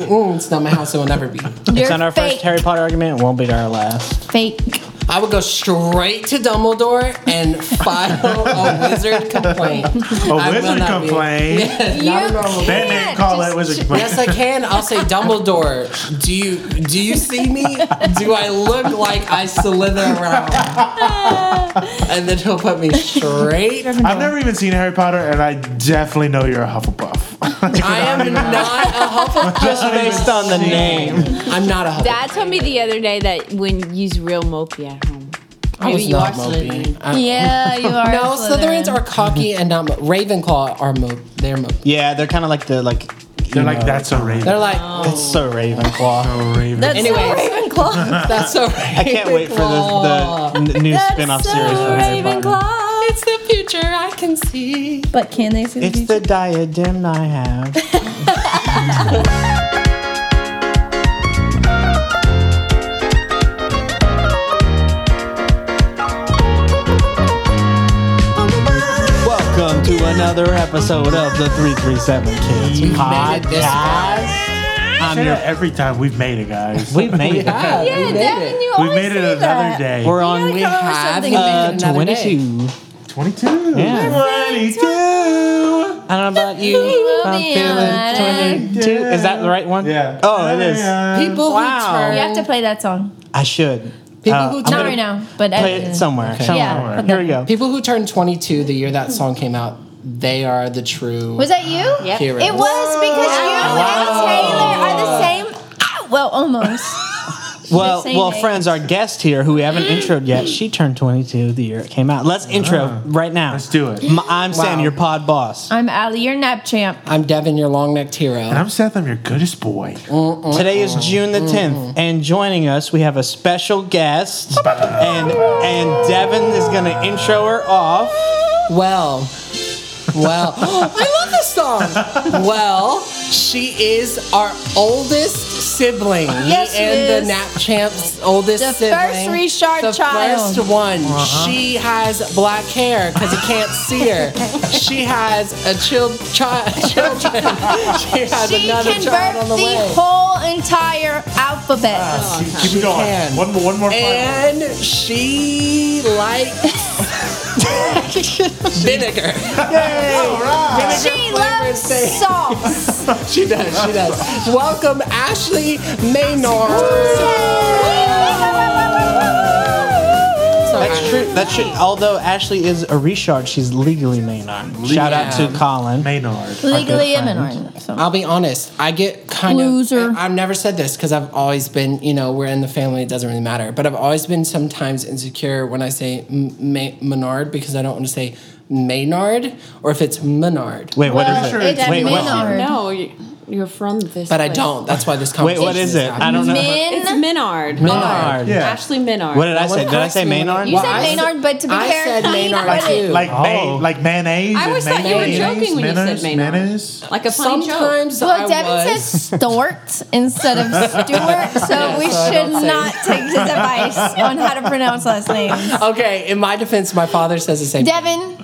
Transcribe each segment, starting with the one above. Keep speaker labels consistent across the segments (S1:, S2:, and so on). S1: Mm, it's not my house. It will never be.
S2: It's
S3: You're
S2: not our
S3: fake.
S2: first Harry Potter argument. It won't be our last.
S3: Fake.
S1: I would go straight to Dumbledore and file a wizard complaint.
S4: A
S1: I will
S4: wizard
S1: not be-
S4: complaint.
S1: Yes,
S3: You
S1: not a normal.
S3: can't.
S4: That nigga call that wizard complaint.
S1: Yes, I can. I'll say Dumbledore. Do you do you see me? Do I look like I slither around? and then he'll put me straight.
S4: I've never even seen Harry Potter, and I definitely know you're a Hufflepuff.
S1: I am not a Hufflepuff.
S2: Based on the name.
S1: I'm not a Hufflepuff.
S5: Dad told me the other day that when use real mopey at home.
S1: I was
S5: Maybe you
S1: not
S5: are
S1: mopey.
S5: Slytherin.
S1: I-
S3: Yeah, you are.
S1: No, Slytherins are cocky and not mo- Ravenclaw are mo- they're mopey.
S2: Yeah, they're kind of like the like.
S4: They're like, that's a raven.
S1: They're like
S5: Oh.
S2: That's
S1: Oh.
S2: so Ravenclaw.
S4: a raven.
S3: That's
S1: Anyways.
S3: so Ravenclaw.
S1: that's so.
S2: I can't wait for the, the n- new spin off
S3: so
S2: series for Harry Potter.
S1: Oh, It's the future I can see.
S3: but can they see
S2: It's the diadem I have. Welcome to another episode of the 337
S1: We've made it
S2: Kids
S1: this far.
S2: Podcast.
S4: Say
S2: I'm
S4: that
S2: your,
S4: every time we've made it, guys.
S2: we've made it.
S1: Yeah, we made it.
S3: Devin, you
S4: We've
S3: always
S4: made it
S3: say
S4: another
S3: that.
S4: day.
S2: We're on
S3: We
S1: We
S3: come up with
S1: have
S3: something
S2: uh,
S1: made it another day.
S2: 22.
S4: 22.
S2: Yeah.
S4: 22.
S2: I don't know about you. but I'm feeling 22. Is that the right one?
S4: Yeah.
S2: Oh, it is.
S1: People
S2: Wow.
S1: who turn.
S3: You have to play that song.
S2: I should.
S1: people
S2: Uh,
S1: who
S2: I'm
S1: turn.
S3: Not right now, but
S2: Play it somewhere. somewhere.
S3: Yeah, put
S2: Here
S3: that-
S2: we go.
S1: People who turned 22 the year that song came out, they are the true.
S3: Was that you? Yeah.
S5: Yep.
S1: heroes.
S3: It was because you and Taylor are the same. Ah, Well, almost.
S2: Well,
S3: same
S2: well,
S3: age. Mm-hmm.
S2: friends, our guest here, who we haven't introed yet, she turned 22 the year it came out. Let's intro right now.
S4: Ah. Let's do it.
S2: M- I'm Sam,
S1: Wow.
S2: your pod boss.
S3: I'm Allie, your nap champ.
S1: I'm Devin, your long necked hero.
S4: And I'm Seth, I'm your goodest boy.
S3: Oh.
S2: Today is June the 10th,
S3: Mm-hmm.
S2: and joining us, we have a special guest, and and Devin is going to intro her off.
S1: Well, well, I love this song. Well, she is our oldest sibling.
S3: Yes,
S1: Me and
S3: she is.
S1: the Nap Champ's oldest
S3: The
S1: sibling.
S3: first Richard
S1: the
S3: child.
S1: first one. She has black hair because you can't see her. she has a child child. Children. She has
S3: She
S1: another
S3: can
S1: child
S3: birth
S1: on
S3: the
S1: the way.
S3: whole entire alphabet.
S4: Keep it going.
S1: can.
S4: One more, one more. final.
S1: and she likes Ah. vinegar.
S3: she loves
S1: thing.
S3: sauce.
S1: She does. She does. Welcome, Ashley
S3: Yay.
S1: Maynor.
S2: That's true. That should. Although Ashley is a Richard, she's legally Maynard. Shout out to
S1: Yeah.
S2: Colin.
S4: Maynard. our
S3: Legally
S4: good friend.
S3: imminent. So.
S1: I'll be honest. I get kind
S3: Loser.
S1: of. I've never said this because I've always been. You know, we're in the family. It doesn't really matter. But I've always been sometimes insecure when I say M- Ma- Menard because I don't want to say Maynard or if it's Menard.
S2: Wait, what
S3: Well,
S2: is it?
S3: it's
S2: Wait, what?
S3: Maynard.
S5: No, you- you're from this.
S1: But I
S5: place.
S1: don't. That's why this
S2: Wait,
S1: conversation.
S2: what is
S1: is
S2: it? I
S1: happening.
S2: don't know.
S5: It's
S3: Min.
S5: Minard.
S1: Menard.
S2: Yeah.
S4: Yeah.
S5: Ashley Minard.
S2: What did I say?
S1: one
S2: Did I say
S1: corrects me.
S2: Maynard?
S3: You
S1: Well,
S3: said
S1: I
S3: Maynard,
S1: said-
S3: but to be
S1: I
S3: fair,
S1: said
S3: you
S1: Maynard
S3: got it.
S1: too.
S4: Like,
S2: Oh.
S4: may, like mayonnaise.
S5: I
S4: and
S5: always thought you were
S4: mayonnaise,
S5: joking when you said
S4: mayonnaise,
S5: Maynard.
S4: mayonnaise.
S5: Like a funny joke.
S1: Sometimes I
S3: Well, Devin
S1: was.
S3: says stort instead of Stuart, so we
S1: so I
S3: should
S1: don't say
S3: not take his advice on how to pronounce last names.
S1: okay, in my defense, my father says the same. thing.
S3: Devin,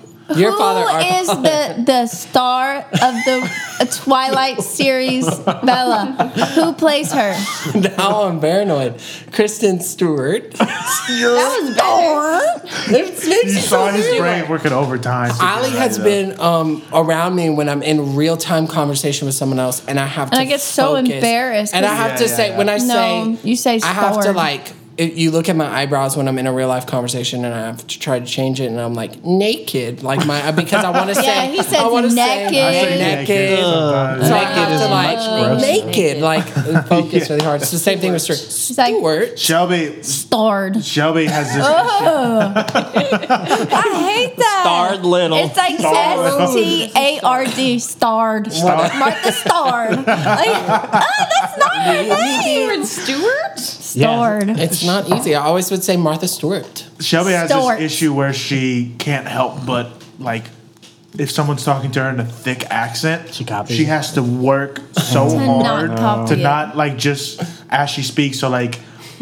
S1: Your
S3: who
S1: father, our
S3: is the the star of the uh, Twilight series, Bella? Who plays her?
S1: now I'm paranoid. Kristen Stewart.
S5: That was better.
S1: It makes
S4: You
S1: it
S4: saw
S1: so
S4: his
S1: weird.
S4: brain working overtime. to
S1: Ali
S4: get
S1: has
S4: that
S1: been um, around me when I'm in real time conversation with someone else, and I have to.
S3: And I get so
S1: focus.
S3: embarrassed
S1: And I
S3: 'cause-
S1: have
S4: Yeah,
S1: to
S4: yeah,
S1: say
S4: yeah.
S1: when I
S3: No,
S1: say
S3: you say
S1: I have to
S3: start.
S1: like. It, you look at my eyebrows when I'm in a real life conversation, and I have to try to change it, and I'm like naked, like my because I want to say
S3: he says
S1: I wanna say
S3: naked. I say
S4: naked
S1: naked.
S4: sometimes.
S1: So I
S2: Naked
S1: have
S2: is
S1: to like
S2: much grosser.
S1: naked, like focus really hard. It's the same thing with Stuart.
S3: She's like-
S1: Stewart.
S4: Shelby,
S3: Starred.
S4: Shelby has this.
S1: Oh.
S3: I hate that.
S2: Starred little.
S3: It's like
S4: Starred.
S3: S T A R D. Starred. Martha Starred. Like, oh, that's not her name.
S5: Stewart Stewart?
S3: Starred.
S1: It's not easy. I always would say Martha Stewart.
S4: Shelby has
S3: Stort.
S4: this issue where she can't help but like if someone's talking to her in a thick accent,
S2: She copies
S4: she
S2: it.
S4: has to work so
S3: To not
S4: hard
S3: copy
S4: to
S3: it.
S4: not like just as she speaks. So like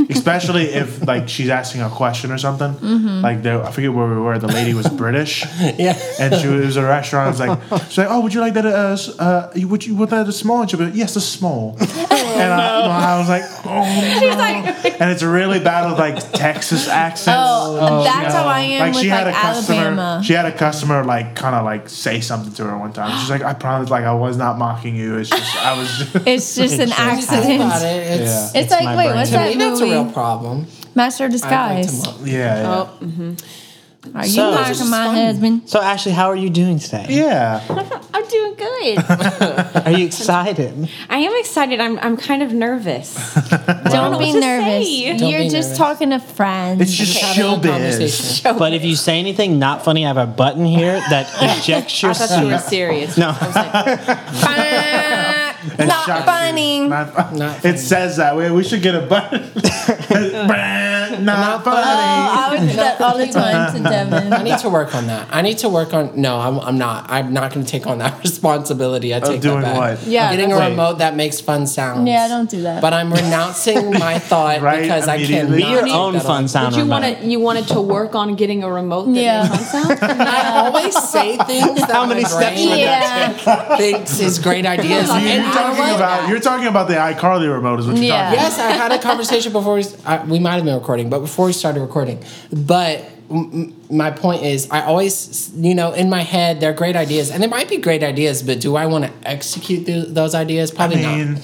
S4: especially if like she's asking a question or something.
S3: Mm-hmm.
S4: Like the, I forget where we were. The lady was British,
S1: Yeah.
S4: and she was, it was a restaurant. It's like she's like, "Oh, would you like that? Uh, s- uh you- would you would that a small?" And she'll be like, "Yes, a small." and I, I was like, "Oh
S3: She's like,
S4: no!" And it's really bad with like Texas accents.
S3: oh, that's how I am
S4: Like
S3: with
S4: she
S3: like
S4: had a customer,
S3: Alabama.
S4: she had a customer like kind of like say something to her one time. She's like, "I promise, like I was not mocking you. It's just I was." Just,
S3: it's just an
S1: Think about
S3: accident.
S1: it. It's,
S3: It's
S4: my
S3: like, wait,
S4: brain.
S3: what's
S4: To
S1: I
S3: that
S1: mean, that's a
S3: movie?
S1: real problem.
S3: Master of
S1: I
S3: Disguise.
S1: like to mo-
S4: yeah, yeah.
S5: Oh,
S3: Are you
S2: So-
S3: mocking my husband?
S2: So Ashley, how are you doing today?
S4: Yeah.
S5: I'm doing good.
S2: Are you excited?
S5: I am excited. I'm, I'm kind of nervous.
S3: Don't be
S5: to
S3: nervous.
S5: say.
S1: Don't
S3: You're
S1: be
S3: just
S1: nervous.
S3: talking to friends.
S4: It's just
S1: Having a
S4: showbiz.
S1: conversation.
S2: But if you say anything not funny, I have a button here that ejects your
S5: I thought you were
S2: seat.
S5: serious. No.
S4: It
S3: Not
S4: shocks you.
S3: funny.
S4: Not fu-
S1: Not
S4: It says that. We, we should get a button. Not, funny.
S3: I would do that all the time to
S1: I
S3: Devin.
S1: need to work on that. I need to work on. No, I'm, I'm not. I'm not going to take on that responsibility. I take
S4: doing
S1: that back.
S4: what?
S5: Yeah,
S1: getting a
S4: that's-
S1: remote that makes fun sounds.
S3: Yeah, don't do that.
S1: But I'm renouncing my thought
S4: Right,
S1: because I cannot.
S4: immediately.
S2: Be your
S1: take
S2: own
S1: that
S2: fun
S1: on.
S2: sound.
S5: Did you
S2: remote.
S5: want to you wanted to work on getting a remote that
S3: Yeah.
S5: makes fun sound?
S1: I always say things that
S2: How many
S1: my
S2: steps
S1: brain
S2: would
S3: yeah.
S1: thinks is great ideas.
S5: You're
S1: and
S4: You're
S1: I
S4: talking
S1: like
S4: about you're talking about the iCarly remote is what you're
S3: Yeah.
S4: talking about.
S1: Yes, I had a conversation before we, I, we might have been recording, but before we started recording. But m- m- my point is, I always, you know, in my head, they're great ideas, and they might be great ideas, but do I want to execute th- those ideas?
S4: I
S1: Probably
S4: mean,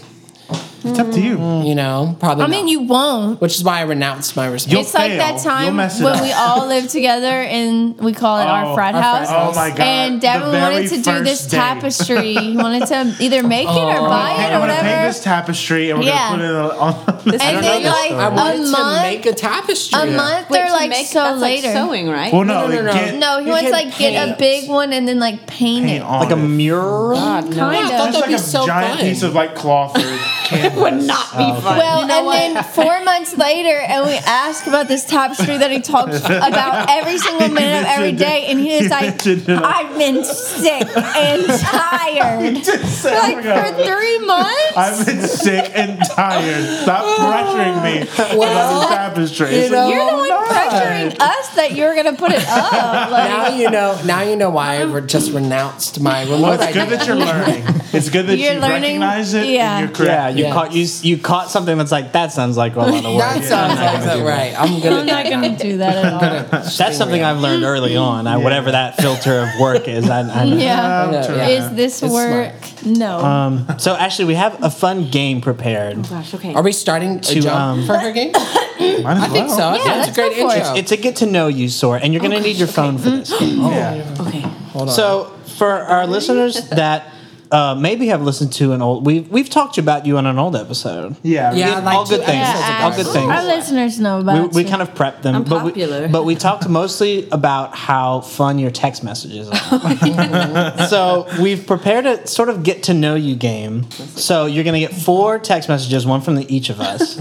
S4: it's up to you.
S1: not. You know, probably.
S3: I mean,
S1: not.
S3: you won't.
S1: which is why I renounced my
S4: You'll
S1: response.
S3: It's like that
S4: fail. You'll
S3: time
S4: mess it
S3: when
S4: up.
S3: we all lived together and we call it
S4: Oh,
S3: our frat
S1: our frat
S3: house.
S1: house.
S4: Oh my god!
S3: And Devin
S4: The
S3: wanted to
S4: very
S3: do this
S4: first day.
S3: tapestry. He wanted to either make it or buy
S4: Hey,
S3: it or
S4: I'm gonna take
S3: whatever.
S4: this tapestry and we're
S3: Yeah.
S4: gonna put it on.
S3: And
S2: know
S3: then
S2: this
S3: like
S2: story.
S1: I
S3: a
S1: wanted to
S3: month,
S1: make a tapestry.
S3: a month
S5: Wait,
S3: or
S5: to
S3: like
S5: make-
S3: so
S5: that's
S3: later.
S5: Like sewing, right?
S4: well, no,
S1: No, no, no,
S4: get-
S1: no.
S3: No, he
S1: You
S3: wants to
S1: can
S3: like get a
S1: paint.
S3: big one and then like paint,
S4: paint
S3: it.
S4: on
S2: like a
S4: it.
S2: mural?
S1: God, no.
S3: Kind
S1: I thought
S3: of.
S1: that'd
S3: That's
S4: It's like
S1: be
S4: a
S1: so
S4: giant
S1: fun.
S4: piece of like cloth or canvas.
S5: Would not be fun.
S3: Well,
S1: know
S3: and
S1: what?
S3: then four months later, and we ask about this tapestry that he talks about every single minute of every
S4: mentioned
S3: day,
S4: it.
S3: and he
S4: He
S3: is like,
S4: mentioned it.
S3: "I've been sick and tired."
S4: Say, I
S3: Like
S4: forgot.
S3: for three months.
S4: I've been sick and tired. Stop pressuring me.
S1: Well,
S4: Well, tapestry.
S1: you
S4: It's like,
S1: know,
S3: You're the one pressuring us that you're gonna put it up. Like,
S1: now you know. Now you know why I re- just renounced my remote
S4: well, it's
S1: idea.
S4: good that you're learning. It's good that
S3: You're
S4: you
S3: learning-
S4: recognize it.
S3: yeah.
S4: And you're correct.
S2: Yeah, you
S1: Yeah.
S2: caught you s- you caught something that's like that sounds like a lot of work.
S1: That sounds like that, right. I'm gonna.
S3: I'm not gonna do that at all.
S2: That's something I've learned early on. I, whatever that filter of work is, I, I know.
S3: Yeah.
S4: I'm
S1: Yeah,
S4: trying.
S1: yeah.
S3: Is this
S1: It's
S3: work? No.
S2: Um, so actually, we have a fun game prepared.
S5: Gosh, okay.
S1: Are we starting to
S2: To,
S1: jump
S2: um,
S1: for her game? I
S4: Might as
S1: think so.
S4: well.
S1: I think it's
S3: let's
S1: a great
S3: go for it.
S1: intro.
S2: It's a get to know you sort, and you're gonna need your phone for this.
S4: Mm.
S2: game.
S4: Yeah.
S5: okay.
S2: Oh.
S1: Hold on.
S2: So for our listeners that uh, maybe have listened to an old, we've we've talked about you on an old episode.
S4: Yeah.
S1: yeah, like
S2: all good
S1: two
S2: things.
S1: episodes
S2: Yeah, all
S1: ago.
S2: good things.
S3: Our listeners know
S2: We,
S3: about
S2: we
S3: you.
S2: kind of prepped them,
S5: I'm
S2: but we,
S5: popular.
S2: but we talked mostly about how fun your text messages are. so we've prepared a sort of get to know you game. So you're going to get four text messages, one from the, each of us,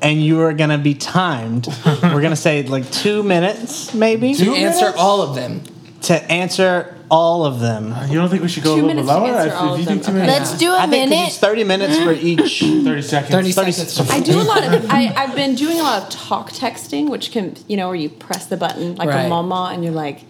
S2: and you are going to be timed. We're going to say like two minutes, maybe,
S1: You answer all of them.
S2: to answer all of them.
S4: You don't think we should go
S5: Two
S4: a little bit
S5: minutes to
S4: lower?
S5: answer
S4: If
S5: all
S4: you think
S5: of them.
S4: two
S5: Okay.
S4: minutes-
S3: Let's do a
S2: I think 'cause
S3: minute.
S2: it's 30 minutes for each.
S4: 30 seconds.
S1: Thirty,
S2: 30
S1: seconds.
S5: I do a lot of. I, I've been doing a lot of talk texting, which can you know, where you press the button like
S1: Right.
S5: a mama, and you're like,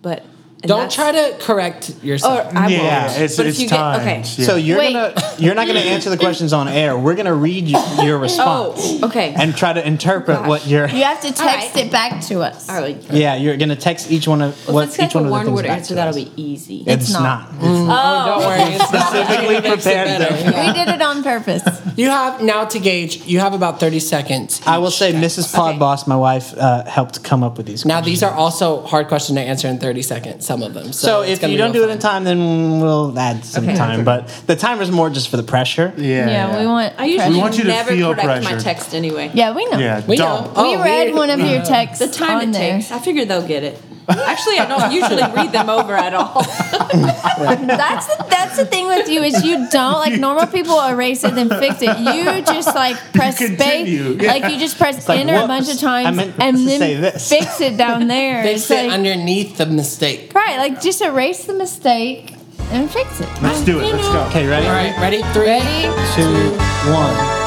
S5: but and
S1: Don't
S5: that's-
S1: try to correct
S5: Or
S1: yourself.
S5: I
S4: Yeah,
S5: won't.
S4: it's,
S5: but
S4: it's
S5: if you
S4: timed.
S5: get okay,
S4: Yeah.
S2: So you're
S3: Wait.
S2: gonna you're not gonna answer the questions on air. We're gonna read you, your response.
S5: Oh, okay.
S2: And try to interpret
S5: Gosh.
S2: what you're.
S3: You have to text
S5: All right.
S3: it back to us.
S5: all right. Well,
S2: Yeah, you're gonna text each one of
S5: if
S2: what
S5: it's
S2: each
S5: like
S2: one
S5: a
S2: of the
S5: one
S2: things
S5: word
S2: back
S5: answer.
S2: to
S5: That'll
S2: us.
S5: be easy.
S2: It's,
S3: It's
S2: not.
S3: not.
S1: Mm. Don't worry. It's not
S2: Specifically
S1: Makes it
S2: prepared
S1: better.
S2: them.
S3: We did it on purpose.
S1: You have now to gauge. You have about thirty seconds.
S2: I will say, Mrs. Podboss, my wife, uh, helped come up with these.
S1: Now
S2: questions.
S1: these are also hard questions to answer in thirty seconds. Some of them. So,
S2: So
S1: it's
S2: if
S1: gonna
S2: you
S1: be
S2: don't
S1: real
S2: do it in
S1: fun.
S2: time, then we'll add some
S5: Okay.
S2: time. But the timer's more just for the pressure.
S4: yeah,
S3: Yeah, we want.
S5: I usually
S4: We want you to
S5: never
S4: feel
S5: correct my
S4: pressure.
S5: text anyway.
S3: Yeah, we know.
S4: Yeah,
S1: we
S4: don't.
S1: know.
S3: We
S1: Oh,
S3: read
S1: we-
S3: one of your texts.
S5: The time
S3: on
S5: it
S3: there.
S5: takes. I figure they'll get it. Actually, I don't usually read them over at all.
S3: That's the, that's the thing with you is you don't like normal people erase it then fix it. You just like press
S4: continue,
S3: space,
S4: yeah.
S3: like you just press
S2: like,
S3: enter a
S2: whoops,
S3: bunch of
S2: I
S3: times
S2: meant to
S3: and
S2: say
S3: then
S2: this.
S3: fix it down there.
S1: They
S3: It's
S1: sit
S3: like-
S1: underneath the mistake.
S3: right, like just erase the mistake and fix it.
S4: Let's do it. Let's go.
S2: Okay, ready?
S1: All right, ready? Three.
S3: Ready?
S2: Two, one.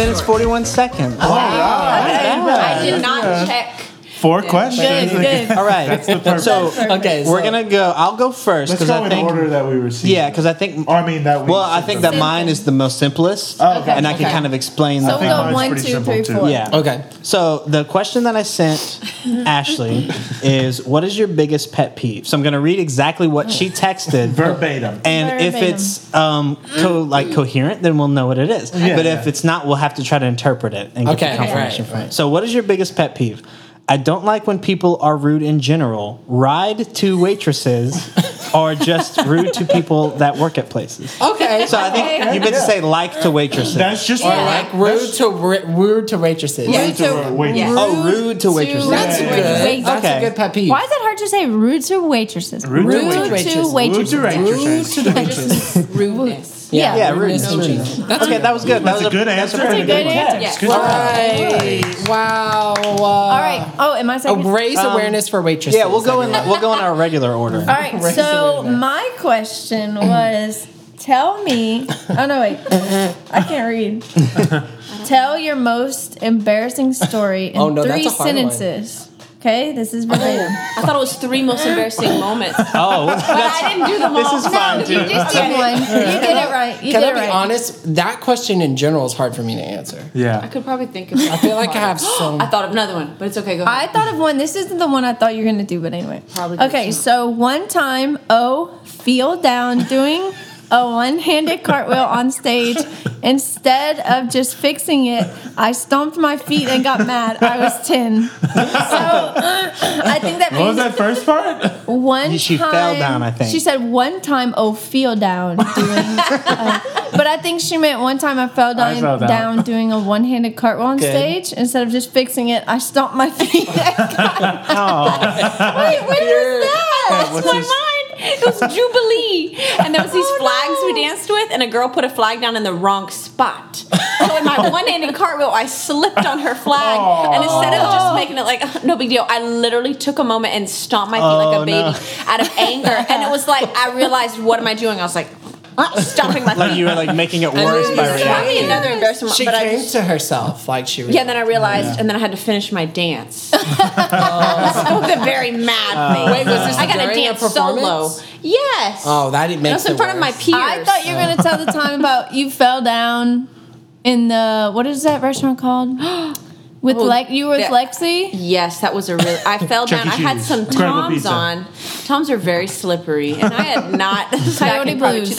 S6: It's
S2: 41 seconds.
S3: Oh,
S5: I did not check.
S4: Four questions.
S3: Good, good.
S2: All right. So
S1: Okay,
S2: we're
S1: so-
S2: going to go. I'll go first
S4: Let's
S2: because
S4: go
S2: I
S4: in the
S2: think.
S4: order that we received.
S2: Yeah, because I think.
S4: Or, I mean, that we
S2: Well, I think that mine is the most simplest.
S4: Oh, okay.
S2: And I can
S5: Okay.
S2: kind of explain
S3: So
S2: the
S3: we'll
S4: think
S3: go
S4: mine's
S3: one,
S4: pretty
S3: two,
S4: simple,
S3: three,
S4: too.
S3: four.
S2: Yeah.
S1: Okay.
S2: So the question that I sent Ashley is, "What is your biggest pet peeve?" So I'm going to read exactly what she texted
S4: verbatim.
S2: and if
S3: Verbatim.
S2: it's um, co- like coherent, then we'll know what it is.
S4: Yeah,
S2: but if
S4: yeah.
S2: it's not, we'll have to try to interpret it and get
S1: Okay,
S2: the confirmation
S1: right,
S2: from it. So, what is your biggest pet peeve? I don't like when people are rude in general. Ride to waitresses, or just rude to people that work at places.
S1: Okay.
S2: So I think you meant to say like to waitresses.
S4: That's just
S5: Or
S1: like rude to ri- rude to waitresses.
S5: Yeah.
S4: Rude to
S5: to-
S4: waitresses.
S5: yeah.
S2: oh, rude to waitresses.
S1: That's
S4: Yeah.
S1: good. That's
S2: Okay.
S1: a good pet peeve.
S3: Why is it hard to say rude to waitresses?
S4: Rude to
S1: waitresses.
S3: to waitresses.
S4: Rude to
S1: Rude
S4: waitresses.
S1: to the waitresses.
S5: Rudeness.
S1: Yeah,
S2: Yeah,
S1: rudeness
S2: rudeness
S1: in
S2: in
S1: general. That's
S2: okay, that was good.
S4: That's a
S2: that was
S4: good answer.
S3: That's a good answer.
S4: Yes.
S5: Good
S1: right. Wow. Uh,
S3: All right. Oh, am I
S1: Uh,
S3: second?
S1: raise awareness for waitresses.
S2: Yeah, we'll go in. We'll go in our regular order.
S3: All right.
S1: Raise
S3: So
S1: awareness.
S3: my question was, tell me. Oh no, wait. I can't read. tell your most embarrassing story in
S1: Oh, no,
S3: three
S1: that's a hard one.
S3: sentences. Okay, this is verbatim.
S5: I thought it was three most embarrassing moments.
S2: Oh,
S5: But I didn't do them all.
S2: this is fine too.
S3: you just did one. You did it right. You
S1: Can
S3: did
S1: I
S3: it
S1: be
S3: right.
S1: honest? That question in general is hard for me to answer.
S4: Yeah.
S5: I could probably think of.
S1: I feel like I have some.
S5: I thought of another one, but it's okay. Go ahead.
S3: I thought of one. This isn't the one I thought you were gonna do, but anyway.
S5: Probably
S3: Okay, so one time, O feel down doing a one-handed cartwheel on stage. Instead of just fixing it, I stomped my feet and got mad. I was ten. So I think that
S4: What
S3: means
S4: was that first part?
S3: one
S2: She fell
S3: time
S2: down, I think.
S3: she said one time oh feel down doing uh, but I think she meant one time I fell down,
S4: fell down.
S3: down. doing a one handed cartwheel on
S1: Good.
S3: stage instead of just fixing it I stomped my feet wait
S2: Oh,
S3: when was
S4: Hey,
S3: that
S4: what's
S5: That's
S4: this?
S5: my mind. It was Jubilee, and there was these
S2: Oh,
S5: flags we danced with, and a girl put a flag down in the wrong spot. So in my one-handed cartwheel, I slipped on her flag, and instead of just making it like "Ugh, no big deal, I literally took a moment and stomped my feet like
S2: Oh,
S5: a baby
S2: no.
S5: out of anger, and it was like I realized what am I doing? I was like stomping my feet.
S2: like you were like making it worse by
S5: It's
S2: reacting.
S5: probably another embarrassment,
S1: she
S5: but I
S1: came
S5: just
S1: to herself like she.
S5: yeah, then I realized, and then I had to finish my dance. oh, the very mad thing.
S1: Uh, Wait, was this
S5: I got to
S1: during a
S5: dance solo.
S1: performance?
S5: Yes.
S1: Oh, that it
S5: And it
S1: makes
S5: was in
S1: it
S5: front of my
S1: worse.
S5: peers.
S3: I thought you were gonna tell the time about you fell down in the what is that restaurant called with
S5: Oh,
S3: Lex you were with
S5: that-
S3: Lexi
S5: Yes, that was a really. I fell
S4: Chuck
S5: down.
S4: E.
S5: I had
S4: Cheese.
S5: some
S4: Incredible
S5: Toms
S4: pizza.
S5: on. Toms are very slippery, and I had not. this was back
S3: Coyote
S5: in probably
S3: Blues.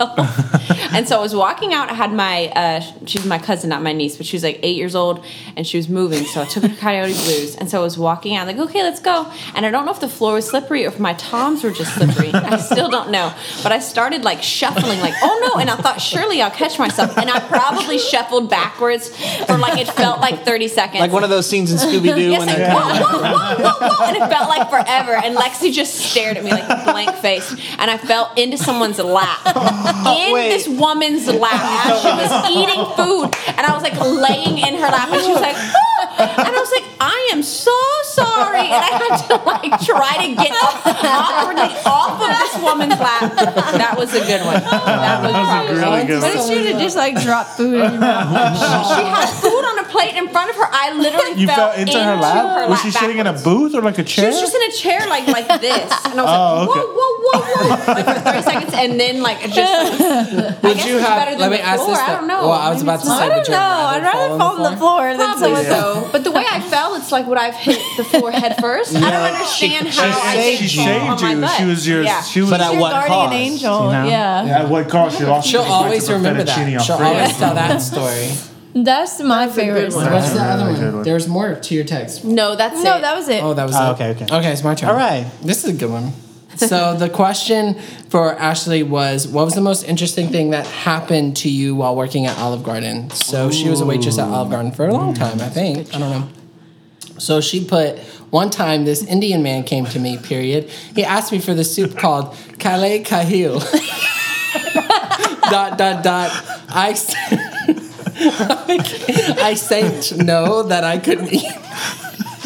S5: 2012. and so I was walking out. I had my. Uh, she's my cousin, not my niece, but she was like eight years old, and she was moving. So I took her to Coyote Blues, and so I was walking out. Like, okay, let's go. And I don't know if the floor was slippery or if my Toms were just slippery. I still don't know. But I started like shuffling, like, oh no! And I thought surely I'll catch myself, and I probably shuffled backwards for like it felt like 30 seconds.
S2: Like one of those scenes in Scooby Doo
S5: Yes,
S2: when
S5: like,
S2: they're
S5: whoa, whoa, whoa, whoa, whoa, and it felt like forever. And Lexi just stared at me like blank faced, and I fell into someone's lap,
S4: Oh,
S5: in
S2: Wait.
S5: this woman's lap. as She was eating food, and I was like laying in her lap, and she was like, "Ah," and I was like, I am so sorry, and I had to like try to get up awkwardly off of this woman's lap. That was a good one. That was,
S4: That was a really good
S3: what
S4: one.
S3: if she would have just like dropped food in your mouth
S5: She had food on a plate in front of her. I literally
S4: You
S5: fell,
S4: fell into her lap? was she sitting in a
S5: backwards.
S4: booth or like a
S5: She
S4: chair?
S5: was just in a chair like like this, and I was
S4: Oh,
S5: like,
S4: okay.
S5: whoa, whoa, whoa, whoa, like for three seconds, and then like it just. I
S1: Would
S5: guess
S1: you
S5: it's
S1: have?
S5: better than
S1: Let me
S5: the
S1: ask this.
S5: floor. I
S1: though.
S5: don't know.
S1: Well, I was
S5: Maybe
S1: about to
S5: it's not.
S1: say.
S3: I
S1: would
S3: don't
S1: you
S3: know I'd rather fall on the floor than
S5: Probably
S3: someone
S5: so, but the way I fell, it's like would I have hit the floor head first? I don't understand how I
S4: she,
S5: didn't
S4: she
S5: fall on
S4: saved
S5: my
S4: you.
S5: butt.
S4: She was your.
S5: Yeah.
S4: She was.
S2: But I
S3: your
S2: what
S3: guardian
S2: cost,
S3: angel
S2: you know?
S3: yeah
S4: at what cost? She lost.
S1: She'll
S4: her respect
S1: always
S4: for
S1: remember
S4: fettuccine
S1: that. She'll
S4: Alfredo.
S1: always tell that story.
S3: That's my favorite.
S5: one.
S1: What's the
S4: a
S1: other
S4: really
S1: one?
S4: good one.
S1: There's more to your text.
S5: No, that's
S3: No,
S5: it.
S3: that was it.
S1: Oh, that was
S2: Oh,
S1: it.
S2: okay, okay.
S1: Okay, it's my turn.
S2: All right.
S1: This is a good one. So the question for Ashley was, what was the most interesting thing that happened to you while working at Olive Garden? So she was a waitress at Olive Garden for a long time, I think. I don't know. So she put one time this Indian man came to me, period. He asked me for the soup called Kale Kahil. dot dot dot. I s- I saint no that I couldn't eat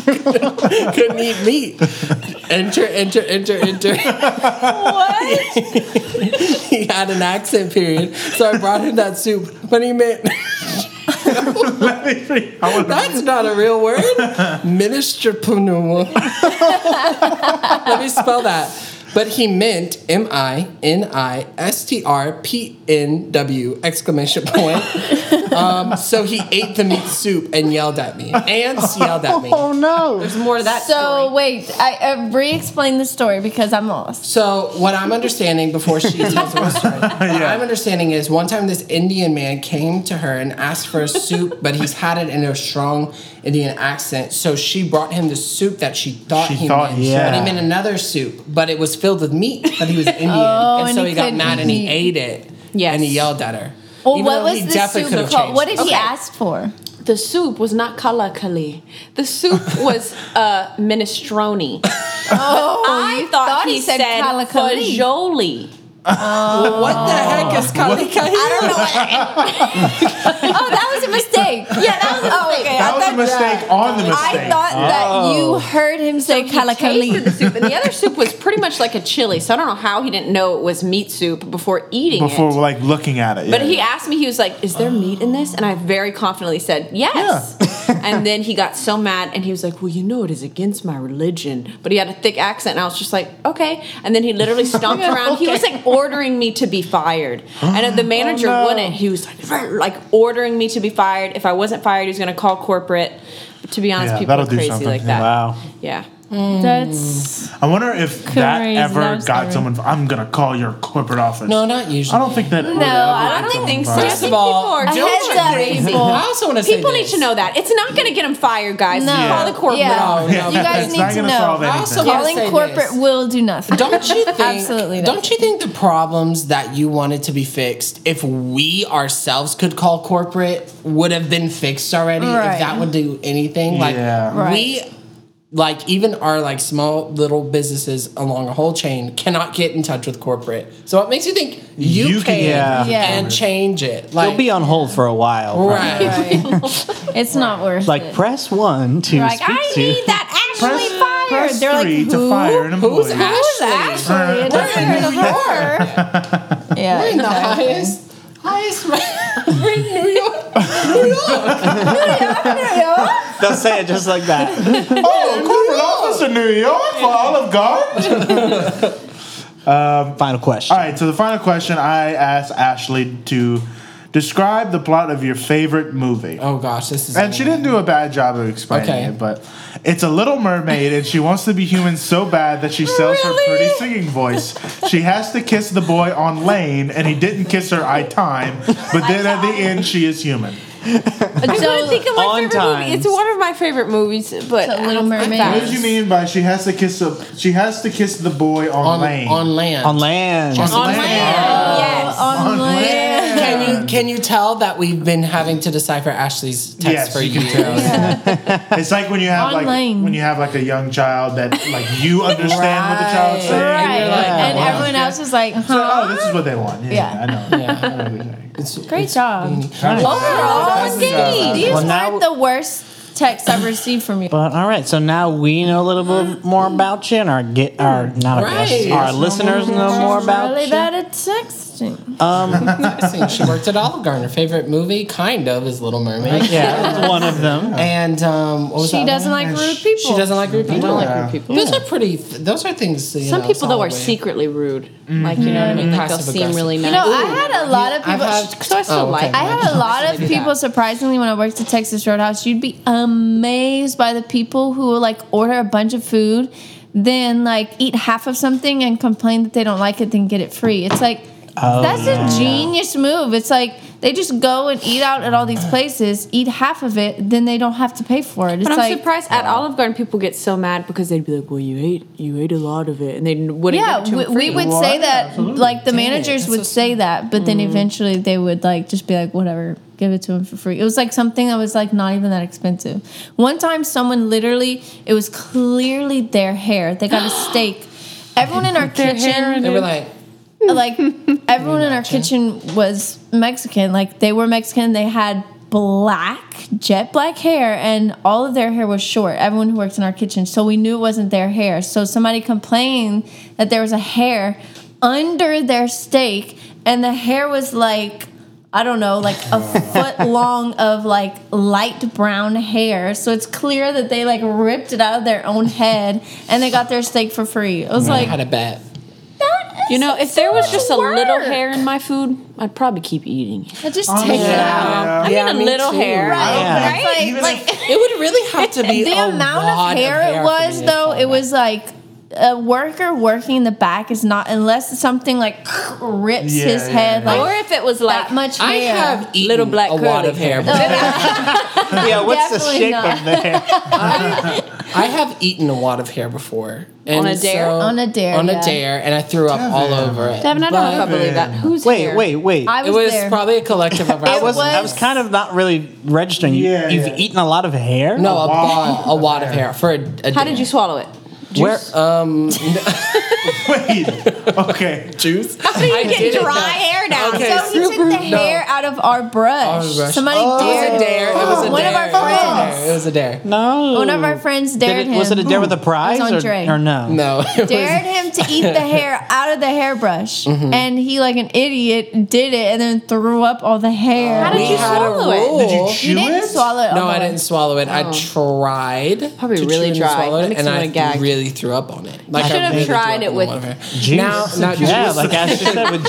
S1: couldn't eat meat. Enter, enter, enter, enter.
S3: what?
S1: He had an accent period, so I brought him that soup. But he meant
S4: I would-
S1: That's not a real word. Ministrepreneur. Let me spell that. But he meant M I N I S T R P N W exclamation point. Um, so he ate the meat soup and yelled at me. Ants yelled at me.
S2: Oh no!
S5: There's more to that
S3: So
S5: story.
S3: wait, I uh, re-explain the story because I'm lost.
S1: So what I'm understanding before she tells her story, what I'm understanding is one time this Indian man came to her and asked for a soup, but he's had it in a strong Indian accent. So she brought him the soup that she thought
S4: She
S1: he
S4: thought
S1: meant,
S4: he
S1: but
S2: said.
S1: he meant another soup, but it was filled with meat, but he was Indian, and,
S3: Oh, and
S1: so
S3: he
S1: he got
S3: couldn't
S1: mad and he ate
S3: eat.
S1: it.
S5: Yes.
S1: and he yelled at her.
S3: Well,
S1: Even
S3: what
S1: though
S3: was
S1: he
S3: the
S1: definitely
S3: soup
S1: could've
S3: called?
S1: changed.
S3: What did he
S5: Okay.
S3: ask for?
S5: The soup was not kalakali. The soup was uh, minestrone.
S3: Oh,
S5: I
S3: you
S5: thought, he, said,
S3: kalakali.
S5: fagioli. Oh.
S1: What the heck is Kali
S3: I don't know. What, oh, that was a mistake. Oh, Yeah, that was a mistake.
S4: that was a mistake on the mistake.
S3: I thought that you heard him say
S5: He tasted the
S3: kalakali.
S5: soup, and the other soup was pretty much like a chili. So I don't know how he didn't know it was meat soup before eating
S4: before
S5: it.
S4: like looking at it.
S5: But
S4: yeah.
S5: he asked me, he was like, Is there meat in this? And I very confidently said, Yes. and then he got so mad and he was like, Well, you know, it is against my religion. But he had a thick accent and I was just like, Okay. And then he literally stomped around. He was like ordering me to be fired. And
S4: Oh,
S5: the manager
S2: no.
S5: wouldn't. He was like, "Rrr," like ordering me to be fired. If I wasn't fired, he was going to call corporate. But to be honest,
S4: Yeah,
S5: people
S4: that'll
S5: are
S4: do
S5: crazy
S4: something.
S5: like that.
S2: Wow.
S5: Yeah.
S3: That's
S4: I wonder if that
S3: Crazy,
S4: ever
S3: that was
S4: got
S3: scary.
S4: someone. I'm gonna call your corporate office.
S1: No, not usually.
S4: I don't think that.
S3: no. I
S5: I
S3: don't
S5: don't
S3: think.
S5: think so.
S4: First
S5: I
S4: of
S5: think
S1: all,
S5: people are
S1: don't
S5: just
S3: Heads up,
S5: crazy.
S3: people.
S1: I also want to say
S5: People need
S1: this.
S5: to know that. It's not going to get them fired, guys.
S3: No.
S5: Call the corporate
S3: Yeah.
S5: office.
S1: No, no,
S3: You guys
S4: it's
S3: need
S4: not
S3: to
S4: gonna
S3: know.
S4: solve
S1: I also
S4: anything.
S1: want
S3: Calling
S1: to say
S3: corporate
S1: this.
S3: will do nothing.
S1: Don't you think?
S3: Absolutely not.
S1: Don't you think the problems that you wanted to be fixed, if we ourselves could call corporate, would have been fixed already?
S3: Right.
S1: If that would do anything, like
S4: Yeah.
S3: Right.
S1: we, like even our like small little businesses along a whole chain cannot get in touch with corporate. So what makes you think you,
S4: You
S1: can,
S4: can-
S2: Yeah.
S3: Yeah.
S1: and change it? Like
S2: It'll be on hold for a while. probably.
S1: right.
S3: it's not worth
S2: Like
S3: it.
S2: press one to
S3: like
S2: speak
S3: I
S2: to.
S3: need that actually
S4: Press-
S3: fired.
S4: press
S3: They're like,
S4: three
S3: who?
S4: to fire an employee.
S1: Who's Ashley?
S3: Ashley? And
S1: We're in
S3: I'm
S1: New
S3: like,
S1: York.
S3: her. Yeah,
S1: We're in the
S3: exactly.
S1: highest, highest. We're in New York.
S2: They'll say it just like that.
S4: oh, corporate office in New York for Olive Garden.
S2: Final question.
S4: All right. So the final question I asked Ashley to describe the plot of your favorite movie.
S1: Oh gosh, this is.
S4: And she didn't do a bad job of explaining
S1: Okay.
S4: it, but it's a Little Mermaid, and she wants to be human so bad that she sells her pretty singing voice. She has to kiss the boy on Lane, and he didn't kiss her. I time, but then at the end, she is human.
S5: I couldn't think
S2: On
S5: of my favorite
S2: times.
S5: movie. It's one of my favorite movies, but
S3: So, Little
S5: I don't- I
S3: Mermaid.
S5: thought-
S4: What did you mean by she has to kiss a, She has to kiss the boy on,
S1: on
S4: Lane.
S1: on land.
S2: On land.
S5: On land.
S1: uh,
S5: Yes.
S3: On land.
S1: Can you can you tell that we've been having to decipher Ashley's text
S4: Yes,
S1: for
S4: you can
S1: years?
S4: tell. It's like when you have
S3: On
S4: like
S3: Lane.
S4: when you have like a young child that like you understand what the child's saying.
S3: Right.
S1: And you're like,
S3: and
S1: "Oh,
S3: everyone else is like, huh?
S4: Oh, this is what they want. Yeah,
S3: Yeah.
S4: I know. I know what you're saying.
S3: Great job.
S4: Nice.
S5: Overall,
S1: That's
S4: uh,
S5: indeed.
S3: These
S2: Well, now-
S3: aren't the worst texts I've received from you.
S2: But all right, so now we know a little bit more about you, and our get our not our
S1: Right.
S2: guests, our listeners know more about
S3: really
S2: you.
S3: bad at texting.
S1: Interesting. She worked at Olive Garden. Her favorite movie, kind of, is Little Mermaid.
S2: Yeah, that's one of them.
S1: And um, what was
S3: She
S1: that
S3: doesn't
S1: one?
S3: like rude people.
S1: She doesn't like rude people.
S4: like rude
S5: people.
S1: Those are pretty. Those are things. You
S5: Some
S1: know,
S5: people though are
S1: solid way.
S5: secretly rude. Like you know what I mean? Mm-hmm. Like they'll
S1: Passive
S5: seem
S1: aggressive.
S5: really nice.
S3: You know, I had a lot of
S1: I've
S3: people.
S1: had-
S5: so I still
S1: Oh, okay.
S5: like.
S3: I had a lot of people surprisingly when I worked at Texas Roadhouse. You'd be amazed by the people who will like order a bunch of food, then like eat half of something and complain that they don't like it, then get it free. It's like that's a genius move. It's like they just go and eat out at all these places, eat half of it, then they don't have to pay for it. It's
S5: But I'm
S3: like
S5: surprised at Olive Garden people get so mad because they'd be like, "Well, you ate you ate a lot of it," and they wouldn't.
S3: yeah,
S5: give it to
S3: we,
S5: them
S3: we
S5: free.
S3: would say that. Like the managers would say that, but then eventually they would like just be like, whatever, give it to him for free. It was like something that was like not even that expensive. One time, someone literally, it was clearly their hair. They got a steak. Everyone in our kitchen,
S1: They were like,
S3: like everyone in our kitchen was Mexican. Like they were Mexican. They had black, jet black hair, and all of their hair was short. Everyone who worked in our kitchen, so we knew it wasn't their hair. So somebody complained that there was a hair under their steak, and the hair was like I don't know, like a foot long of like light brown hair. So it's clear that they like ripped it out of their own head and they got their steak for free. It was
S1: I
S3: like,
S1: had a bet.
S3: that is
S5: You know, if there was
S3: so
S5: just a
S3: much
S5: little
S3: work.
S5: hair in my food, I'd probably keep eating. it.
S3: I just take it
S4: Yeah.
S3: out.
S5: I mean,
S1: Yeah,
S5: a
S1: me
S5: little
S1: too.
S5: hair,
S3: Right.
S2: Yeah.
S5: right?
S3: Like,
S4: Oh, Even
S3: like
S1: It would really have to be
S3: the
S1: a
S3: amount
S1: lot
S3: of hair,
S1: for
S3: it
S1: me
S3: was
S1: to
S3: though
S1: fall
S3: it was like a worker working in the back is not unless something like rips
S4: Yeah,
S3: his
S4: yeah,
S3: head
S4: yeah.
S3: like
S5: Or if it was like
S3: that much hair.
S1: I have eaten
S5: Little black
S1: a lot
S5: curly
S1: of hair.
S2: Yeah, what's the
S3: Definitely
S2: shape
S3: not.
S2: of the hair?
S1: I have eaten a wad of hair before. And
S5: a dare?
S1: so-
S3: On a dare,
S1: On
S3: yeah.
S1: a dare, and I threw up all
S4: Devin.
S1: over it.
S5: Devin, I don't know if I
S1: But
S5: believe that. Who's
S2: Wait, wait, wait.
S3: I
S1: It
S3: was,
S1: was
S3: there.
S1: probably a collective of
S2: I
S1: our
S2: wasn't. I
S3: was-
S2: was kind of not really registering. You,
S4: Yeah,
S2: you've
S4: yeah.
S2: eaten a lot of hair.
S1: No, a
S4: wad
S1: wad, a wad of hair for a, a dare.
S5: How did you swallow it?
S2: where? uh,
S4: Wait. Okay.
S1: juice?
S5: How do you
S1: I did
S5: get
S1: it,
S5: dry
S1: though.
S5: hair down?
S1: Okay.
S3: So he took the
S1: Super- no.
S3: hair out of our brush.
S1: Our brush.
S3: Somebody
S1: It was a
S3: dared.
S1: dare. It was a
S3: One
S1: dare.
S3: of our
S1: It was a
S3: friends.
S1: dare. It was a dare.
S2: no.
S3: One of our friends
S2: Did
S3: dared
S2: it-
S3: him.
S2: Was it a dare with a prize
S3: on
S2: or,
S3: Dre.
S2: or no?
S1: No. it was-
S3: dared him to eat the hair out of the hairbrush, and he, like an idiot, did it and then threw up all the hair.
S5: How did
S1: we
S5: you
S1: had a
S5: swallow it?
S1: rule.
S4: Did you
S3: He
S4: chew
S3: didn't
S4: it?
S3: swallow it.
S1: No,
S3: all
S1: I
S3: the way.
S1: didn't swallow it. I tried.
S5: Probably
S1: to
S5: really
S1: chew and
S5: dry.
S1: swallow
S5: That
S1: it,
S5: makes
S1: and
S5: me
S1: I
S5: wanna gag.
S1: really threw up on it. Like
S5: should have
S1: really threw
S5: tried
S1: up
S5: it
S1: on
S5: with
S1: one of it.
S2: Juice.
S1: Now, not
S2: yeah,
S1: juice.
S2: like I just said with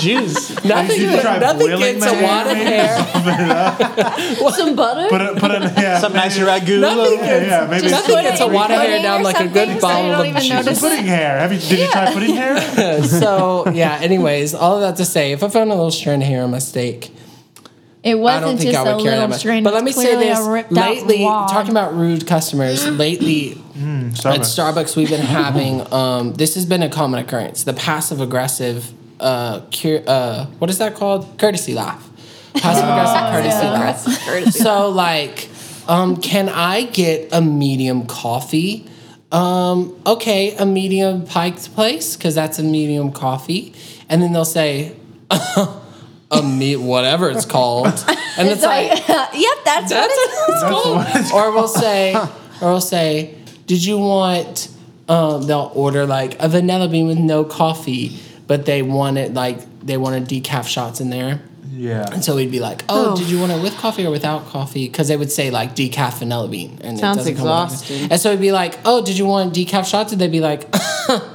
S2: juice.
S1: nothing.
S4: You should try
S1: nothing
S4: boiling
S1: gets
S4: my
S1: a wad of hair.
S5: Some butter?
S4: Put a, put a, yeah,
S2: Some nice
S1: Nothing
S2: ragu. little-
S1: gets.
S4: yeah, maybe
S1: Nothing gets a
S3: put it
S1: wad of
S3: in
S1: hair
S3: pudding
S1: down
S3: or
S1: like a
S3: something
S1: good
S3: so you
S1: bottle
S3: don't
S1: of
S3: even
S1: juice.
S3: notice.
S4: pudding hair. Have you, did you try pudding hair?
S1: so yeah. Anyways, all of that to say, if I found a little strand of hair on my steak,
S3: It
S1: I don't
S3: wasn't
S1: think
S3: just
S1: I
S3: a
S1: would care that
S3: little
S1: much.
S3: strain.
S1: But let me
S3: it's
S1: say
S3: clearly a
S1: this:
S3: ripped out
S1: lately,
S3: wad.
S1: talking about rude customers, lately at Starbucks we've been having um, this has been a common occurrence: the passive aggressive, uh, cur- uh, what is that called? Courtesy laugh. Passive
S3: Ah,
S1: aggressive courtesy laugh. So like, um, can I get a medium coffee? Um, okay, a medium Pike's Place because that's a medium coffee, and then they'll say, a me whatever it's called, and it's,
S3: It's like,
S1: like
S3: yep, that's,
S1: that's
S3: what it's
S1: what it's called. Or we'll say, or we'll say, did you want? Um, they'll order like a vanilla bean with no coffee, but they want it like they wanted decaf shots in there.
S4: Yeah.
S1: And so we'd be like, oh,
S5: Oh.
S1: did you want it with coffee or without coffee? Because they would say like decaf vanilla bean. And
S5: Sounds
S1: it doesn't come with
S5: exhausting.
S1: anything. and so it'd be like, oh, did you want decaf shots? And they'd be like,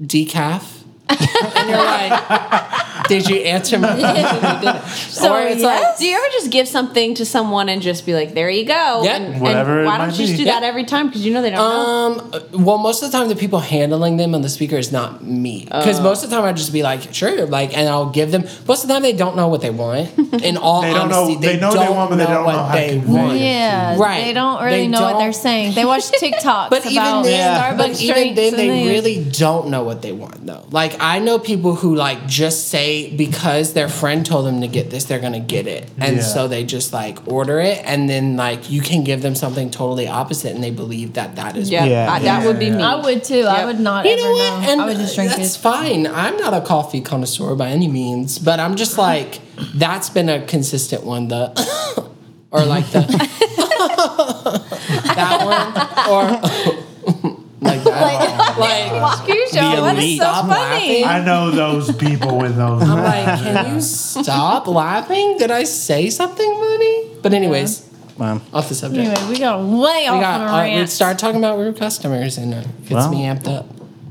S1: decaf. and you're like, did you answer my question?
S5: So,
S1: or it's
S5: yes?
S1: like,
S5: do you ever just give something to someone and just be like, there you go?
S1: Yep.
S5: And, and
S4: Whatever it
S5: why don't
S4: might
S5: you just
S4: be.
S5: do that every time? Because you know they don't know.
S1: Um. Well, most of the time, the people handling them on the speaker is not me, because
S5: Oh.
S1: most of the time I just be like, sure, like, and I'll give them. Most of the time, they don't know what they want. In all
S4: They don't know-
S1: honesty,
S4: they know they want, but they don't know how to convey it.
S3: Yeah,
S1: Right.
S3: They don't really
S1: They
S3: know what they're
S1: don't-
S3: saying. They watch TikToks
S1: But even
S3: about
S1: then,
S2: Yeah.
S1: but
S3: Starbucks
S1: even
S3: drinks
S1: then,
S3: and
S1: they
S3: these.
S1: really don't know what they want though. Like I know people who like just say because their friend told them to get this, they're gonna get it, and
S4: Yeah.
S1: so they just like order it, and then like you can give them something totally opposite, and they believe that that is
S5: yeah,
S2: Yeah.
S5: I- that would be me.
S3: I would too. I would not.
S1: You
S3: ever
S1: know what?
S3: Know.
S1: And
S3: I would just drink
S1: that's
S3: this.
S1: fine. I'm not a coffee connoisseur by any means, but I'm just like that's been a consistent one. The or like the that one or like that. like,
S3: Excuse you. That is
S2: elite.
S3: so
S1: Stop
S3: funny.
S1: laughing.
S4: I know those people with those.
S1: I'm like, can you stop laughing? Did I say something funny? But anyways,
S2: Wow.
S1: off the subject.
S3: Anyway, we got way
S1: We
S3: off
S1: got.
S3: on a
S1: Uh, we
S3: rant.
S1: start talking about rude customers, and it gets
S2: Well.
S1: me amped up.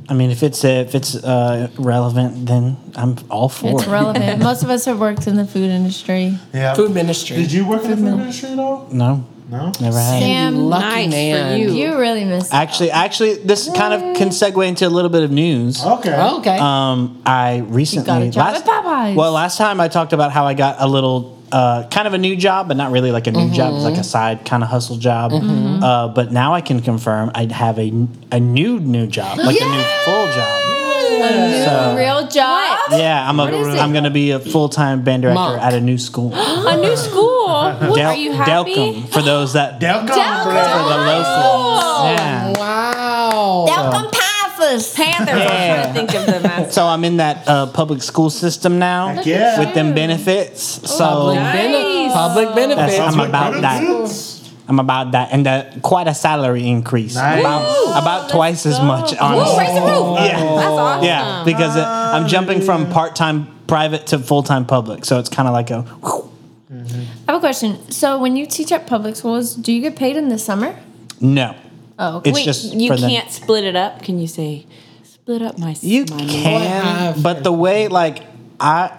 S2: I mean, if it's if it's uh, relevant, then I'm all for
S3: it's
S2: it.
S3: relevant. Most of us have worked in the food industry.
S4: yeah.
S1: Food ministry.
S4: Did you work in the food industry at all?
S2: no,
S4: No.
S2: never had. it.
S1: You
S3: Sam,
S1: lucky
S5: Nice for
S1: man.
S5: you.
S3: you really missed.
S2: Actually, actually, this kind of can segue into a little bit of news.
S4: Okay.
S1: Okay.
S2: Um, I recently
S3: got a job at Popeyes.
S2: Well, last time I talked about how I got a little. Uh, kind of a new job, but not really like a new job. It's like a side kind of hustle job. Uh, but now I can confirm I would have a a new new job, like a new full job.
S3: a
S2: So-
S3: real job.
S2: Yeah, I'm a I'm gonna be a full time band director
S1: Monk.
S2: at a new school.
S5: a new school. What,
S2: Del-
S5: are you happy?
S2: Delcom for those that
S4: Delcom,
S2: for
S4: bro.
S2: the locals.
S1: oh,
S2: Yeah.
S1: wow.
S3: Welcome, Paphos.
S5: Panthers.
S2: Yeah.
S5: I'm trying to think of them as.
S2: So I'm in that uh, public school system now
S4: Heck yeah.
S2: with them benefits. So
S1: Public, bene- public benefits.
S2: That's- I'm about that.
S4: Benefits.
S2: I'm about that, and that quite a salary increase.
S4: Nice.
S2: About, about twice as much,
S5: Ooh,
S2: honestly.
S5: raise the roof.
S2: Yeah.
S5: That's awesome.
S2: Yeah, because uh, I'm jumping from part time private to full time public, so it's kind of like a.
S3: I have a question. So when you teach at public schools, do you get paid in the summer?
S2: No.
S3: Oh, okay.
S2: It's
S5: Wait,
S2: just
S5: you
S2: for the-
S5: can't split it up. Can you say split up my
S2: You
S5: my
S1: Well,
S2: can,
S1: I've-
S2: but the way like I,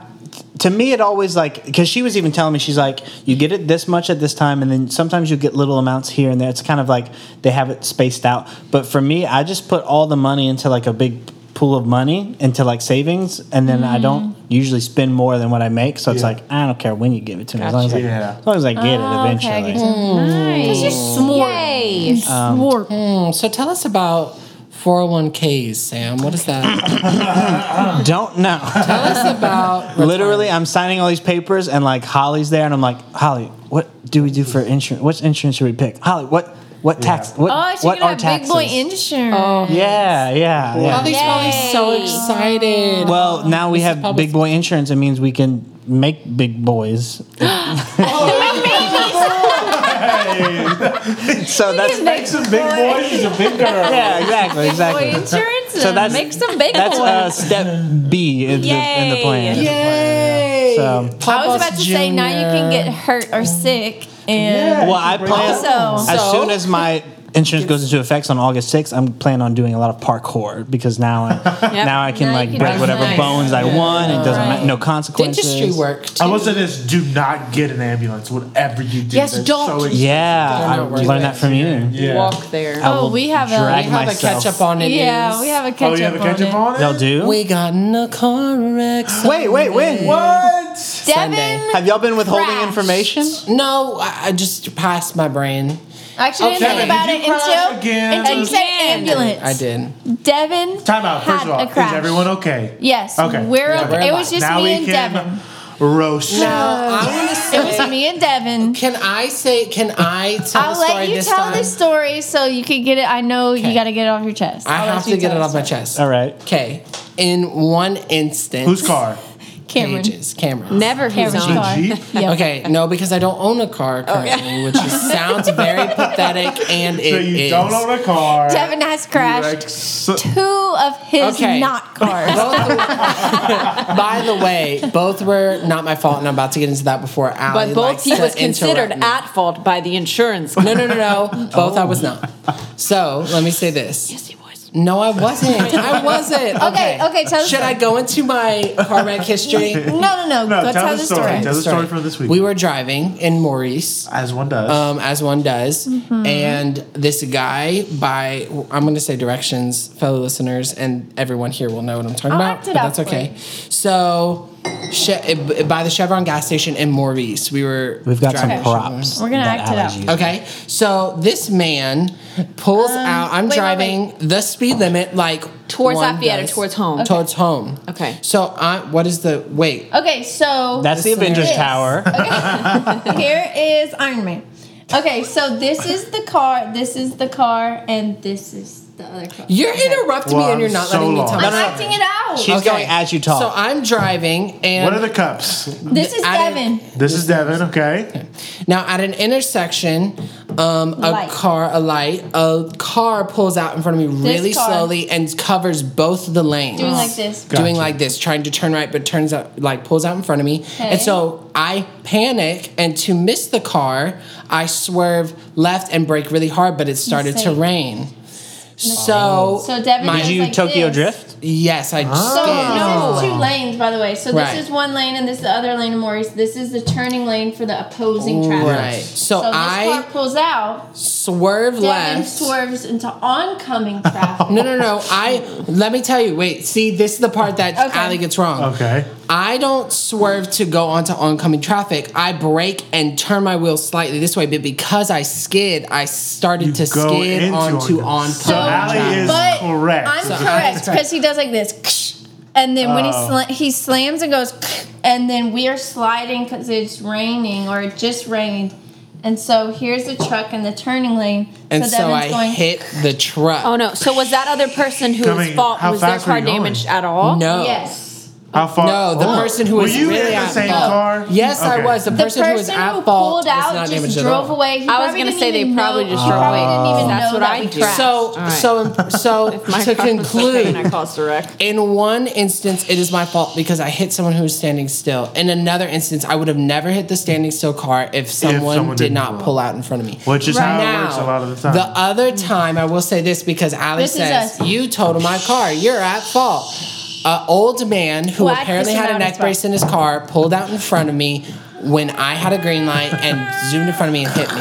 S2: to me, it always like because she was even telling me she's like you get it this much at this time, and then sometimes you get little amounts here and there. It's kind of like they have it spaced out. But for me, I just put all the money into like a big pool of money into like savings, and then I don't usually spend more than what I make. So it's
S4: Yeah.
S2: like I don't care when you give it to me, as long as I,
S4: Gotcha. Yeah.
S2: as, long as I get
S3: Oh,
S2: it
S3: okay, I
S2: eventually. Mm.
S3: get you.
S5: Because
S3: you're smart.
S5: Yay.
S2: Um,
S3: Swore.
S1: Mm, so tell us about 401ks, Sam. What is that?
S2: Don't know.
S1: tell us about
S2: Literally, I'm signing all these papers, and like Holly's there, and I'm like, Holly, what do we do for insurance? Which insurance should we pick? Holly, what what tax? What,
S3: Oh, I should
S2: what
S3: get
S2: are
S3: that big
S2: taxes?
S3: boy insurance. Oh,
S2: yeah, yeah,
S1: All
S2: yeah.
S1: these always so excited.
S2: Well, now we
S1: This is
S2: have
S1: public-
S2: big boy insurance. It means we can make big boys. so that's
S3: make
S4: Some big boys is a big girl.
S2: yeah, exactly,
S3: boy
S2: exactly.
S3: insurance.
S2: So
S3: and
S2: that's-
S3: make some big
S2: That's
S3: boys.
S2: uh, step B in the, in the
S5: Yay.
S2: plan.
S1: Yay!
S2: So-
S3: I was about to say now you can get hurt or sick and
S2: Well, I plan
S3: Also-
S2: as
S1: So-
S2: soon as my insurance goes into effects on August 6th, I'm planning on doing a lot of parkour because now I now I can
S3: Now you
S2: like
S3: can
S2: break
S3: do
S2: whatever
S1: nice.
S2: bones I want. It doesn't matter. No consequences.
S1: dentistry work. Too.
S4: I will say this: do not get an ambulance, whatever you do.
S1: Yes,
S4: That's
S1: don't.
S4: So ex-
S2: Yeah,
S1: They're
S2: I
S1: not worth
S2: learned
S1: it.
S2: that from you.
S4: yeah.
S5: Walk there.
S2: I
S3: Oh,
S2: will
S3: we have a-
S2: drag
S1: we have
S2: myself.
S1: a catch up on it.
S3: yeah,
S1: is-
S3: we have a catch
S4: Oh, you have a
S3: up
S4: catch
S3: on
S4: up
S3: it.
S4: on it.
S2: They'll do.
S1: We got in a car accident.
S2: wait, wait, wait.
S4: What?
S3: Devin,
S1: Sunday.
S2: Have y'all been withholding
S3: Crash.
S2: information?
S1: No, I I just passed my brain.
S3: I actually didn't
S4: Okay.
S3: think about
S4: Did
S3: it
S4: you crash
S3: until
S4: again?
S3: until you said
S5: Again.
S3: ambulance.
S1: I did.
S3: Devin.
S4: Time out. First
S3: had
S4: of all,
S3: a
S4: is
S3: crash.
S4: everyone okay?
S3: Yes.
S4: Okay.
S3: We're
S1: Yeah,
S3: okay.
S1: we're
S3: it
S1: alive.
S3: was just
S4: now
S3: me
S4: we
S3: and
S4: can
S3: Devin.
S4: roast.
S1: Now I want to
S3: Oh. It
S1: say.
S3: was me and Devin.
S1: Can I say? Can I tell
S3: I'll
S1: the story
S3: let you
S1: this
S3: tell
S1: time?
S3: the story so you can get it. I know
S1: Okay.
S3: you got to get it off your chest.
S1: I
S3: I'll let
S1: have
S3: you
S1: to get
S3: tell
S1: it
S3: the
S1: off my
S3: story.
S1: chest.
S2: All right.
S1: Okay. In one instance.
S4: Whose car?
S3: Cameron.
S1: Pages. Cameron.
S5: Never who's
S3: Cameron's
S5: on.
S3: car.
S4: Jeep?
S3: Yep.
S1: Okay, no, because I don't own a car
S3: Oh,
S1: currently, which is, sounds very pathetic, and it
S4: So you
S1: is.
S4: don't own a car.
S3: Devin has
S4: You
S3: crashed
S4: ex-
S3: two of his
S1: Okay.
S3: not cars.
S1: Both were- by the way, both were not my fault, and I'm about to get into that before Allie.
S5: But both
S1: likes
S5: he
S1: to
S5: was
S1: interrupt
S5: considered
S1: me.
S5: at fault by the insurance.
S1: No, no, no, no. Both I was not. So let me say this.
S5: Yes, he was.
S1: No, I wasn't. I wasn't.
S3: Okay, okay, tell the
S1: Should I go into my car wreck history?
S3: no, no, no.
S4: No,
S3: Go
S4: tell the story. Tell the story from this week.
S1: We were driving in Maurice.
S4: As one does.
S1: um, as one does.
S3: Mm-hmm.
S1: And this guy, by I'm going to say directions, fellow listeners, and everyone here will know what I'm talking
S3: I'll
S1: about.
S3: act it
S1: but
S3: out
S1: that's
S3: for
S1: okay. So, she- by the Chevron gas station in Maurice, we were
S2: We've got
S1: driving-
S2: some props.
S3: We're gonna
S2: that
S3: act it
S2: Allie's
S3: out.
S2: using.
S1: Okay, so this man pulls out. I'm
S3: Um, wait, wait,
S1: driving the speed limit, like
S5: Towards
S1: one
S5: Lafayette or
S1: does.
S5: towards home? Okay.
S1: Towards home.
S5: Okay.
S1: So I. What is the wait?
S3: Okay, so
S2: That's the
S1: Listen,
S2: Avengers
S3: yes.
S2: Tower.
S3: here is Iron Man. Okay, so this is the car. This is the car, and this is the other car.
S1: You're interrupting
S4: Well,
S1: me, and you're
S4: I'm
S1: not
S4: so
S1: letting me
S4: lost.
S1: talk.
S4: No,
S3: I'm
S4: no, no.
S3: acting it out.
S2: She's going as you talk.
S1: So I'm driving, and
S4: what are the cups?
S3: this is
S1: I
S3: Devin.
S1: didn't-
S4: This is Devin, okay?
S1: Now, at an intersection, um, a
S3: Light.
S1: car, a light, a car pulls out in front of me
S3: This
S1: really
S3: car.
S1: slowly and covers both the lanes.
S3: Doing like this.
S1: Doing
S4: Gotcha.
S1: like this, trying to turn right, but turns out, like, pulls out in front of me. And
S3: Okay.
S1: so I panic, and to miss the car, I swerve left and brake really hard, but it started to
S3: Mistake.
S1: rain. So,
S3: So Devin
S1: my-
S3: goes
S2: Did you
S3: like
S2: Tokyo
S3: this.
S2: Drift?
S1: yes, I
S4: Ah.
S3: So
S1: did.
S3: this is two lanes, by the way. So this
S1: Right.
S3: is one lane, and this is the other lane of Maurice. This is the turning lane for the opposing traffic.
S1: Right. So,
S3: So this
S1: I
S3: car pulls out.
S1: swerve
S3: Devin
S1: left.
S3: swerves into oncoming traffic.
S1: No, no, no. I let me tell you. Wait, see, this is the part that
S3: Okay.
S1: Allie gets wrong.
S4: Okay.
S1: I don't swerve to go onto oncoming traffic. I brake and turn my wheel slightly this way, but because I skid, I started to skid onto oncoming
S4: So
S1: traffic.
S4: Allie is
S3: but
S4: correct.
S3: I'm
S4: So-
S1: Alex's
S3: correct
S1: correct.
S3: because he does like this, and then when he
S4: Oh.
S3: sla- he slams and goes, and then we are sliding because it's raining or it just rained, and so here's the truck in the turning lane.
S1: and so,
S3: Devin's
S1: I hit the truck.
S6: Oh,
S5: Oh no! So was that other person who
S4: Coming-
S5: was fault
S4: how
S5: was their
S4: fast were
S5: car
S4: you going?
S5: damaged at all?
S1: No.
S3: Yes.
S4: How far?
S1: No, the person who
S4: Oh, Were
S1: was
S4: you
S1: really
S4: in the
S1: at
S4: same
S1: fault-
S4: car?
S1: Yes, I
S4: Okay.
S1: was. The
S6: The
S1: person, who was
S6: person
S1: at
S6: who
S1: fault
S6: pulled
S1: was
S6: out
S1: not damaged
S6: just
S1: at
S6: drove
S1: all.
S6: away. He
S5: I was
S6: probably
S5: gonna
S6: didn't
S5: say they
S6: even
S5: probably
S6: know-
S5: just
S6: he
S5: drove
S6: probably
S5: away.
S6: didn't even
S5: That's
S6: know
S5: what
S6: that
S5: I
S6: we
S5: tracked.
S6: tracked.
S1: So,
S5: All right.
S1: so, so to conclude,
S5: I caused a wreck.
S1: in one instance, it is my fault because I hit someone who was standing still. In another instance, I would have never hit the standing still car if someone,
S4: someone
S1: did
S4: didn't
S1: not
S4: pull
S1: pull out in front of me.
S4: Which is how it works a lot of the time.
S1: The other time, I will say this because Ali
S6: This is
S1: says,
S6: us.
S1: You totaled my car. You're at fault. An old man who
S6: Well, I
S1: apparently
S6: pissed him
S1: had a
S6: out
S1: neck
S6: as well.
S1: brace in his car pulled out in front of me when I had a green light and zoomed in front of me and hit me.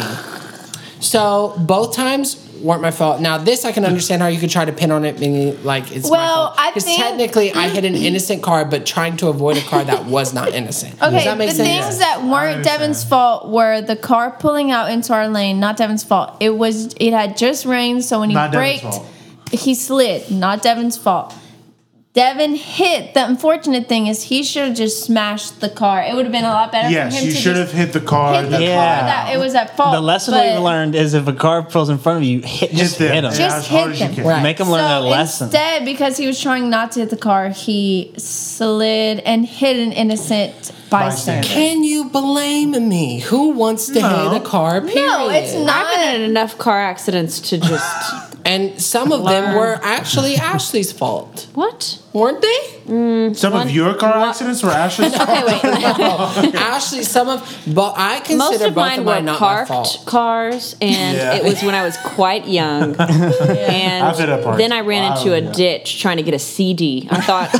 S1: So both times weren't my fault. Now this I can understand how you could try to pin on it, meaning like it's my
S6: Well,
S1: fault.
S6: I
S1: Because
S6: think-
S1: technically I hit an innocent car, but trying to avoid a car that was not innocent. Does
S3: Okay,
S1: that
S3: the
S1: make sense?
S3: things that weren't
S4: understand.
S3: Devin's fault were the car pulling out into our lane. Not Devin's fault. It was. It had just rained, so when he
S4: Not Devin's
S3: braked,
S4: fault.
S3: he slid. Not Devin's fault. Devin hit. The unfortunate thing is he should have just smashed the car. It would have been a lot better for
S4: Yes,
S3: him
S4: you
S3: to
S4: should have
S3: just
S4: hit the car.
S3: hit the
S4: that-
S2: Yeah.
S3: car that it was at fault.
S2: The lesson
S3: Oh, but
S2: we've learned is if a car pulls in front of you, hit, just hit them.
S3: Just
S4: as
S3: hit
S4: hard as you
S3: them.
S4: can.
S1: Right.
S2: Make them learn
S3: so
S2: that lesson.
S3: instead, because he was trying not to hit the car, he slid and hit an innocent bystander.
S4: Bystander.
S1: Can you blame me? Who wants to
S4: No.
S1: hit a car? Period?
S3: No, it's
S5: I've
S3: not.
S5: been in enough car accidents to just
S1: And some of them
S5: Learn.
S1: were actually Ashley's fault,
S5: what?
S1: weren't they?
S4: Some
S5: One-
S4: of your car
S5: one-
S4: accidents were Ashley's fault.
S5: Okay, wait.
S1: Ashley, some of, but I consider
S5: Most of
S1: both
S5: mine
S1: of mine
S5: were
S1: not my fault.
S5: parked cars, and
S4: Yeah.
S5: it was when I was quite young.
S4: I've hit a
S5: And
S4: parked
S5: then I ran
S4: car.
S5: into a
S4: Yeah.
S5: ditch trying to get a CD. I thought, I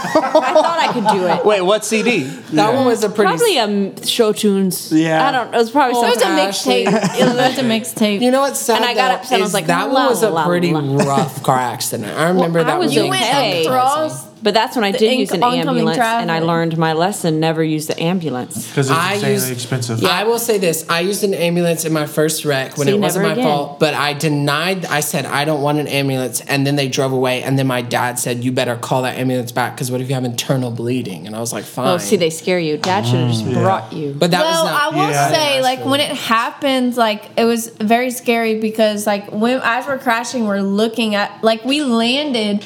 S5: thought I could do it.
S2: Wait, what CD?
S1: That one was a pretty
S5: Probably a show tunes.
S4: Yeah.
S5: I don't. It was probably
S1: Oh,
S5: something.
S3: It was a
S1: Ashley.
S3: mixtape. It was a mixtape.
S1: You know what's sad?
S5: And I got
S1: though,
S5: upset. I was
S1: is
S5: like,
S1: that
S5: la,
S1: one was a
S5: la,
S1: pretty
S5: la.
S1: rough car accident. I remember
S5: Well, I
S1: that
S5: was
S1: was
S5: doing okay.
S3: across
S5: But that's when I
S3: The
S5: did
S3: inc-
S5: use an
S3: oncoming
S5: ambulance, and I
S3: traffic.
S5: learned my lesson: never use the ambulance.
S4: Because it's
S1: I
S4: insanely
S1: used-
S4: expensive.
S1: I will say this: I used an ambulance in my first wreck when
S5: See,
S1: it wasn't my
S5: never again.
S1: fault, but I denied. I said I don't want an ambulance, and then they drove away. And then my dad said, "You better call that ambulance back because what if you have internal bleeding?" And I was like, "Fine."
S5: Oh, see, they scare you. Dad should have just brought you.
S1: but that
S3: well,
S1: was not.
S3: I will
S4: Yeah, I
S3: say,
S4: didn't
S3: like when it happened, like it was very scary because, like, when as we're crashing, we're looking at, like, we landed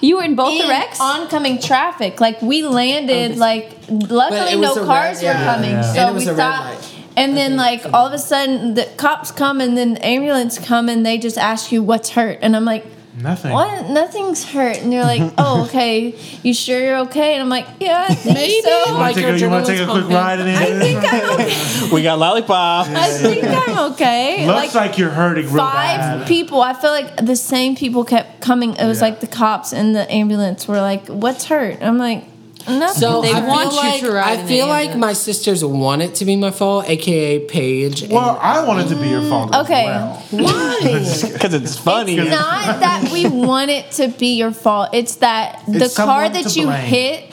S5: you were in both the
S3: in
S5: wrecks.
S3: oncoming traffic. Like we landed, like
S1: But it
S3: luckily no
S1: was a
S3: cars
S1: red- yeah.
S3: were coming,
S1: Yeah.
S3: so
S1: And it
S3: we
S1: was a red light.
S3: stopped. And then, like all of a sudden, the cops come, and then ambulance come, and they just ask you what's hurt, and I'm like.
S4: Nothing.
S3: What? Nothing's hurt, and they're like, "Oh, okay. You sure you're okay?" And I'm like, "Yeah, I think
S1: Maybe.
S3: so.
S4: You want
S1: Like
S4: to
S1: your
S4: take a, you wanna take a
S1: adrenaline's
S4: quick
S1: pumping.
S4: ride in
S3: I think
S4: it?
S3: I'm okay.
S2: We got lollipop.
S3: I think I'm okay."
S4: Looks like, you're hurting real
S3: five
S4: bad.
S3: people. I feel like the same people kept coming. It was
S4: Yeah.
S3: like the cops and the ambulance were like, "What's hurt?" I'm like, "Nothing."
S1: So
S5: They
S1: I
S5: want
S1: feel
S5: you
S1: like
S5: to ride in
S1: I
S5: the
S1: feel like
S5: ambulance.
S1: my sisters want it to be my fault, aka Paige. and-
S4: Well, I want it to be your fault. as
S3: okay.
S4: well.
S1: why?
S2: Because it's funny.
S3: It's not that we want it to be your fault. It's that the
S4: It's
S3: car
S4: someone
S3: that
S4: to
S3: you
S4: blame.
S3: hit,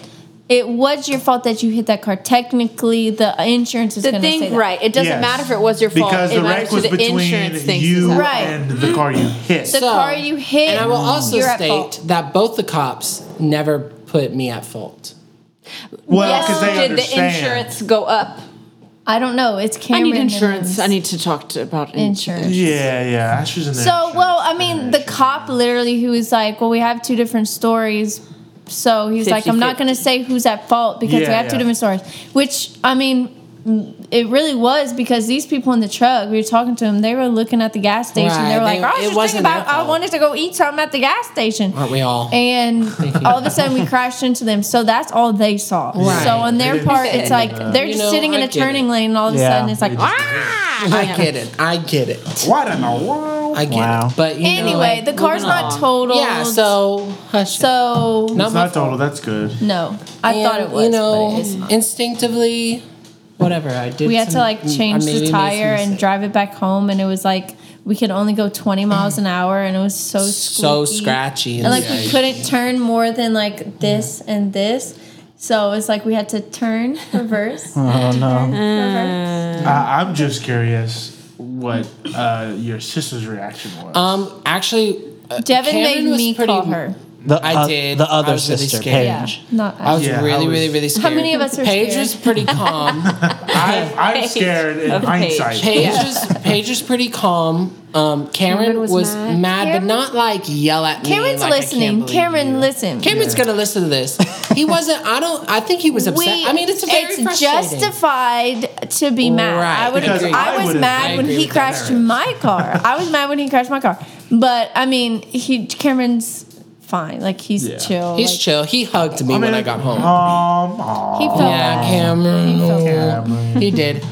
S3: it was your fault that you hit that car. Technically, the insurance is
S5: the
S3: going to say
S5: thing,
S3: that.
S5: right? It doesn't
S4: Yes.
S5: matter if it was your fault.
S4: Because
S5: it
S4: the
S5: matters
S4: wreck
S5: who
S4: was
S5: the
S4: between
S5: insurance thinks
S4: you
S5: it's
S3: Right.
S4: and the car you hit.
S3: The car you hit,
S1: And I will also
S3: you're at
S1: state
S3: fault.
S1: that both the cops never put me at fault.
S4: well, because they
S5: Did the
S4: understand.
S5: insurance go up?
S3: I don't know. It's
S5: I
S3: Cameron.
S5: need insurance.
S3: Williams.
S5: I need to talk to, about
S3: Insurance.
S4: Yeah, yeah. Ash was in there.
S3: So, well, I mean, the cop literally who was like, well, we have two different stories. So he's like, I'm not
S5: 50-50.
S3: going to say who's at fault because we
S4: Yeah,
S3: have two
S4: yeah.
S3: different stories. Which, I mean, mm, it really was because these people in the truck, we were talking to them, they were looking at the gas station.
S1: Right,
S3: They were
S1: they-
S3: like, "Oh, I
S1: it
S3: was just
S1: wasn't
S3: thinking about,
S1: their
S3: I
S1: fault.
S3: wanted to go eat something at the gas station.
S1: Aren't we all?
S3: And all of a sudden, we crashed into them. So that's all they saw.
S1: Right.
S3: So on
S4: They
S3: their
S4: didn't
S3: part,
S4: see
S3: it's
S4: it.
S3: like they're
S1: You
S3: just
S1: know,
S3: sitting in
S1: I
S3: a
S1: get it.
S3: turning lane, and all of a
S2: Yeah.
S3: sudden, it's like,
S4: just
S3: ah!
S1: I get it. I get it.
S4: what in the world?
S1: I get
S2: Wow.
S1: it. But you know,
S3: Anyway, the car's not totaled.
S1: yeah. So hush.
S3: So
S1: Not
S4: It's
S1: my
S4: not total. That's good.
S3: no, I
S1: And,
S3: thought it was.
S1: You
S3: but
S1: know,
S3: it is not.
S1: instinctively, whatever I did.
S3: we had to
S1: some-
S3: like
S1: I
S3: change
S1: maybe made
S3: the
S1: some
S3: tire and
S1: mistakes.
S3: drive it back home, and it was like we could only go 20 miles an hour, and it was so
S1: So
S3: squeaky.
S1: scratchy and
S3: and like
S1: scratchy.
S3: we couldn't turn more than like this and this. So it's like we had to turn, reverse.
S1: Uh-huh.
S3: oh no!
S4: I, I'm just curious what uh, your sister's reaction was.
S1: Um, actually, uh,
S3: Devin
S1: Cameron
S3: made
S1: was
S3: me
S1: pretty-
S3: call her.
S2: The,
S1: I
S2: o-
S1: did.
S2: The other
S1: I was really
S2: sister,
S1: scared.
S5: Yeah.
S2: Paige.
S3: Not
S1: I was
S4: Yeah, I
S1: really,
S4: was-
S1: really, really scared.
S3: many of us are
S1: Paige
S3: scared?
S1: was pretty calm.
S4: I, I'm
S5: Page
S4: scared in
S5: of page.
S4: hindsight.
S1: Paige was Paige was pretty calm. Um, Cameron
S5: Cameron
S1: was,
S5: was
S1: mad,
S5: mad.
S1: but
S3: Cameron-
S1: not like yell at me.
S3: Cameron's
S1: like, I can't
S3: listening.
S1: believe
S3: Cameron,
S1: you.
S3: listen.
S1: Cameron's gonna listen to this. He wasn't. I don't. I think he was upset.
S3: We-
S1: I mean, it's very
S3: it's
S1: frustrating.
S3: justified to be mad.
S1: Right.
S3: I would
S1: Because
S3: agree.
S4: I
S3: I was
S4: would've-
S1: I
S3: mad when
S1: agree
S3: he
S1: with that
S3: crashed
S1: narrative.
S3: my car. I was mad when he crashed my car. But I mean, he Cameron's fine. Like he's
S4: Yeah.
S3: chill.
S1: He's
S3: like,
S1: chill. He hugged me when I got home.
S4: Um, aw.
S3: He felt
S1: yeah, Cameron.
S4: Cameron.
S1: He did.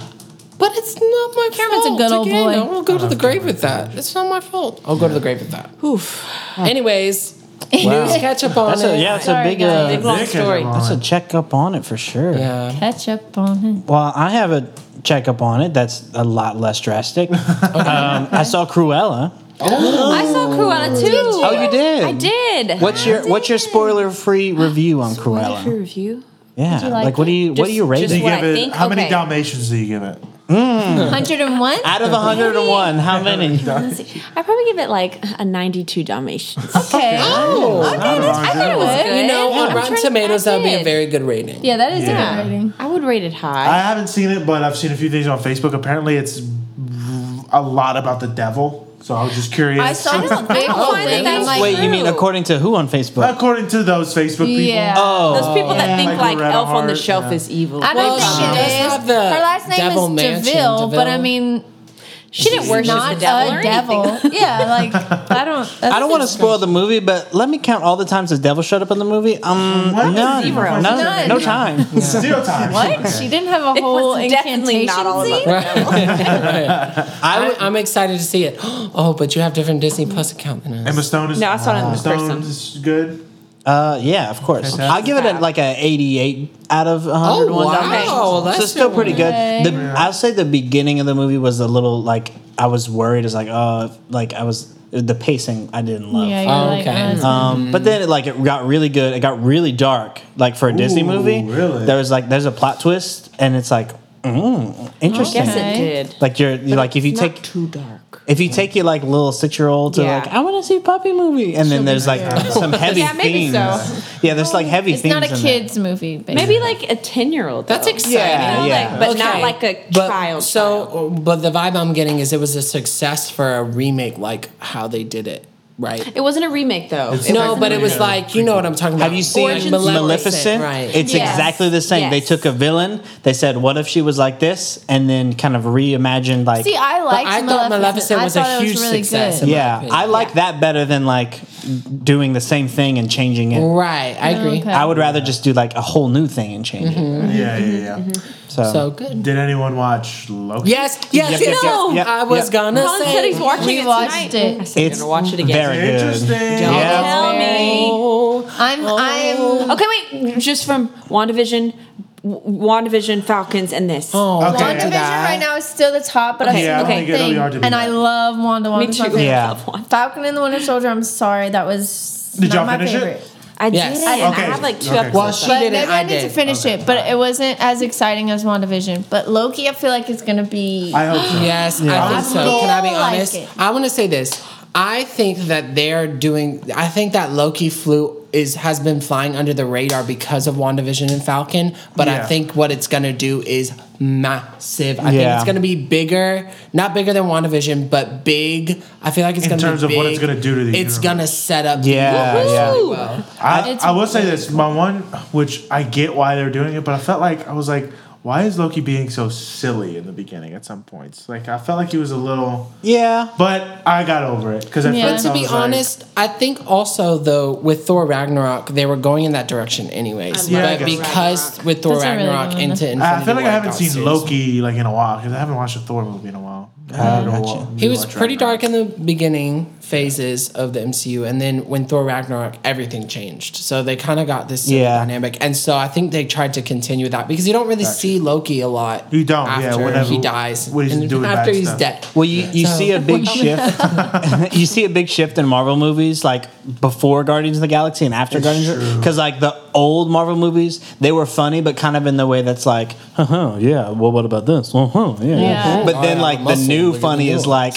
S1: But it's not my
S3: Cameron's a
S1: fault.
S3: good old
S1: Again,
S3: boy.
S1: I will go to the grave with that. It's not my fault. I'll go to the grave with that. Oof. Anyways, news catch up on
S2: That's
S1: it.
S2: a, yeah, that's a
S3: Sorry,
S2: big,
S3: guys.
S2: uh,
S5: Big long
S4: Vic is
S5: story.
S4: alive.
S2: that's a checkup on it for sure.
S1: Yeah.
S3: catch up on him.
S2: Well, I have a checkup on it that's a lot less drastic. um, I saw Cruella.
S5: I saw Cruella too.
S2: Oh, you did?
S5: I did.
S2: What's your What's your spoiler free review on Cruella?
S5: review?
S2: Yeah,
S3: you
S2: like,
S3: like
S2: what do you What
S5: Just-
S2: do you
S5: just
S2: rate
S4: Do
S2: it?
S4: you
S5: What I
S4: give it?
S5: think?
S4: How many
S5: Okay. Oh,
S4: Dalmatians do you give it?
S3: 101?
S2: Out of 101, how many?
S5: I probably give it like a 92 Dalmatians.
S3: Okay.
S1: Oh,
S3: I thought it was good.
S1: you know, on
S5: I'm
S1: Rotten
S5: trying to-
S1: Tomatoes, that would be a
S5: did.
S1: very good rating.
S3: Yeah, that is
S4: Yeah.
S3: a good rating.
S5: I would rate it
S4: I
S5: high.
S4: haven't seen it, but I've seen a few things on Facebook. Apparently, it's a lot about the devil. So I was just curious.
S3: I saw this big
S1: Oh,
S3: one
S1: really?
S3: and I'm like,
S2: Wait, you mean
S5: True.
S2: according to who on Facebook?
S4: According to those Facebook people,
S3: yeah.
S5: Those people that think
S4: Like
S5: like
S4: Loretta
S5: Elf on the
S4: Hart,
S5: Shelf
S4: yeah.
S5: is evil.
S3: I
S1: Well,
S3: don't
S1: she
S3: think
S1: does
S3: it is.
S1: have the
S3: Her last name
S1: Devil
S3: is
S1: Mansion,
S3: DeVille, but I
S1: DeVille.
S3: mean,
S5: she didn't worship
S3: not
S5: the devil.
S3: a
S5: or
S3: devil.
S5: anything.
S3: yeah, like I don't.
S2: I don't want to spoil the movie, but let me count all the times the devil showed up in the movie. Um,
S4: What?
S2: none,
S5: Zero.
S2: none,
S3: None.
S2: no time.
S4: zero times.
S3: What? She didn't have a
S5: It
S3: whole
S5: was definitely
S3: incantation
S5: not all
S3: scene.
S5: about
S1: I would, I'm excited to see it. Oh, but you have different Disney Plus account than us.
S4: Emma Stone is.
S5: No, I saw it in
S4: Emma
S5: person.
S4: Stone is good.
S2: Uh, yeah, of course.
S4: Okay.
S2: I'll give it a, like a 88 out of 101.
S1: Oh, wow.
S2: Dalmatians.
S1: Well, that's
S2: so it's still
S1: doing
S2: pretty good. The, I'll say the beginning of the movie was a little like I was worried. It's like oh, like I was the pacing I didn't love.
S3: Yeah, you're
S1: Oh,
S3: like,
S1: okay.
S3: uh, it's-
S2: Um, but then it like it got really good. It got really dark, like for a Disney
S4: Ooh,
S2: movie.
S4: really?
S2: There was like there's a plot twist, and it's like mm, interesting.
S5: Yes, it
S3: Okay.
S5: did.
S2: Like you're, you like if you
S5: Not
S2: take
S5: too dark.
S2: if you take your like little six year old to
S5: Yeah.
S2: like I want to see puppy movie, and then there's like some heavy
S5: Yeah, maybe
S2: themes.
S5: so.
S2: Yeah, there's like heavy
S3: it's
S2: themes.
S3: not a
S2: in there.
S3: kids movie. Basically.
S5: Maybe like a 10 year old.
S1: That's exciting.
S2: Yeah,
S5: You know,
S2: yeah.
S5: like, but not like a
S1: But-
S5: child.
S1: So, uh,
S5: child.
S1: but the vibe I'm getting is it was a success for a remake, like how they did it, right?
S5: it wasn't a remake though. It
S1: no,
S5: wasn't
S1: but
S5: a
S1: it was
S5: remake.
S1: like you know what I'm talking about.
S2: Have you
S1: Like
S2: seen Maleficent?
S1: Right.
S2: It's
S3: Yes.
S2: exactly the same. They
S5: Yes.
S2: took a villain. They said, "What if she was like this?" And then kind of reimagined like.
S3: See, I
S1: but
S3: liked
S1: I thought Maleficent was
S3: I
S1: a
S3: thought it
S1: huge
S3: was really
S1: success.
S3: Good.
S1: in my
S2: yeah,
S1: opinion.
S2: I like that better than like doing the same thing and changing it.
S1: right. I agree.
S3: Okay.
S2: I would rather just do like a whole new thing and change it.
S5: Mm-hmm.
S4: Yeah, yeah, yeah.
S2: So,
S1: So good.
S4: Did anyone watch Loki?
S1: Yes, yes,
S2: Yep,
S1: yes.
S2: yep,
S1: no.
S2: yep, yep,
S1: I was
S2: yep.
S1: gonna
S5: Colin
S1: say
S5: said he's watching
S3: We
S5: it
S3: watched
S5: tonight.
S3: it.
S5: I said,
S2: It's
S5: I'm gonna watch it again.
S2: very good.
S4: Interesting.
S1: Don't
S2: Yeah.
S5: Tell me.
S3: I'm.
S1: Oh.
S3: I'm.
S5: Okay, wait. Just from WandaVision, W- WandaVision, Falcons, and this.
S1: Oh,
S4: Okay.
S1: don't do
S3: WandaVision
S1: that.
S3: right now is still the top, but
S5: Okay,
S3: I've seen
S4: Yeah,
S3: the
S4: I don't
S5: okay.
S3: whole
S4: think it'll be hard
S3: thing,
S4: to beat
S3: and I
S4: that.
S3: love Wanda.
S5: Me
S3: Wanda's my
S5: too.
S3: favorite.
S2: Yeah.
S3: Falcon and the Winter Soldier. I'm sorry, that was
S4: Did
S3: not
S4: y'all
S3: my
S4: finish it?
S3: favorite.
S5: I did
S1: Yes.
S5: it. and
S4: Okay.
S5: I have like two
S4: Okay.
S5: episodes.
S1: Well, she
S3: But
S1: did
S3: maybe
S1: it.
S3: I
S1: I
S3: need to
S1: did.
S3: finish it, but it wasn't as exciting as WandaVision. But Loki, I feel like it's gonna be.
S4: I hope so.
S1: Yes, I think so.
S3: feel
S1: Can I be
S3: like
S1: honest?
S3: it.
S1: I want to say this. I think that they're doing. I think that Loki flew is has been flying under the radar because of WandaVision and Falcon. But I
S4: Yeah.
S1: think what it's gonna do is massive. I think
S2: Yeah.
S1: it's gonna be bigger, not bigger than WandaVision, but big. I feel like it's
S4: In
S1: gonna
S4: terms
S1: be
S4: of what it's
S1: big.
S4: gonna do to the
S1: It's
S4: universe.
S1: gonna set up. the
S2: Yeah,
S1: universe
S2: yeah.
S1: really well.
S4: I,
S3: It's
S4: I will say this. My one, which I get why they're doing it, but I felt like I was like, why is Loki being so silly in the beginning at some points? Like, I felt like he was a little,
S2: yeah,
S4: but I got over it because I
S3: Yeah.
S4: felt
S3: But
S1: to
S4: I
S1: be
S4: was like-
S1: honest, I think also though with Thor Ragnarok they were going in that direction anyways.
S5: I
S1: but
S4: love Thor
S1: because
S5: Ragnarok.
S1: with Thor
S3: That's a really
S1: Ragnarok
S3: good one.
S1: into Infinity
S4: I feel like
S1: War,
S4: I
S1: it
S4: haven't
S1: got
S4: seen
S1: serious.
S4: Loki like in a while because I haven't watched a Thor movie in a while. I need to wa-
S1: He was
S4: rewatch
S1: pretty
S4: Ragnarok.
S1: dark in the beginning phases of the MCU, and then when Thor Ragnarok, everything changed. So they kind of got this sort of
S2: Yeah.
S1: dynamic, and so I think they tried to continue that because you don't really see Loki a lot.
S4: You don't, yeah,
S1: after
S4: whenever-
S1: he dies,
S4: when he's
S1: and
S4: doing
S1: after
S4: bad
S1: he's
S4: stuff.
S1: dead.
S2: Well, you, you see a big shift. you see a big shift in Marvel movies, like before Guardians of the Galaxy and after Guardians, because like the old Marvel movies, they were funny, but kind of in the way that's like, huh, huh, yeah. Well, what about this? Uh huh, yeah.
S3: Yeah.
S2: But
S1: Oh,
S2: then
S1: yeah,
S2: like
S1: the
S2: the
S1: muscle,
S2: new
S1: look at
S2: funny
S1: the
S2: is
S1: old
S2: like,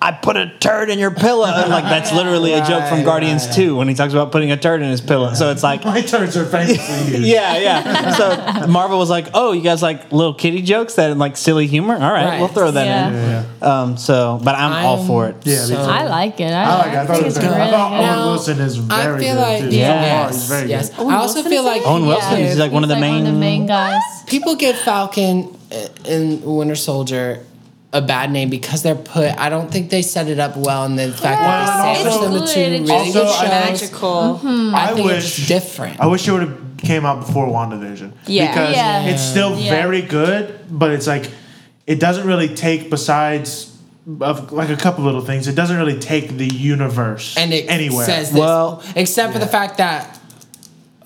S2: I put a turd in your pillow. And, like that's literally a joke from
S1: Right,
S2: Guardians
S1: right.
S2: 2 when he talks about putting a turd in his pillow. So it's like
S4: My turns are famously huge.
S2: yeah, yeah. So Marvel was like, "Oh, you guys like little kitty jokes that and like silly humor? All right,
S1: Right.
S2: we'll throw that
S5: Yeah.
S2: in."
S4: Yeah.
S2: Um, so, but I'm, all
S1: I'm
S2: for it.
S4: Yeah, me
S1: so-
S4: too.
S6: I like it. I,
S4: I like. It. I thought it
S6: think
S4: was.
S6: it's
S4: Good. I
S6: great.
S4: thought Owen
S1: Now,
S4: Wilson is
S1: I
S4: very
S1: feel
S4: good
S1: like
S4: too.
S2: Yeah.
S4: Oh, he's
S1: yes,
S4: very
S1: yes.
S4: good.
S1: I also
S5: Wilson
S1: feel
S5: is
S1: like
S5: in
S2: Owen Wilson
S1: Yeah.
S2: is like one of the
S6: He's, like,
S2: main.
S6: one of the main guys.
S1: people give Falcon uh, and Winter Soldier a bad name because they're put. I don't think they set it up well, and the fact
S4: Well,
S1: that
S4: and
S1: they sandwiched
S4: also-
S1: them the
S5: It's
S1: two
S5: good, it's
S1: really
S4: Also,
S1: good
S4: I-
S1: shows.
S5: magical.
S1: I,
S4: I
S1: think
S4: wish-
S1: it's different.
S4: I wish it would have came out before WandaVision.
S5: Yeah.
S4: Because
S6: Yeah.
S4: it's still
S5: Yeah.
S4: very good, but it's like it doesn't really take besides of like a couple little things. It doesn't really take the universe
S1: and it
S4: anywhere.
S1: says this,
S2: Well-
S1: except for the fact that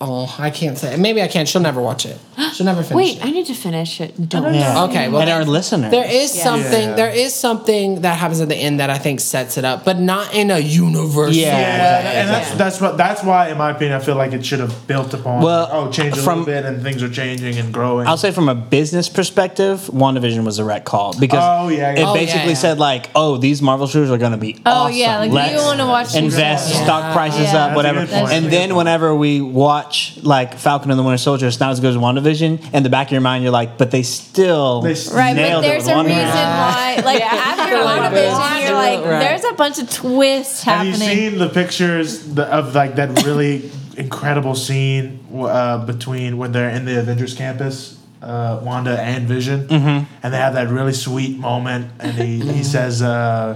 S1: oh, I can't say. it. Maybe I can't. She'll never watch it. She'll never finish.
S5: Wait, I need to finish it. Don't.
S2: Yeah.
S1: Okay, well
S2: and our
S1: then-
S2: listeners.
S1: There is something.
S4: Yeah.
S1: There is something that happens at the end that I think sets it up, but not in a universe.
S2: Yeah.
S4: yeah, and that's that's what that's why, in my opinion, I feel like it should have built upon.
S2: Well,
S4: like, oh, change a
S2: from-
S4: little bit, and things are changing and growing.
S2: I'll say from a business perspective, WandaVision was a right call because
S4: Oh, yeah, yeah.
S2: it
S4: Oh,
S1: yeah,
S2: basically
S1: yeah.
S2: said like, "Oh, these Marvel shows are going to be
S6: Oh,
S2: awesome.
S6: yeah, like, you
S2: Let's
S6: wanna watch these
S2: invest
S6: shows."
S2: stock prices
S6: Yeah.
S2: up,
S6: That's a
S2: whatever."
S4: good point.
S2: And
S4: That's a
S2: then
S4: good
S2: whenever we watch like Falcon and the Winter Soldier, it's not as good as WandaVision. In the back of your mind, you're like, "But they still
S4: They s-
S3: Right, but
S2: nailed it
S6: there's
S2: with
S6: a
S2: WandaVision.
S6: reason
S3: why, like after WandaVision, you're like,
S1: Right.
S3: there's a bunch of twists
S4: have you
S3: happening.
S4: seen the pictures th- of like that really incredible scene uh, between when they're in the Avengers campus? Uh, Wanda and Vision, and they have that really sweet moment, and he,
S2: Mm-hmm.
S4: he says, uh,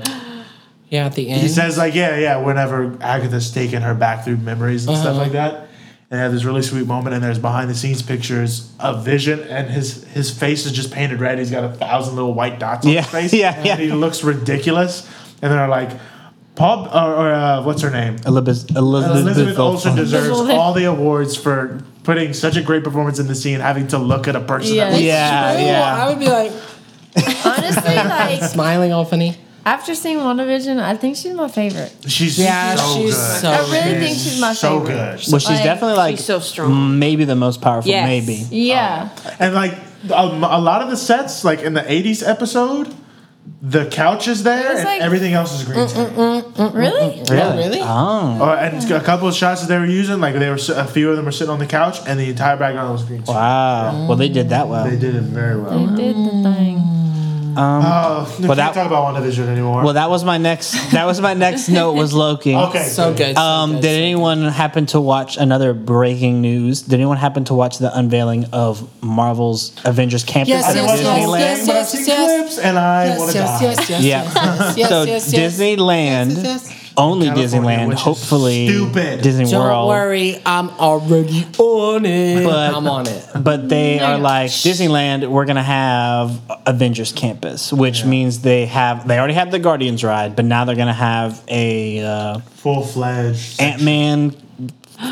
S1: Yeah, at the end.
S4: He says like, yeah, yeah. Whenever Agatha's taking her back through memories and
S2: Uh-huh.
S4: stuff like that, and they have this really sweet moment. And there's behind the scenes pictures of Vision, and his his face is just painted red. He's got a thousand little white dots on
S2: Yeah,
S4: his face.
S2: yeah,
S4: and
S2: yeah.
S4: He looks ridiculous. And they're like, Paul or, or uh, what's her name?
S2: Elizabeth, Elizabeth,
S4: Elizabeth Olsen
S2: Olsen.
S4: deserves
S6: Elizabeth.
S4: all the awards for putting such a great performance in the scene, having to look at a person. that
S6: Yeah.
S4: looks-
S2: Yeah,
S1: Ooh,
S2: yeah.
S1: I would be like
S3: Honestly, like
S1: smiling all funny.
S3: after seeing WandaVision, I think she's my favorite.
S4: She's
S1: Yeah,
S4: so
S1: she's
S4: good.
S1: so
S3: I really think
S4: She's
S3: she's my
S4: so
S3: favorite.
S4: good.
S2: Well, she's
S3: Like,
S2: definitely like
S5: she's so strong.
S2: maybe the most powerful.
S5: Yes.
S2: Maybe
S6: Yeah.
S4: And like um, a lot of the sets, like in the '80s episode, the couch is there,
S3: It's
S4: and
S3: like- Mm,
S4: everything else is green screen.
S3: Really?
S1: Oh, really?
S2: Oh,
S4: Uh, and a couple of shots that they were using, like they were s- a few of them were sitting on the couch, and the entire background was green. Screen.
S2: wow. Well, they did that well.
S4: They did it very
S1: Mm.
S4: well.
S6: Did the thing.
S4: Oh, we
S2: that-
S4: can't talk about WandaVision anymore.
S2: Well, that was my next. That was my next note. Was Loki.
S4: okay,
S1: So good. so
S2: Um,
S1: good,
S2: did
S1: so
S2: anyone happen to watch another breaking news? Did anyone happen to watch the unveiling of Marvel's Avengers Campus
S1: Yes,
S4: I
S2: at
S4: didn't watch the whole
S2: Disneyland?
S1: yes,
S4: thing, but I've
S1: yes,
S4: seen
S1: yes.
S4: clips, and I want
S1: Yes,
S4: to
S1: yes,
S4: die.
S1: yes, yes,
S2: Yeah.
S1: yes, yes,
S2: so
S1: yes, yes.
S2: Disneyland,
S1: yes, yes.
S2: only
S4: California,
S2: Disneyland,
S4: which is
S2: hopefully
S4: stupid.
S2: Disney
S1: Don't
S2: World.
S1: worry, I'm already on it.
S2: But-
S1: I'm on it.
S2: But they are like Disneyland. We're gonna have Avengers Campus, which means they have they already had the Guardians ride, but now they're gonna have a uh,
S4: Full fledged.
S2: Ant Man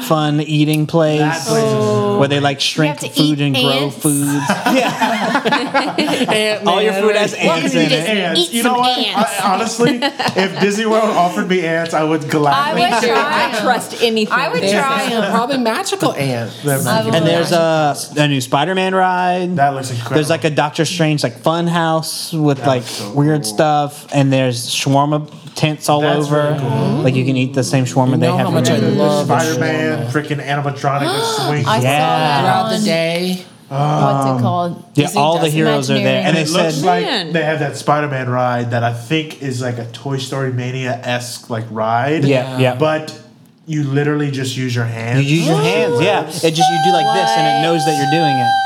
S2: fun eating place.
S4: That place is-
S2: Where they like shrink
S3: Oh. to
S2: food
S3: eat
S2: and grow
S3: ants.
S2: foods.
S1: Ant-Man,
S2: All your food has
S1: right?
S2: ants in it.
S4: Ants.
S5: Eat
S4: you know
S5: some
S4: what?
S5: ants.
S4: I, honestly, if Disney World offered me ants, I would gladly.
S3: I would try.
S5: I trust anything.
S3: I would
S1: There's
S3: try them.
S1: Probably magical ants.
S3: I would-
S2: And there's a, a new Spider-Man ride.
S4: that looks incredible.
S2: There's like a Doctor Strange like fun house with like
S4: looks so
S2: weird
S4: cool.
S2: stuff, and there's shawarma tents all
S4: That's
S2: over.
S4: really cool.
S2: Like you can eat the same shawarma
S1: You
S2: they
S1: know
S2: have.
S1: how much
S2: here.
S1: I love
S4: Spider Man, freaking animatronic with swings.
S6: I
S2: Yeah.
S6: saw
S1: throughout
S6: that
S1: the
S6: on,
S1: day.
S6: what's it called?
S2: yeah,
S1: Disney
S2: all the
S1: does
S2: heroes are there,
S6: Imagineering.
S2: and
S4: and
S2: they
S4: it looks
S2: said
S4: like
S5: Man.
S4: they have that Spider Man ride that I think is like a Toy Story Mania esque like ride.
S2: Yeah, yeah.
S4: But you literally just use your
S2: you
S4: hands.
S2: use your hands. Yeah, it just you do like this, and it knows that you're doing it.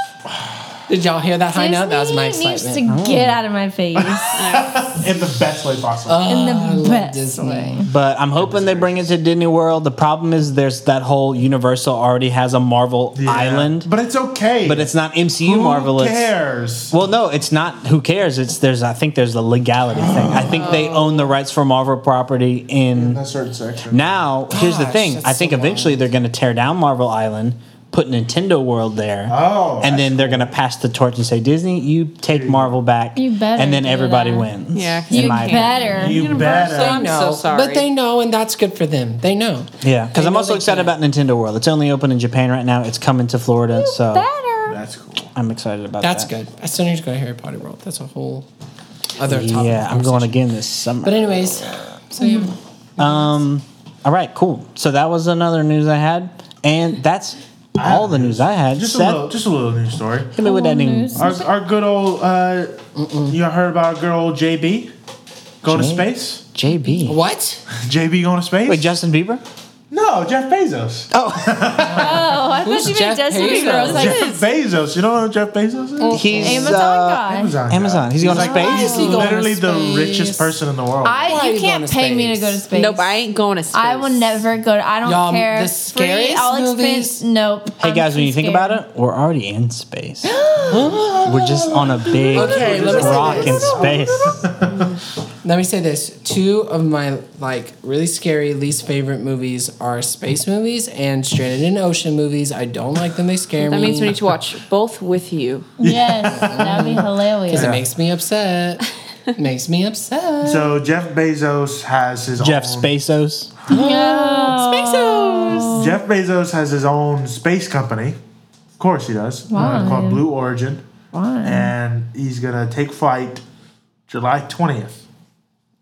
S1: Did y'all hear that high
S3: Disney
S1: note? That was my
S3: needs
S1: excitement.
S3: to get out of my face
S4: in the best way possible.
S2: Uh,
S3: in
S1: Oh, I
S3: the
S1: love
S3: best
S1: Disney.
S3: way.
S2: But I'm hoping they bring it to Disney World. The problem is there's that whole Universal already has a Marvel
S4: Yeah.
S2: island, but,
S4: But it's okay.
S2: it's not MCU
S4: Who
S2: Marvel. it's-
S4: cares?
S2: Well, no, it's not. Who cares? It's there's. I think there's the legality thing. I think they own the rights for Marvel property in
S4: a certain section.
S2: now. here's the
S1: Gosh,
S2: thing.
S1: that's
S2: I think
S1: so
S2: eventually they're going to tear down Marvel Island, put Nintendo World there,
S4: Oh,
S2: and then they're going to pass the torch and say, Disney, you take Marvel back.
S6: You better
S2: And then
S6: do
S2: everybody
S6: that.
S2: wins.
S5: Yeah, 'cause
S2: in
S6: You
S2: my opinion.
S6: better.
S4: you
S1: They
S4: better.
S5: so
S1: know,
S5: sorry.
S1: But they know, and that's good for them. They know.
S2: Yeah, because
S1: They
S2: I'm
S1: know
S2: also
S1: they
S2: excited
S1: can.
S2: about Nintendo World. It's only open in Japan right now. It's coming to Florida, so
S6: Better. Oh,
S4: That's cool.
S2: I'm excited about
S1: That's
S2: that.
S1: good. I still need to go to Harry Potter World. That's a whole. other topic.
S2: Yeah, I'm going
S1: conversation.
S2: again this summer.
S1: But anyways, so yeah.
S3: Mm-hmm.
S2: Um, all right, cool. So that was another news I had, and that's all the news I had.
S4: Just a
S2: Seth,
S4: little, just a little news story.
S2: hit me with that news.
S6: News.
S4: Our, our good old, uh, you heard about our girl JB going
S2: J-
S4: to space?
S2: JB.
S1: What?
S4: JB going to space?
S2: Wait, Justin Bieber?
S4: no, Jeff Bezos.
S6: Oh, I
S1: Who's
S6: thought you
S1: Jeff
S6: meant Justin
S1: Bezos?
S6: Bieber. I was like,
S4: Jeff Bezos. You don't know who Jeff Bezos is?
S2: He's
S6: Amazon
S2: uh,
S6: guy.
S4: Amazon. guy.
S2: Amazon. He's going to space.
S1: is he going to
S4: literally the
S1: space?
S4: richest person in the world.
S1: Why
S6: I,
S1: are you
S6: you can't
S1: going to
S6: pay me to
S1: space?
S6: go to space.
S5: Nope, I ain't going to space.
S3: I will never go. To, I don't
S1: Y'all,
S3: care.
S1: the scariest
S3: Free, I'll
S1: movies-
S3: expense. Nope.
S2: Hey guys, when you think about it, we're already in space. we're just on a big
S1: Okay, let me say
S2: rock in
S1: this.
S2: space.
S1: Let me say this. Two of my like really scary least favorite movies are space movies and stranded in ocean movies. I don't like them. They scare
S5: That
S1: me.
S5: means we need to watch both with you.
S6: Yes, that'd be hilarious.
S1: because it makes me upset. makes me upset.
S4: so Jeff Bezos has his
S2: Jeff
S4: own,
S2: Spacos.
S4: Jeff Bezos has his own space company. Of course he does. Uh, called Blue Origin. And he's gonna take flight July twentieth.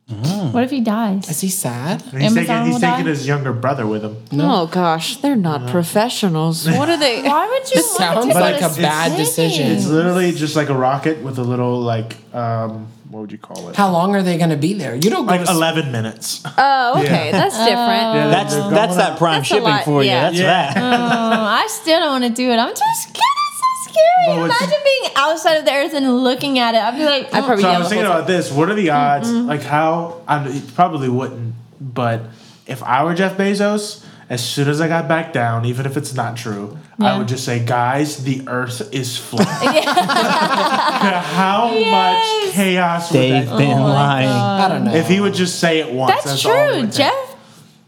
S6: What if he dies?
S1: Is he sad?
S4: He's taking,
S6: Amazon
S4: he's
S6: will
S4: taking
S6: die?
S4: his younger brother with him.
S5: Oh gosh, they're not professionals. What are they?
S6: Why would you?
S1: This sounds
S4: But
S1: like a
S4: it's-
S1: bad
S4: it's- It's
S1: decision.
S4: literally just like a rocket with a little like um, what would you call it?
S1: How long are they going to be there? You don't go
S4: like
S1: to space.
S4: eleven minutes.
S5: Oh, okay, that's
S3: Oh.
S5: different.
S4: Yeah,
S2: That's
S4: they're going
S2: that's
S4: up.
S2: that prime
S5: That's a
S2: shipping
S5: lot,
S2: for
S5: yeah.
S2: you. That's that.
S3: Oh,
S6: I still don't want to do it. I'm just
S3: God, that's so scary.
S4: But what's-
S3: Imagine being outside of the earth and looking at it. I'd be like, "Oh,
S5: I probably
S4: So I
S5: yell
S4: was
S5: the whole
S4: thinking
S5: time.
S4: about this. What are the odds? Like how I it probably wouldn't, but if I were Jeff Bezos, as soon as I got back down, even if it's not true, I would just say, guys, the Earth is flat. how much chaos would
S2: They've
S4: that?
S2: been lying.
S1: I don't know.
S4: If he would just say it once,
S3: that's,
S4: that's, all it
S3: true.
S4: would take.
S3: Jeff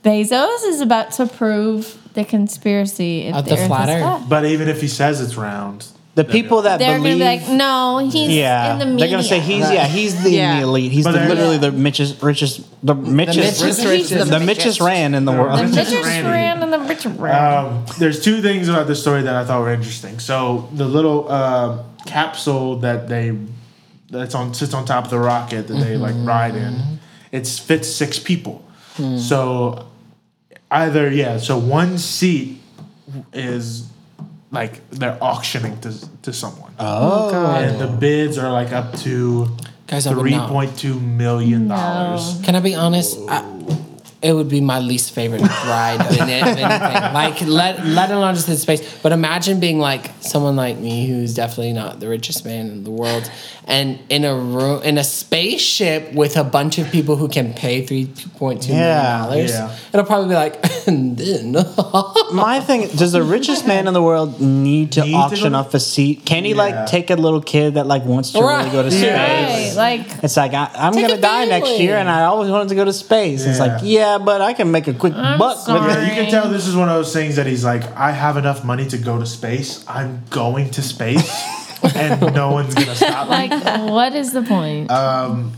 S3: Bezos is about to prove the conspiracy if
S1: Of
S3: the,
S1: the
S3: earth
S1: flat
S3: is
S1: earth.
S3: flat.
S4: But even if he says it's round,
S2: The people that
S3: They're
S2: believe,
S3: gonna be like, no, he's
S2: yeah,
S3: in the media.
S2: they're gonna say he's yeah, he's the,
S5: Yeah.
S2: in the elite. He's
S4: But
S2: the,
S4: they're-
S2: literally the richest, richest, the richest,
S1: richest,
S2: the,
S1: richest.
S2: richest ran in the
S4: The
S2: world.
S4: richest-
S3: Richard
S4: Randy.
S3: Strand and the Richard
S1: Uh,
S3: Rand.
S4: Um, there's two things about this story that I thought were interesting. So the little uh, capsule that they that's on sits on top of the rocket that they like ride
S1: Mm-hmm.
S4: in, it fits six people.
S1: Hmm.
S4: So either yeah, so one seat is like they're auctioning to to someone,
S2: Oh,
S4: and the bids are like up to
S1: Guys, I would
S4: three
S1: not.
S4: point two million dollars.
S1: Can I be honest? I, it would be my least favorite ride of any- of anything. Like, let, let alone just in space. But imagine being like someone like me, who's definitely not the richest man in the world, and in a room, in a spaceship with a bunch of people who can pay three point two million
S2: Yeah,
S1: dollars.
S4: yeah.
S1: It'll probably be like, and then oh,
S2: My thing does the richest man in the world need to
S4: Need to
S2: auction
S4: go-
S2: off a seat? Can he
S4: Yeah.
S2: like take a little kid that like wants to
S1: Right.
S2: really go to space?
S3: Right, like
S2: It's like I, I'm
S1: Take a
S2: gonna die next
S1: family.
S2: year, and I always wanted to go to space. It's
S4: Yeah.
S2: like yeah, but I can make a quick buck with
S4: Yeah,
S2: it.
S4: you can
S3: Boring.
S4: tell this is one of those things that he's like, I have enough money to go to space. I'm going to space, and no one's gonna stop me.
S6: like, what is the point? Um,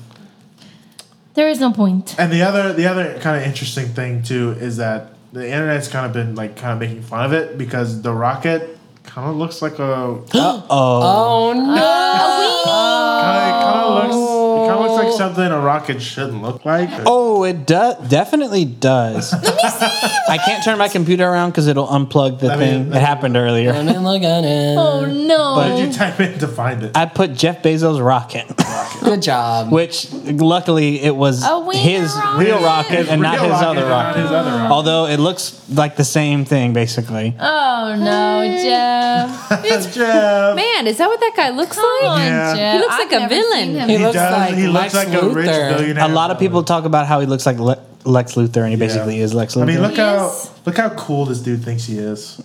S6: there is no point.
S4: And the other, the other kind of interesting thing too is that the internet's kind of been like kind of making fun of it because the rocket kind of looks like a kind
S1: oh no,
S4: of looks it kind of looks like something a rocket shouldn't look like.
S2: Oh, it does definitely does. I can't turn my computer around because it'll unplug the
S4: Let me-
S2: thing.
S4: let
S2: it
S4: me-
S2: happened earlier.
S1: I'm in Laguna.
S6: Oh no!
S4: What did you type in to find it?
S2: I put Jeff Bezos rocket,
S1: Good job.
S2: which luckily it was
S6: A wiener
S2: his
S6: rocket.
S2: real rocket and not
S4: Real
S2: his
S4: rocket
S2: other
S4: and
S2: rocket.
S4: not his other rocket.
S2: Although it looks like the same thing, basically.
S6: oh no, Jeff!
S4: Jeff.
S5: Man, is that what that guy looks
S6: Come on,
S5: like?
S4: Yeah.
S6: Jeff.
S5: He looks like
S6: I've
S5: a
S6: never
S5: villain.
S6: seen him.
S1: He
S4: He
S1: looks
S4: does.
S1: like
S4: he
S1: Lex
S4: looks like a rich
S1: Luthor.
S4: billionaire.
S2: a lot of people talk about how he looks like Le- Lex Luthor, and he
S4: Yeah.
S2: basically is Lex Luthor.
S4: I mean, look
S6: He
S4: how
S6: is-
S4: look how cool this dude thinks he is.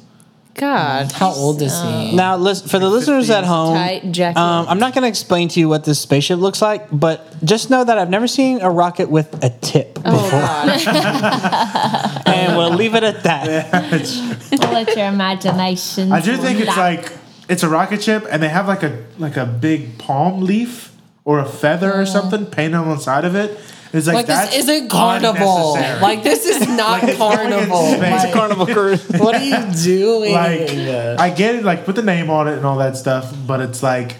S5: God,
S1: How old is he?
S2: now, listen, for the listeners at home,
S5: tight jacket.
S2: um, I'm not going to explain to you what this spaceship looks like, but just know that I've never seen a rocket with a tip,
S5: oh God,
S2: and we'll leave it at that.
S6: Don't Let your imagination.
S4: I do think it's like it's a rocket ship, and they have like a like a big palm leaf or a feather or something painted on the side of it. It's like,
S1: Like
S4: that's
S1: this isn't carnival.
S4: unnecessary.
S1: Like this is not carnival.
S4: it's
S1: Like,
S4: space.
S2: Carnival Cruise.
S1: what are you doing?
S4: like I get it, like put the name on it and all that stuff, but it's like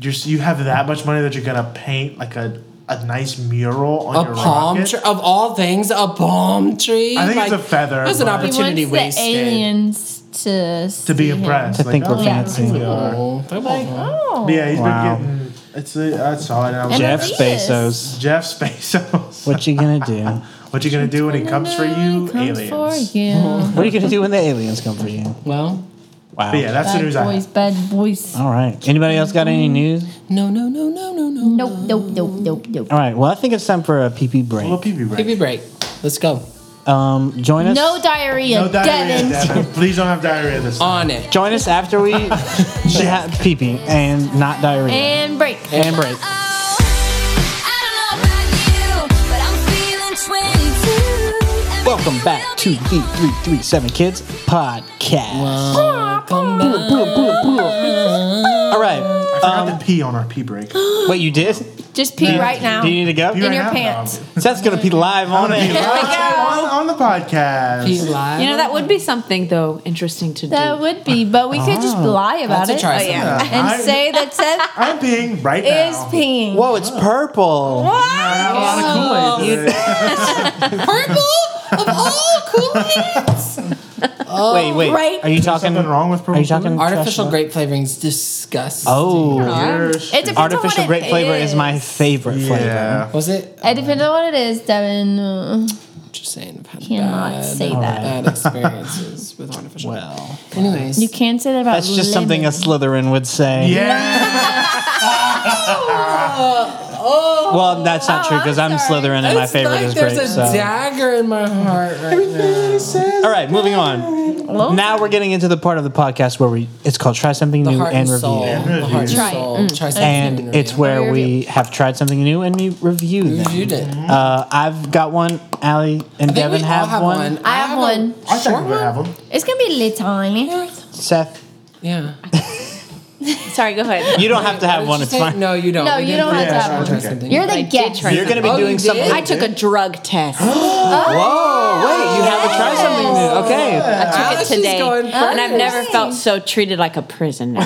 S4: You're, you have that much money that you're gonna paint like a, a nice mural on
S1: A
S4: your
S1: palm
S4: rocket?
S1: tree, of all things, a palm tree.
S4: I think it's a feather,
S1: There's an
S4: but-
S6: He
S4: He
S6: wants
S1: opportunity
S6: the
S1: wasted.
S6: aliens to
S4: to
S6: see
S4: be
S6: him.
S4: impressed.
S2: To think we're
S4: oh,
S2: fancy.
S4: we are.
S1: Oh, come
S6: Like,
S1: on.
S6: oh,
S4: Yeah, he's
S2: Wow.
S4: been getting it's a, that's all I know.
S6: And
S2: Jeff
S6: Jeff it is.
S2: Bezos.
S4: Jeff Bezos.
S2: What you gonna do?
S4: What you gonna do when he comes for you,
S6: comes
S4: aliens?
S6: For you.
S2: What are you gonna do when the aliens come for you?
S1: Well,
S2: Wow.
S4: But yeah, that's the
S6: bad
S4: news I Um,
S6: boys,
S4: have.
S6: bad boys.
S2: All right. Anybody else got any news?
S1: no, no, no, no, no, no.
S6: Nope, nope, nope, nope, nope.
S2: All right. Well, I think it's time for a PP break.
S4: Well, PB break.
S1: Give me a break. Let's go.
S2: Um, join us.
S6: No diarrhea,
S4: No diarrhea,
S6: Devin.
S4: Devin. Please don't have diarrhea this
S1: On
S4: time.
S1: it.
S2: Join us after we have PP and not diarrhea
S6: And break.
S2: and break. Welcome back to the 337 Kids podcast.
S1: Welcome
S2: Blah,
S1: back.
S2: blah, blah, blah. All
S4: I
S2: right. Uh,
S4: forgot to pee on our pee break. Pee
S2: Wait, you did? Do
S6: Just pee right now.
S2: you need to go?
S6: In
S4: right
S6: your
S4: now,
S6: pants.
S4: Dom.
S2: Seth's going to pee live
S4: I
S2: on
S4: wanna pee
S2: it.
S4: live on, on the podcast.
S1: You lied.
S5: You know, that would be something, though, interesting to
S3: That
S5: do.
S3: would be, but we could just
S4: Oh.
S3: lie about
S1: That's a
S3: it
S1: try.
S5: yeah.
S1: something.
S3: and
S4: I-
S3: say that Seth
S4: I'm peeing right
S3: is
S4: now.
S3: peeing.
S2: Whoa, it's purple.
S4: I had a
S3: Oh.
S4: lot of Kool-Aid today.
S1: Purple of all Kool-Aids.
S2: Wait, wait.
S3: Right.
S2: Are you talking?
S4: Something wrong with
S2: Are
S4: purple
S2: you talking?
S4: Kool-Aid?
S1: Artificial grape flavorings disgust.
S2: Oh,
S4: Yes.
S3: It depends
S2: artificial
S3: on what
S2: grape
S3: it
S2: flavor is my favorite flavor.
S4: Yeah.
S1: Was it?
S6: It depends on what it is, Devin. Uh,
S1: Just saying. I've had
S6: Cannot
S1: bad,
S6: say that.
S1: Bad experiences with artificial.
S2: Well,
S1: Anyways,
S6: You can't say that about
S2: that's just something a
S6: lemon.
S2: Slytherin would say.
S4: Yeah.
S2: Well, that's not true because I'm Slytherin and my
S1: Oh, It's
S2: favorite
S1: like
S2: is
S1: there's
S2: grape.
S1: a
S2: So.
S1: dagger in my heart right now.
S2: All right, moving on. Now we're getting into the part of the podcast where we it's called try something
S1: The
S2: new
S1: heart and
S2: and
S1: soul.
S2: review.
S1: The heart and
S4: Try
S6: it. Mm.
S1: soul. Try something new
S2: And
S1: to
S2: it's
S1: review.
S2: where
S6: Review.
S2: we have tried something new and we review
S1: You
S2: them.
S1: did.
S2: Uh, I've got one. Allie and
S1: I think
S2: Devin
S1: we all
S2: have, one.
S6: I have
S1: a
S6: one.
S4: I
S1: short
S4: think we would have them.
S6: It's gonna be little tiny.
S2: Seth,
S1: Yeah.
S5: Sorry, go ahead.
S2: you don't have to have
S1: Did
S2: one.
S1: you
S2: It's
S1: say-
S2: fine.
S1: No, you don't.
S6: No,
S1: We
S6: you
S1: did
S6: don't have to
S1: that.
S4: have one.
S1: Try something.
S6: You're
S5: I
S6: the
S5: did
S6: guest.
S5: try
S2: You're going to be
S1: Oh, you
S2: doing
S1: did?
S2: something.
S5: I took a drug test.
S2: Whoa! Wait, you have to try something new. Okay.
S5: I took
S1: Alice
S5: it
S1: is
S5: today,
S1: going
S5: and I've
S1: first.
S5: never felt so treated like a prisoner.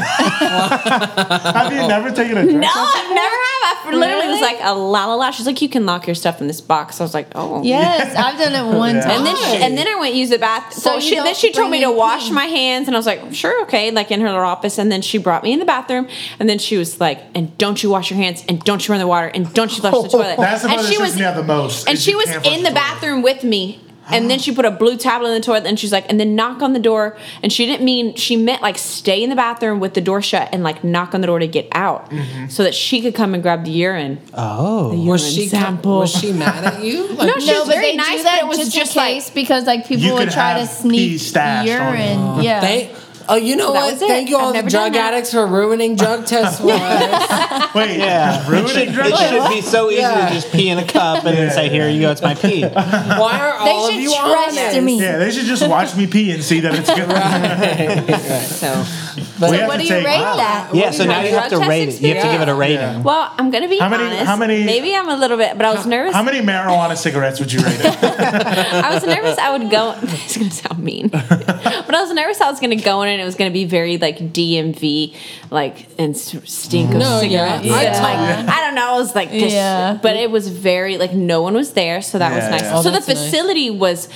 S4: Have
S2: Oh.
S4: you never taken a drink?
S5: No, I've never have. I literally was like a la la la. She's like, you can lock your stuff in this box. I was like, oh.
S6: Yes, I've done it one time.
S5: And then, she, and then I went to use the bath.
S6: So
S5: So
S6: you
S5: she, then
S6: don't
S5: she told me
S6: bring
S5: to
S6: in
S5: wash
S6: clean.
S5: my hands, and I was like, sure, okay, like in her little office. And then she brought me in the bathroom, and then she was like, and don't you wash your hands, and don't you run the water, and don't you flush the toilet.
S4: That's the
S5: and
S4: one that trips me out the most.
S5: And
S4: is
S5: she
S4: you
S5: was
S4: can't flush
S5: in the
S4: toilet.
S5: bathroom with me. And then she put a blue tablet in the toilet, and she's like, and then knock on the door. And she didn't mean she meant like stay in the bathroom with the door shut and like knock on the door to get out,
S4: Mm-hmm.
S5: so that she could come and grab the urine.
S4: Uh,
S2: Oh.
S1: Was she,
S5: Example.
S1: was she mad at you? Like,
S5: she
S6: no,
S5: was
S6: but
S5: very
S6: they
S5: nice,
S6: do that
S5: but it was
S6: just,
S5: just
S6: in
S5: like-
S6: case because like people
S4: You
S6: would
S4: could
S6: try to
S4: have pee
S6: sneak
S4: stashed on
S6: urine. Yeah.
S1: They, oh, you know
S5: that
S1: what?
S5: was it.
S1: Thank you all
S5: I've
S1: the
S5: never
S1: drug
S5: done that.
S1: addicts for ruining drug tests for us.
S4: Wait,
S2: Yeah. It should,
S4: ruining drink.
S2: it should be so easy
S1: Yeah.
S2: to just pee in a cup and then say, here you go, it's my pee.
S1: Why are all of
S6: should
S1: you
S6: trust
S1: on
S6: me.
S4: Yeah, they should just watch me pee and see that it's good.
S5: So
S4: We
S1: But
S4: have
S6: What
S4: to
S6: do you
S4: take-
S6: rate
S4: Wow.
S6: that?
S2: Yeah, so
S5: do you
S2: now
S5: have
S2: you have to
S5: drug
S2: rate it.
S5: test
S2: You have to give it a rating.
S1: Yeah.
S5: Well, I'm gonna be
S4: How many-
S5: honest.
S4: how many-
S5: Maybe I'm a little bit, but I was nervous.
S4: How many marijuana cigarettes would you rate it?
S5: I was nervous I would go. It's gonna sound mean, but I was nervous I was gonna go in and it was gonna be very like DMV, like and s- stink of
S1: No, yeah.
S5: cigarettes.
S1: I
S5: And, like I don't know. I was like this,
S6: Yeah.
S5: but it was very like no one was there, so that
S4: Yeah,
S5: was nice.
S4: yeah. Oh,
S5: so the
S1: that's nice.
S5: facility was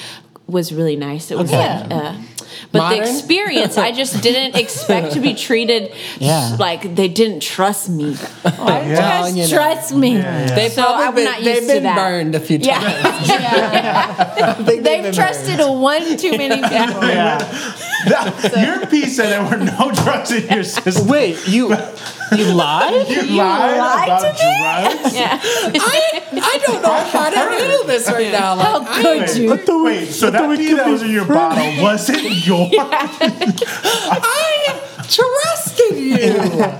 S5: was really nice. It was like. Uh, but
S1: Modern?
S5: the experience, I just didn't expect to be treated
S2: Yeah.
S5: like they didn't trust me.
S1: Well, you know.
S6: Just trust me.
S1: They've
S5: So
S1: probably
S5: I'm
S1: been,
S5: not used
S1: they've
S5: to
S1: been
S5: that.
S1: burned a few times.
S5: Yeah,
S6: They've trusted one too many people.
S2: Yeah.
S4: Your pee said there were no drugs in your system.
S2: Wait, you you lied?
S4: You, lied,
S6: lied
S4: about drugs.
S5: yeah.
S1: I, I don't know how to handle this right now. Like,
S6: How could you?
S4: Wait, wait, so that pee that was in your bottle wasn't yours?
S1: I trusted you.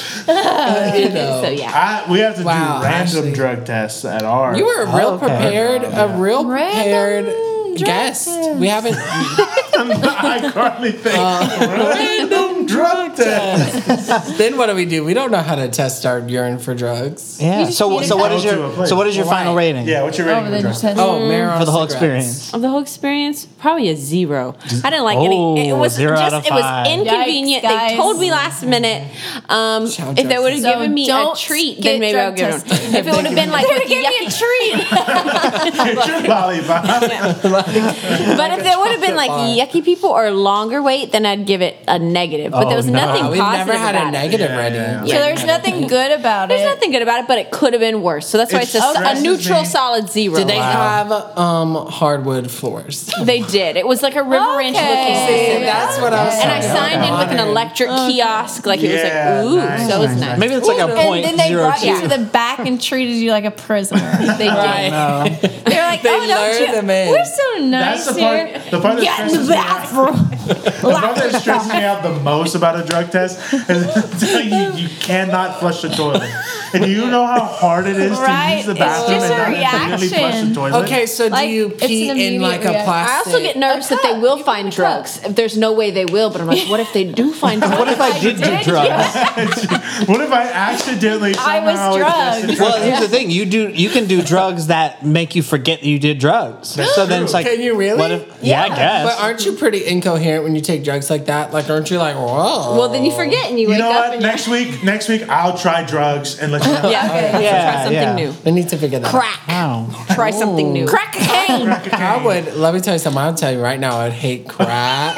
S1: Uh, you know.
S5: So yeah.
S4: I, we have to
S1: Wow,
S4: do random
S1: Ashley.
S4: drug tests at our.
S1: You were a real
S2: Okay.
S1: prepared, a real prepared
S6: Random drug
S1: guest. We haven't.
S4: I currently think random drug
S1: Uh. test. then what do we do? We don't know how to test our urine for drugs.
S2: Yeah.
S6: just
S2: So
S6: need
S2: so
S6: to
S2: what
S6: go
S2: is
S4: to a
S2: your
S4: place.
S2: so what is your final
S1: Right.
S2: rating?
S4: Yeah, what's your
S6: Oh,
S4: rating?
S6: but
S4: for
S6: then
S4: drugs?
S6: just has
S1: Oh, marijuana
S2: For the whole
S1: cigarettes.
S2: experience.
S5: Of the whole experience, probably a zero. I didn't like any. It
S2: Oh,
S5: was
S2: zero
S5: just
S2: out of
S5: it was
S2: five.
S5: inconvenient.
S3: Yikes, guys.
S5: they told me last minute. Um,
S1: Child
S5: if they would have
S3: So
S5: given me a
S3: don't
S5: treat,
S3: get
S5: then maybe I'll
S3: drug
S5: get one.
S3: tested.
S5: If it would have been like with yucky,
S4: Lollipop.
S5: but if there would have been like
S1: bar.
S5: yucky people or longer wait, then I'd give it a negative. But
S2: Oh,
S5: there was
S2: no.
S5: nothing
S1: Wow, Uh, we've
S5: positive
S1: never had a
S5: about it.
S1: negative
S4: Yeah,
S1: rating.
S4: yeah,
S3: So there's nothing good about
S5: There's
S3: it.
S5: nothing good about it, but it could have been worse. So that's why
S4: It
S5: it's just a
S4: stresses
S5: neutral,
S4: me.
S5: solid zero.
S1: Did they have um, hardwood floors?
S5: They did. It was like a River Ranch
S3: Okay.
S5: looking
S3: See,
S5: system.
S1: that's what I was
S5: And I
S1: talking
S5: signed in with an electric kiosk. Like
S4: Yeah,
S5: it was like, ooh,
S4: nice,
S5: so it
S4: nice,
S5: was nice.
S4: nice.
S2: Maybe it's like a
S3: And
S2: point
S3: then they
S2: zero
S3: brought
S2: two.
S3: you to the back and treated you like a prisoner.
S5: They did.
S3: They're like,
S1: They
S3: oh, don't
S1: lured
S3: you?
S1: them in.
S3: We're so nice
S4: That's the
S3: here.
S4: part. The part that
S3: Get in
S4: stresses
S3: the
S4: me out.
S3: bathroom.
S4: The part that stresses me out the most about a drug test is until you, you cannot flush the toilet, and you know how hard it is to
S3: Right,
S4: use the
S3: it's
S4: bathroom
S3: just
S4: and
S3: a
S4: not really flush the
S3: reaction.
S4: toilet.
S1: Okay, so
S3: Like,
S1: do you
S3: it's an
S1: pee in
S3: immediate
S1: like a
S3: reaction.
S1: plastic?
S5: I also get nervous that they will find drugs. If there's no way they will, but I'm like, what if they do find drugs?
S2: What if I did do drugs?
S4: What if I accidentally
S3: I was
S4: somehow
S3: drugged.
S4: ingested-
S2: Well, here's the thing: you do you can do drugs that make you forget that you did drugs. so then it's like,
S1: Can you really?
S2: What if, yeah, I guess.
S1: But aren't you pretty incoherent when you take drugs like that? Like, aren't you like, whoa?
S5: Well, then you forget and you,
S4: You
S5: wake
S4: know
S5: up
S4: what?
S5: and you're
S4: Next week, next week I'll try drugs and let you know.
S5: yeah, okay.
S2: Yeah,
S5: try something
S2: yeah.
S5: new.
S1: we need to figure that out.
S5: Crack.
S2: Wow.
S5: Try something new. Crack cocaine.
S1: I would let me tell you something. I'll tell you right now. I'd hate crack.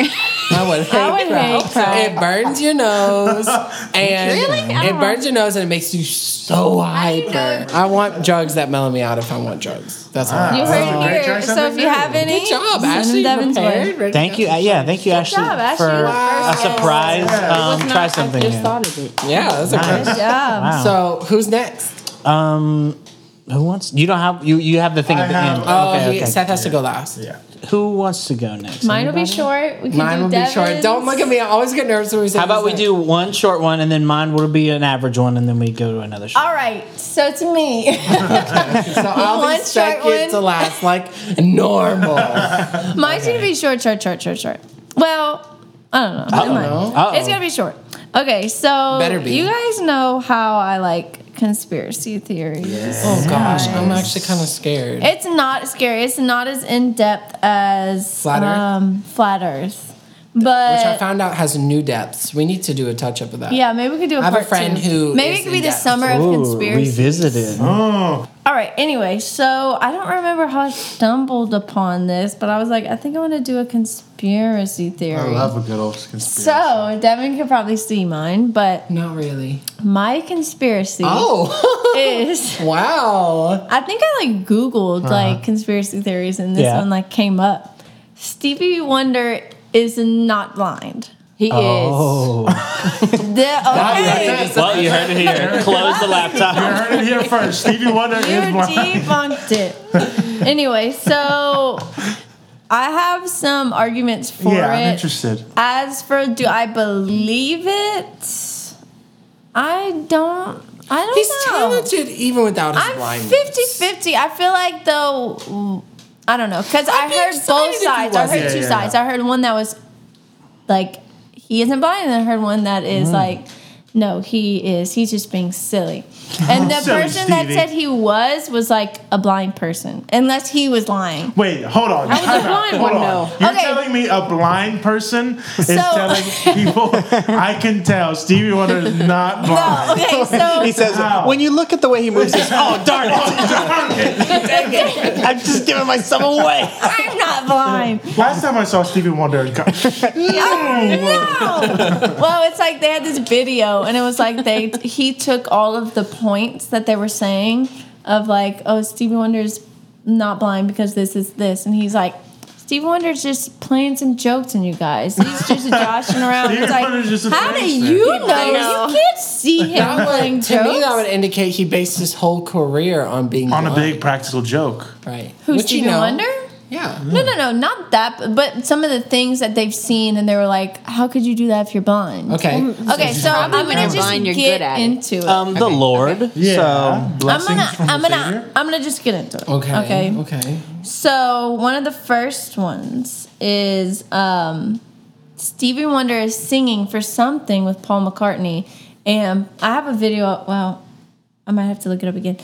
S1: I would hate
S3: would
S1: crack.
S3: hate crack.
S1: It burns your nose, and
S5: Really? I
S1: it
S5: don't
S1: burns your nose, and it makes you so
S5: How do you
S1: hyper. I want drugs that mellow me out. If I want drugs, that's all.
S3: You
S1: I
S4: Wow.
S3: heard it
S4: Try
S3: here. So if
S4: something
S3: you
S4: new.
S3: have any,
S1: Good job,
S3: send them
S1: Ashley.
S3: Devin's way.
S1: Prepared, ready to
S2: Thank you.
S1: go.
S2: Yeah, thank you, Ashley,
S3: job, Ashley.
S2: for
S3: Wow.
S2: a surprise. Um, try something
S5: I just
S2: new.
S5: thought of it.
S1: Yeah, that's a
S3: Good job.
S2: Wow.
S1: So who's next?
S2: Um, who wants? You don't have you. You have the thing
S4: I
S2: at the
S4: have-
S2: end.
S1: Oh,
S2: okay,
S1: he,
S2: okay.
S1: Seth has to go last.
S4: Yeah.
S2: Who wants to go next?
S6: Mine will be short. We can
S1: Mine
S6: do
S1: will be short.
S6: Devin's.
S1: Don't look at me. I always get nervous when we say
S2: How about we
S1: who's
S2: do one short one, and then mine will be an average one, and then we go to another short.
S3: All right. So to me,
S1: next. So I'll
S3: one
S1: be
S3: short
S1: second
S3: one?
S1: to last, like normal.
S3: mine's gonna be short, short, short, short, short. Well, I don't know.
S2: I
S3: Never
S2: don't
S3: mind.
S2: know. Uh-oh.
S3: It's gonna be short. Okay. So
S1: Better be.
S3: you guys know how I like conspiracy theories.
S1: Oh gosh, I'm actually kind of scared.
S3: It's not scary. It's not as in depth as
S1: Flat Earth?
S3: Um, flat Earth,
S1: which I
S3: but
S1: found out has new depths. We need to do a touch up of that.
S3: Uh, yeah, maybe we could do a
S1: I have a
S3: part
S1: friend
S3: two.
S1: who
S3: maybe
S1: is
S3: it could be
S1: in
S3: the
S1: depth.
S3: summer of
S2: Ooh,
S3: conspiracies.
S2: revisited.
S4: Oh,
S3: All right. Anyway, so I don't remember how I stumbled upon this, but I was like, I think I want to do a conspiracy theory.
S7: I love a good old conspiracy.
S3: so Devin could probably see mine, but
S1: Not really.
S3: my conspiracy
S1: Oh,
S3: is
S1: wow.
S3: I think I like Googled
S4: Uh-huh.
S3: like conspiracy theories, and this
S2: Yeah.
S3: one like came up. Stevie Wonder is not blind.
S5: He is.
S2: Oh,
S3: The- okay,
S1: That's it.
S2: well, you heard it here. Close the
S4: you
S2: laptop.
S4: heard it here first. Stevie Wonder
S3: you
S4: is blind.
S3: debunked it. anyway, so I have some arguments for
S4: Yeah, I'm
S3: it.
S4: interested.
S3: As for do I believe it? I don't. I don't
S1: He's
S3: know.
S1: talented even without his
S3: I'm
S1: blindness.
S3: 50 50. I feel like, though, I don't know. Because I
S1: be
S3: heard
S1: excited if
S3: both
S1: he
S3: sides. I heard
S4: wasn't.
S3: two
S4: Yeah, yeah.
S3: sides. I heard one that was like, he isn't blind, and I heard one that is like, no, he is. He's just being silly. And the
S4: Silly
S3: person that
S4: Stevie.
S3: said he was was like a blind person, unless he was lying.
S4: Wait, hold on. I
S3: was a blind
S4: hold
S3: one,
S4: on.
S3: though.
S4: You're
S3: Okay.
S4: telling me a blind person is
S3: So-
S4: telling people I can tell Stevie Wonder is not
S3: No,
S4: blind.
S3: okay, so.
S2: He says,
S4: Wow.
S2: when you look at the way he moves, he's, oh, darn it. I'm just giving myself away.
S3: I'm not blind.
S4: Last time I saw Stevie Wonder, God,
S3: no. well, it's like they had this video, and it was like they he took all of the points that they were saying of like, oh, Stevie Wonder's not blind because this is this, and he's like. Stevie Wonder's just playing some jokes on you guys. He's just joshing around.
S4: Stevie
S3: It's like,
S4: Wonder's just a
S3: how do
S4: prankster."
S3: you
S1: He
S3: know?
S1: plays-
S3: You can't see him
S1: That would-
S3: playing
S1: to me, that would
S3: jokes.
S1: indicate he based his whole career on being
S4: on a
S1: blind.
S4: big practical joke.
S1: right.
S3: Who's
S1: Which you
S3: Stevie
S1: know.
S3: Wonder?
S1: Yeah.
S4: Mm.
S3: No, no, no, not that. But, but some of the things that they've seen, and they were like, "How could you do that if you're blind?"
S1: Okay.
S3: Okay, so I'm
S5: probably
S3: gonna
S5: when
S3: just
S5: you're blind, you're
S3: get
S5: good at it.
S3: into it.
S2: Um, the Lord. So,
S3: I'm
S4: blessings
S3: gonna,
S4: from the
S3: I'm gonna,
S4: Savior?
S3: I'm gonna just get into it.
S1: Uh, Okay.
S3: Okay. Uh-huh.
S1: Okay.
S3: So one of the first ones is um, Stevie Wonder is singing for something with Paul McCartney, and I have a video. Well, I might have to look it up again,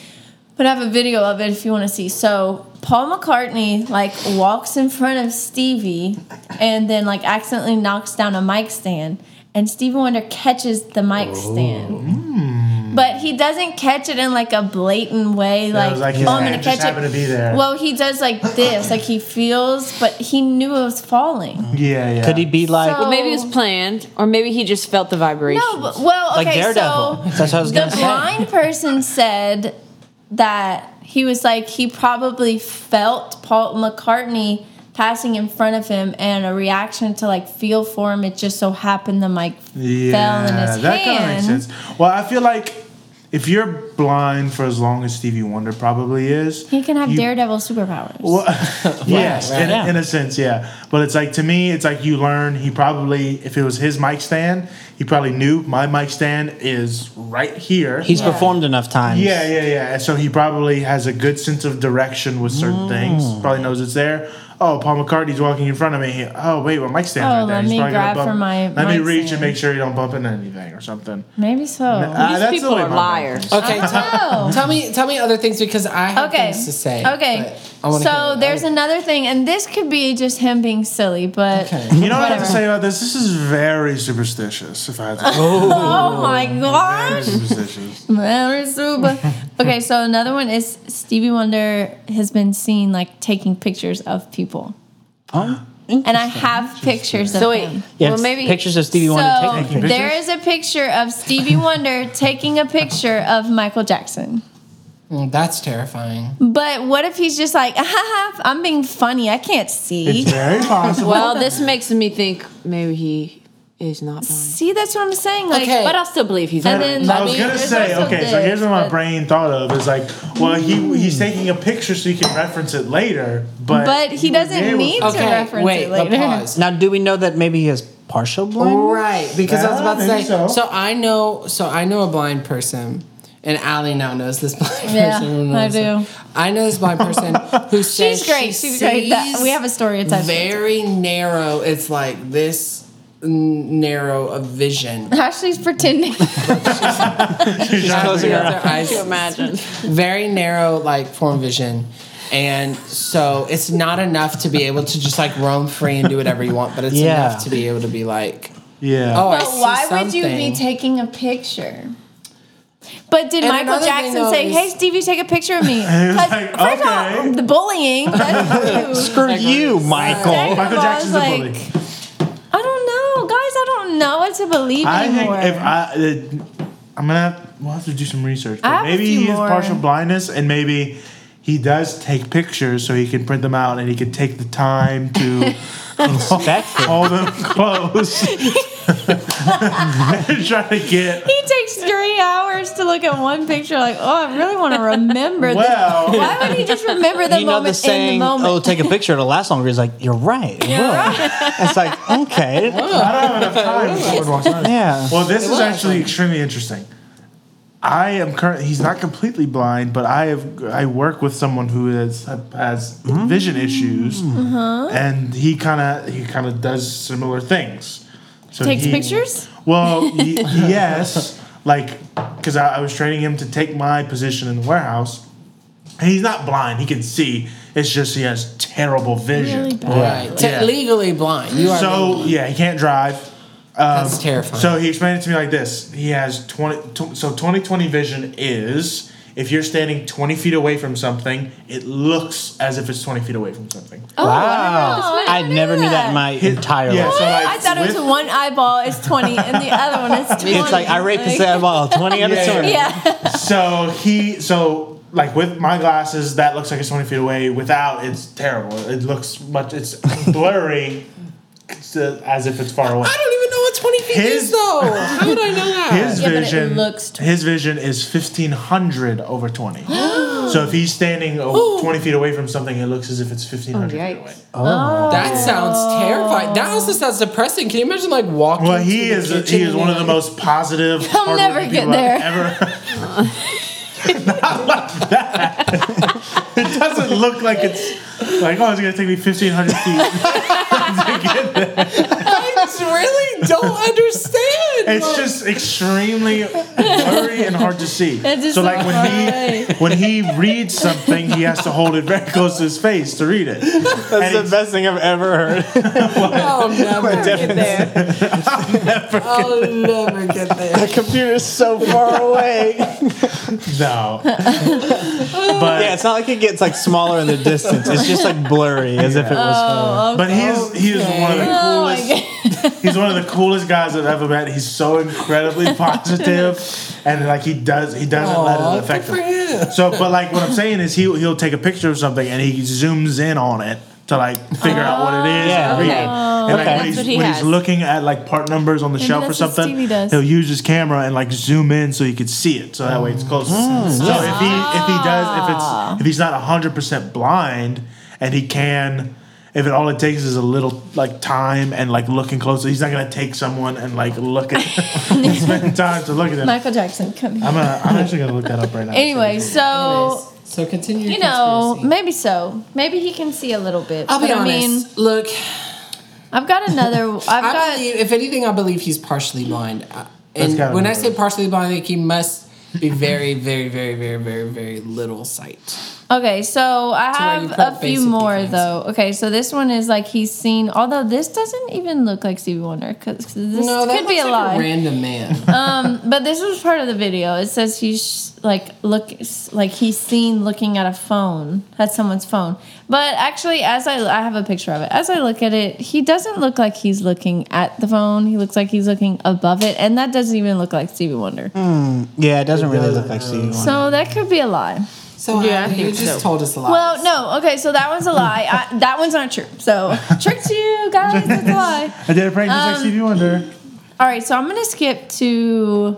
S3: but I have a video of it if you want to see. So Paul McCartney like walks in front of Stevie, and then like accidentally knocks down a mic stand, and Stevie Wonder catches the mic stand.
S4: Hmm.
S3: But he doesn't catch it in like a blatant way,
S4: That
S3: like,
S4: was like his
S3: oh, I'm
S4: hand
S3: gonna
S4: just
S3: catch it.
S4: happened to be there.
S3: Well, he does like this, like he feels, but he knew it was falling.
S4: yeah, yeah.
S2: Could he be like
S3: So-
S5: Maybe it was planned, or maybe he just felt the vibration.
S3: No, but, well,
S2: like
S3: okay,
S2: Daredevil?
S3: so
S2: That's what I was
S3: the
S2: gonna say.
S3: blind person said that he was like he probably felt Paul McCartney passing in front of him and a reaction to like feel for him. It just so happened the mic fell in his
S4: that kinda
S3: hand.
S4: makes sense. Well, I feel like if you're blind for as long as Stevie Wonder probably is,
S3: He can have
S4: you-
S3: daredevil superpowers.
S4: Well, yes,
S2: right.
S4: in,
S2: Yeah.
S4: in a sense, yeah. But it's like to me, it's like you learn. He probably, if it was his mic stand, he probably knew my mic stand is right here.
S2: he's performed enough times?
S4: yeah, yeah, yeah. And so he probably has a good sense of direction with certain
S3: Mm.
S4: things. Probably knows it's there. Oh, Paul McCartney's walking in front of me. Oh, wait, my mic stand's
S3: Oh,
S4: right there.
S3: let
S4: He's
S3: me
S4: probably gonna
S3: grab
S4: bump-
S3: for my
S4: Let me
S3: mic
S4: reach and
S3: stand.
S4: make sure you don't bump into anything or something.
S3: Maybe so.
S4: Uh,
S5: These
S4: that's the
S5: people
S4: way
S5: are
S4: my mind
S5: liars.
S4: is.
S1: Okay, tell,
S3: Oh.
S1: tell me tell me other things because I have
S3: Okay.
S1: things to say.
S3: Okay.
S1: but I wanna hear
S3: So
S1: it.
S3: there's another thing, and this could be just him being silly, but
S1: Okay.
S4: You know what I have to
S3: Whatever.
S4: say about this? This is very superstitious. If I have to say.
S3: oh my
S4: very
S3: gosh.
S4: superstitious.
S3: Mary Sue, but- okay, so another one is Stevie Wonder has been seen like taking pictures of people,
S2: Oh.
S3: and I have pictures of
S5: So wait,
S3: him.
S2: Yeah,
S5: well
S2: it's
S5: maybe
S2: pictures of Stevie Wonder
S3: So
S2: taking
S3: there is a picture of Stevie Wonder taking a picture of Michael Jackson.
S1: Mm, That's terrifying.
S3: But what if he's just like, "Ah, ha, ha, I'm being funny. I can't see.
S4: It's very possible.
S5: Well, this makes me think maybe he is not blind.
S3: See, that's what I'm saying. Like,
S1: Okay.
S5: But I'll still believe he's
S3: And
S5: not
S3: then-
S5: blind.
S4: I
S1: Let
S4: was
S1: me-
S4: gonna
S3: there's
S4: say,
S3: also
S4: okay, so
S3: this,
S4: here's what my
S3: but- Hmm.
S4: brain thought of is like, well, he he's taking a picture so he can reference it later, but
S3: But he
S4: wouldn't be
S3: doesn't
S4: able
S3: need
S4: to.
S3: to
S1: Okay,
S3: reference
S1: wait,
S3: it
S1: but
S3: later.
S1: pause.
S2: Now, do we know that maybe he has partial blindness?
S1: Right, because I was
S4: Yeah,
S1: about to
S4: maybe
S1: say.
S4: so.
S1: So. I know, so I know a blind person, and Allie now knows this blind
S3: Yeah,
S1: person. who knows
S3: I do.
S1: it. I know this blind person who says
S3: She's great.
S1: she
S3: She's great. That-
S1: sees
S3: we have a story attached to it.
S1: Very narrow. It's like this n- narrow of vision.
S3: Ashley's pretending.
S4: She's trying to
S1: Closing
S4: figure
S1: her
S4: out-
S1: eyes.
S5: You imagine.
S1: very narrow like form vision and so it's not enough to be able to just like roam free and do whatever you want but it's
S2: Yeah.
S1: enough to be able to be like
S4: Yeah.
S1: oh I
S3: But
S1: see
S3: why would you be
S1: something.
S3: taking a picture? But did
S1: And
S3: Michael
S1: another thing,
S3: Jackson
S1: though,
S3: say,
S1: is-
S3: "Hey, Stevie, take a picture of me"?
S4: he was
S3: 'Cause
S4: like,
S3: first of all,
S4: "Okay."
S3: the bullying. That's you.
S2: Screw you, Michael.
S4: Michael
S3: I
S4: Jackson's
S3: was
S4: a bully.
S3: like, I don't know, guys. I don't know what to believe
S4: I think
S3: anymore.
S4: if I, uh, I'm gonna have, we'll have to do some research.
S3: I
S4: But
S3: have a
S4: maybe
S3: few
S4: he has
S3: more.
S4: partial blindness, and maybe he does take pictures so he can print them out, and he can take the time to
S2: That's it.
S4: hold them close, and try to get.
S3: he takes three hours to look at one picture, like, oh, I really want to remember this.
S4: Well,
S3: Why would he just remember the
S2: You know
S3: moment
S2: the saying,
S3: in the moment?
S2: "Oh, take a picture; it'll last longer." He's like, "You're right." it will." It's like, okay,
S4: I don't have enough time. before it walks out.
S2: yeah.
S4: Well, this is
S1: was.
S4: actually extremely interesting. I am currently he's not completely blind, but I have I work with someone who has has vision issues,
S3: Uh-huh.
S4: and he kind of he kind of does similar things. So
S3: Takes
S4: he-
S3: pictures?
S4: Well, y- yes, like because I, I was training him to take my position in the warehouse, and he's not blind; he can see. It's just he has terrible vision.
S3: Really bad.
S1: right Te-
S4: Yeah.
S1: legally blind you are legally
S4: So
S1: blind.
S4: yeah, he can't drive. Um,
S1: That's terrifying.
S4: So he explained it to me like this: He has twenty. Tw- so twenty twenty vision is if you're standing twenty feet away from something, it looks as if it's twenty feet away from something.
S2: Oh.
S3: Oh,
S2: wow, I never knew that in my entire
S4: Yeah,
S2: life.
S4: so like
S3: I thought it was
S4: with-
S3: one eyeball is 20 and the other one is 20.
S2: It's like I rate this at all twenty out of
S4: Yeah.
S2: ten.
S3: Yeah.
S4: So he so like with my glasses, that looks like it's twenty feet away. Without, it's terrible. It looks much. It's blurry, it's, uh, as if it's far away.
S1: I don't even know what 20 feet
S4: His-
S1: is though how would I know that
S4: His
S3: Yeah, but it
S4: vision
S3: looks tw-
S4: his vision is fifteen hundred over twenty. so if he's standing o- twenty feet away from something, it looks as if it's fifteen hundred feet
S5: yikes.
S4: away.
S1: that sounds terrifying that also sounds depressing can you imagine like walking
S4: Well, he
S1: to
S4: is
S1: the
S4: he is one of the most positive.
S3: I'll never
S4: hardworking
S3: get
S4: people
S3: there.
S4: I've Ever. Not like that. It doesn't look like it's like oh, it's gonna take me fifteen hundred feet.
S1: that's don't understand.
S4: It's
S1: Like,
S4: just extremely blurry and hard to see.
S3: That is
S4: So like
S3: so
S4: when he when he reads something, he has to hold it very close to his face to read it.
S2: That's the best thing I've ever heard.
S1: I'll never get
S2: difference.
S1: there. I'll never get there.
S2: The computer's so far away.
S4: No, but
S2: Yeah, it's not like it gets like smaller in the distance. It's just like blurry, as if it
S3: Oh,
S2: was.
S4: but he is he is one of the coolest. he's one of the coolest guys I've ever met. He's so incredibly positive, and like he does he doesn't let
S1: Aw,
S4: it
S1: good
S4: affect
S1: for
S4: him.
S1: him.
S4: So, but like what I'm saying is he will he'll take a picture of something and he zooms in on it to like figure out what it is
S2: Yeah.
S4: and read
S5: Okay.
S4: it. And like
S2: Okay.
S4: when, he's,
S5: That's what he
S4: when
S5: has.
S4: he's looking at like part numbers on the shelf
S3: that's
S4: or
S3: what
S4: something,
S3: Stevie does.
S4: he'll use his camera and like zoom in so he can see it. So that way it's close. So if he if he does if it's if he's not hundred percent blind and he can. If it all it takes is a little like time and like looking closer, he's not gonna take someone and like look at spend time to look at them.
S3: Michael Jackson,
S1: Oh,
S3: come here.
S4: I'm gonna, I'm actually gonna look that up right now.
S3: Anyway, so
S1: So continue. your
S3: you know,
S1: conspiracy.
S3: maybe so. Maybe he can see a little bit.
S1: I'll be
S3: but
S1: honest.
S3: I mean,
S1: Look,
S3: I've got another. I've
S1: I
S3: got.
S1: believe, if anything, I believe he's partially blind. I- And
S4: gotta
S1: when
S4: be
S1: I
S4: the
S1: say partially blind, like he must be very, very, very, very, very, very little sight.
S3: Okay, so I
S1: where you
S3: have
S1: put
S3: a few
S1: basic
S3: more
S1: defense.
S3: though. Okay, so this one is like he's seen. Although this doesn't even look like Stevie Wonder because this
S1: no, that
S3: could be
S1: looks
S3: a
S1: like
S3: lie.
S1: a random man.
S3: um, but this was part of the video. It says he's like look like he's seen looking at a phone at someone's phone. But actually, as I I have a picture of it. As I look at it, he doesn't look like he's looking at the phone. He looks like he's looking above it, and that doesn't even look like Stevie Wonder.
S2: Yeah, it doesn't really look like Stevie Wonder.
S3: So that could be a lie.
S1: So
S5: Yeah,
S1: I,
S5: I
S1: you
S5: think
S1: just
S5: so.
S1: told us a lot.
S3: Well, no. Okay, so that one's a lie. I, that one's not true. So tricked you guys. It's a lie.
S4: I did a prank just like
S3: Um,
S4: Stevie Wonder.
S3: All right, so I'm gonna skip to.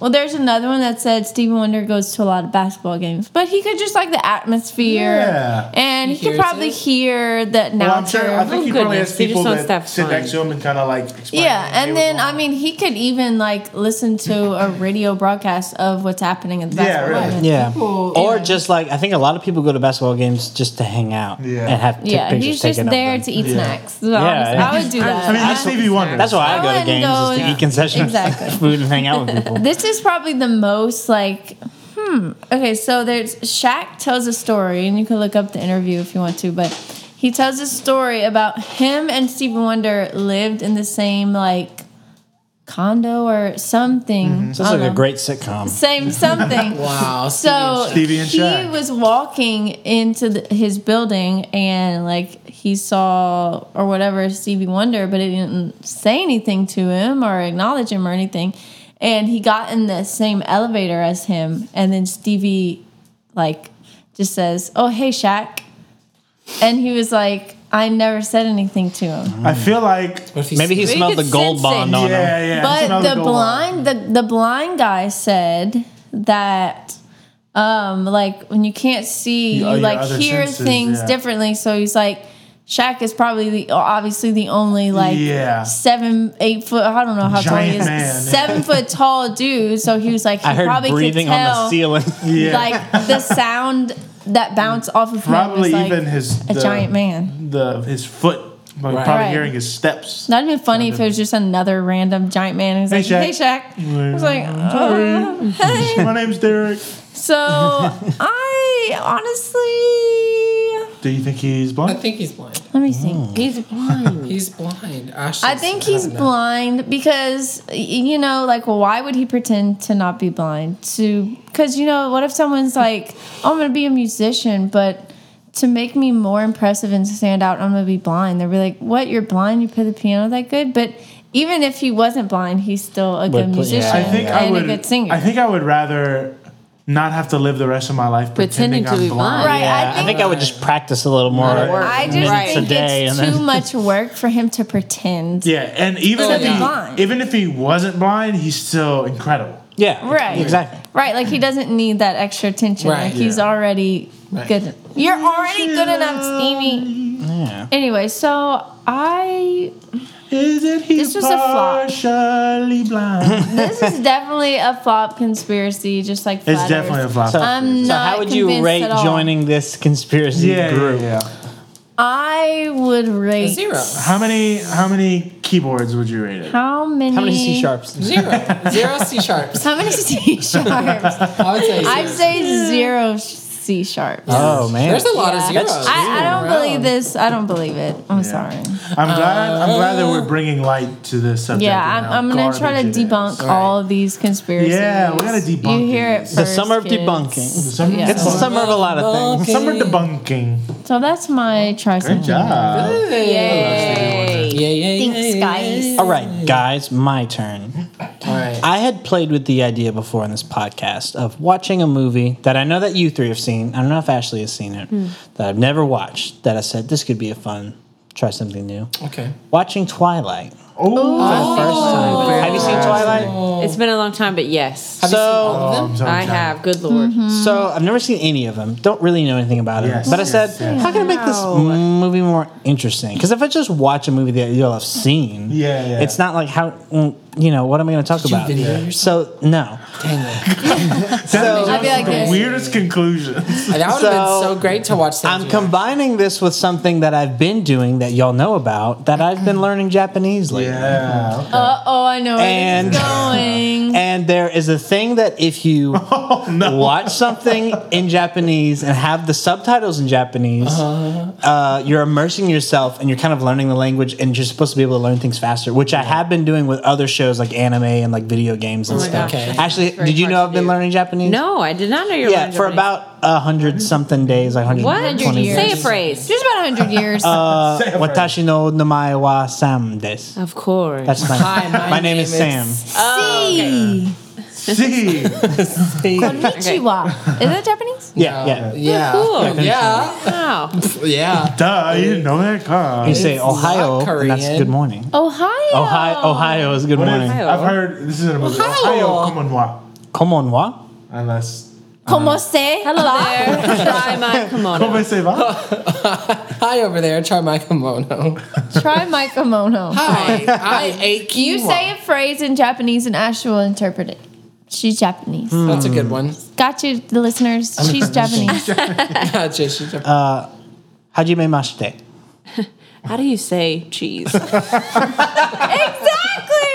S3: Well, there's another one that said Stevie Wonder goes to a lot of basketball games, but he could just like the atmosphere,
S4: Yeah.
S3: and he,
S1: He
S3: could
S1: hears
S3: probably
S1: it.
S3: hear that
S4: Well, I'm
S3: now.
S4: sure. I think
S5: Oh,
S4: he probably
S5: goodness,
S4: has
S5: he just
S4: people
S5: wants to have
S4: that sit
S5: fun.
S4: next to him and kind of like explain.
S3: yeah,
S4: to him
S3: and
S4: what's
S3: then
S4: going
S3: I
S4: on.
S3: mean, he could even like listen to a radio broadcast of what's happening at the
S4: Yeah,
S3: basketball
S4: really.
S3: game.
S2: Yeah.
S1: People-
S2: Or just like I think a lot of people go to basketball games just to hang out
S4: Yeah.
S2: and have take
S3: Yeah,
S2: pictures
S3: he's just
S2: taken of
S3: there
S2: them.
S3: to eat
S4: Yeah.
S3: snacks. So
S2: Yeah,
S3: honestly,
S2: yeah.
S3: I would do that.
S4: I mean, that's Stevie Wonder.
S2: That's why I,
S3: I
S2: go to
S3: wouldn't
S2: games
S3: go-
S2: is to
S3: yeah.
S2: eat concessions,
S3: Exactly.
S2: food, and hang out with people.
S3: This is probably the most like hmm. Okay, so there's Shaq tells a story, and you can look up the interview if you want to, but he tells a story about him and Stevie Wonder lived in the same like condo or something.
S2: This
S3: I
S2: is
S3: don't
S2: like a
S3: know.
S2: great sitcom.
S3: same something.
S1: Wow.
S3: So
S4: Stevie and Shaq.
S3: he was walking into the, his building and like he saw or whatever Stevie Wonder, but it didn't say anything to him or acknowledge him or anything. And he got in the same elevator as him, and then Stevie like just says, "Oh hey Shaq," and he was like, "I never said anything to him."
S4: I feel like
S1: What if he's-
S2: Maybe he
S3: We
S2: smelled the
S3: could
S2: gold
S3: sense
S2: bond
S3: it.
S2: on him.
S4: yeah, yeah. it's
S3: But
S4: another
S3: the
S4: goal line.
S3: blind the, the blind guy said that um like when you can't see you
S4: Yeah, your
S3: like
S4: other
S3: hear
S4: senses,
S3: things
S4: yeah.
S3: differently so he's like Shaq is probably the obviously the only like
S4: Yeah.
S3: seven eight foot I don't know how
S4: Giant
S3: tall he is
S4: man.
S3: seven foot tall dude so he was like he
S2: I heard
S3: probably
S2: breathing
S3: could
S2: on
S3: tell
S2: the ceiling.
S4: Yeah.
S3: like the sound that bounced off of
S4: probably
S3: him was, like,
S4: even his
S3: a giant man
S4: the his foot. Like,
S1: Right.
S4: Probably
S3: Right.
S4: hearing his steps.
S3: not even funny if it was just another random giant man who's
S4: Hey,
S3: like hey Shaq I was like oh, hey
S4: My name's Derek.
S3: So I honestly,
S4: Do you think he's
S1: I
S4: blind?
S1: think he's blind.
S3: let me think.
S5: He's blind.
S1: He's blind. should
S3: I think
S1: say-
S3: he's
S1: don't know.
S3: blind because y- you know, like, why would he pretend to not be blind? To because you know, what if someone's like, oh, "I'm gonna be a musician," but to make me more impressive and stand out, I'm gonna be blind. They'll be like, "What? You're blind? You play the piano that good?" But even if he wasn't blind, he's still a good
S2: Would put- yeah.
S3: musician
S4: I think I
S3: and
S4: would.
S3: a good singer.
S4: I think I would rather not have to live the rest of my life
S5: Pretending
S4: pretending,
S5: to be
S4: I'm blind.
S5: blind.
S3: right?
S2: Yeah, I think I, would just practice a little more.
S5: work.
S3: I just
S5: Right.
S3: think
S2: Today
S3: it's
S2: and then-
S3: too much work for him to pretend.
S4: Yeah, and even
S3: So
S4: if
S3: he's
S4: he,
S3: blind.
S4: even if he wasn't blind, he's still incredible.
S2: Yeah,
S3: Right.
S2: Exactly.
S3: Right, like he doesn't need that extra attention.
S1: Right.
S3: Like he's
S4: Yeah.
S3: already good. You're already good enough, Stevie.
S2: Yeah.
S3: Anyway, so I
S4: Isn't he
S3: This was a flop.
S4: partially blind?
S3: this is definitely a flop conspiracy, just like
S4: it's
S3: Flat
S4: definitely a
S3: Earth.
S4: flop.
S2: So,
S3: I'm
S2: so
S3: not
S2: how would you
S3: convinced
S2: rate
S3: at all.
S2: joining this conspiracy
S4: yeah,
S2: group?
S4: yeah, yeah.
S6: I would rate
S1: Zero.
S4: How many how many keyboards would you rate it?
S6: How many?
S2: How many C sharps?
S1: Zero. Zero C sharps.
S6: How many C sharps?
S1: I would say zero.
S6: I'd say zero C sharps.
S2: Oh man,
S1: There's a lot of
S6: Yeah.
S1: zeros.
S6: I, I don't
S1: around.
S6: believe this. I I'm don't believe it. I'm sorry.
S4: I'm glad I'm glad that we're bringing light to this subject.
S6: Uh, Yeah,
S4: and
S6: I'm,
S4: how
S6: I'm gonna try to
S4: garbage it is.
S6: debunk all of these conspiracies.
S4: Yeah, we gotta debunk
S6: You hear it
S4: these.
S6: first,
S2: The summer of
S6: kids.
S2: debunking.
S4: Some,
S6: Yeah.
S2: It's the
S4: some,
S2: summer of a lot of things.
S4: some are debunking.
S6: So that's my
S4: Good
S6: tricentennial.
S4: job.
S1: Yay. Yeah, yeah, yeah.
S6: Thanks,
S1: yeah,
S6: guys.
S2: All right, guys, my turn.
S1: All right.
S2: I had played with the idea before in this podcast of watching a movie that I know that you three have seen. I don't know if Ashley has seen it,
S3: Hmm.
S2: that I've never watched, that I said, this could be a fun, try something new.
S1: okay.
S2: Watching Twilight.
S4: Oh,
S1: Oh.
S2: Have you seen Twilight?
S5: It's been a long time, but yes.
S1: Have you seen all
S2: So,
S1: of them?
S4: I'm so
S5: I
S4: excited.
S5: have. Good lord.
S2: so I've never seen any of them. Don't really know anything about it.
S4: Mm. Yes,
S2: but I
S4: yes,
S2: said,
S4: yes.
S2: how can I make this m- movie more interesting? Because if I just watch a movie that you'll have seen,
S4: Yeah, yeah.
S2: it's not like how mm, you know what am I going to talk
S1: Did you
S2: about?
S1: video yourself?
S2: So no,
S1: Dang it.
S4: That
S6: I'd be
S4: was
S6: like
S4: the
S6: this.
S4: weirdest conclusions.
S1: That would have
S2: So,
S1: been so great to watch.
S2: I'm
S1: CGI.
S2: combining this with something that I've been doing that y'all know about that I've been learning Japanese lately.
S4: yeah. okay.
S6: Uh oh, I know where
S2: And-
S6: this is going.
S2: And there is a thing that if you
S4: Oh,
S2: watch something in Japanese and have the subtitles in Japanese, uh you're immersing yourself and you're kind of learning the language and you're supposed to be able to learn things faster, which I have been doing with other shows like anime and like video games and stuff.
S1: gosh, Okay. that's
S2: Actually,
S5: very
S2: did you
S5: hard
S2: know
S5: to
S2: I've been
S5: do.
S2: learning Japanese?
S5: No, I did not know you were
S2: Yeah,
S5: learning
S2: for
S5: Japanese.
S2: about a hundred something days, like hundred
S5: what?
S2: twenty Uh,
S6: years.
S5: Say a phrase.
S6: Just about 100 years.
S4: Say it first.
S2: Watashi no namae wa Sam desu.
S5: Of course.
S2: That's my,
S1: Hi,
S2: my, name, is, Sam.
S5: Oh,
S6: See,
S4: See,
S6: Konnichiwa. Is that Japanese?
S2: Yeah, yeah.
S1: Yeah.
S5: Cool.
S1: Yeah.
S5: Wow.
S1: Yeah.
S4: duh, you didn't know that
S2: You
S4: God.
S2: say
S1: It's not
S2: Ohio, and that's
S1: Korean.
S2: good morning.
S6: Ohio.
S2: Ohio, Ohio is good
S4: What is,
S2: morning.
S5: Ohio.
S4: I've heard this is in a movie.
S1: Ohio.
S4: Ohio, Komonwa.
S2: Komonwa?
S4: Unless
S6: Como se?
S5: Hello there. Try my kimono.
S4: Kobe Seva.
S1: Hi over there. Try my kimono.
S6: Try my kimono.
S1: Hi. I ate kiwa.
S6: You say a phrase in Japanese and Ash will interpret it. She's Japanese.
S4: Hmm.
S1: That's a good one.
S6: Got you, the listeners. She's Japanese.
S1: Gotcha. She's a-
S2: Uh, Hajime mashite.
S5: How do you say cheese?
S6: exactly.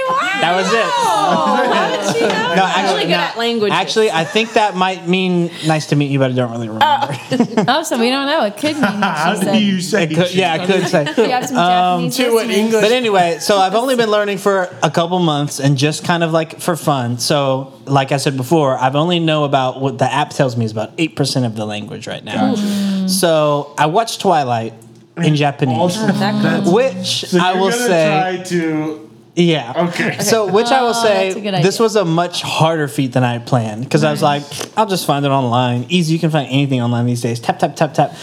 S6: Wow.
S2: That was it. No,
S5: Oh, really
S2: actually,
S5: good
S2: no,
S5: at languages.
S2: actually, I think that might mean nice to meet you, but I don't really remember.
S6: Oh, so we don't know. It could mean
S4: How
S6: what she
S4: do
S6: said.
S4: you say?
S2: I could- yeah, I could say.
S6: We have some Japanese
S1: to an
S6: listeners.
S1: English.
S2: But anyway, so I've only been learning for a couple months and just kind of like for fun. So, like I said before, I've only know about what the app tells me is about 8% of the language right now. So, I watched Twilight in Japanese,
S6: Oh,
S4: Also, that's-
S2: which
S4: so
S2: I
S4: you're
S2: will
S4: gonna
S2: say
S4: Try to.
S2: Yeah.
S4: Okay.
S2: So, which I will say,
S6: Oh, that's a good
S2: this
S6: idea.
S2: was a much harder feat than I had planned because I was like, I'll just find it online. Easy, you can find anything online these days. Tap, tap, tap, tap.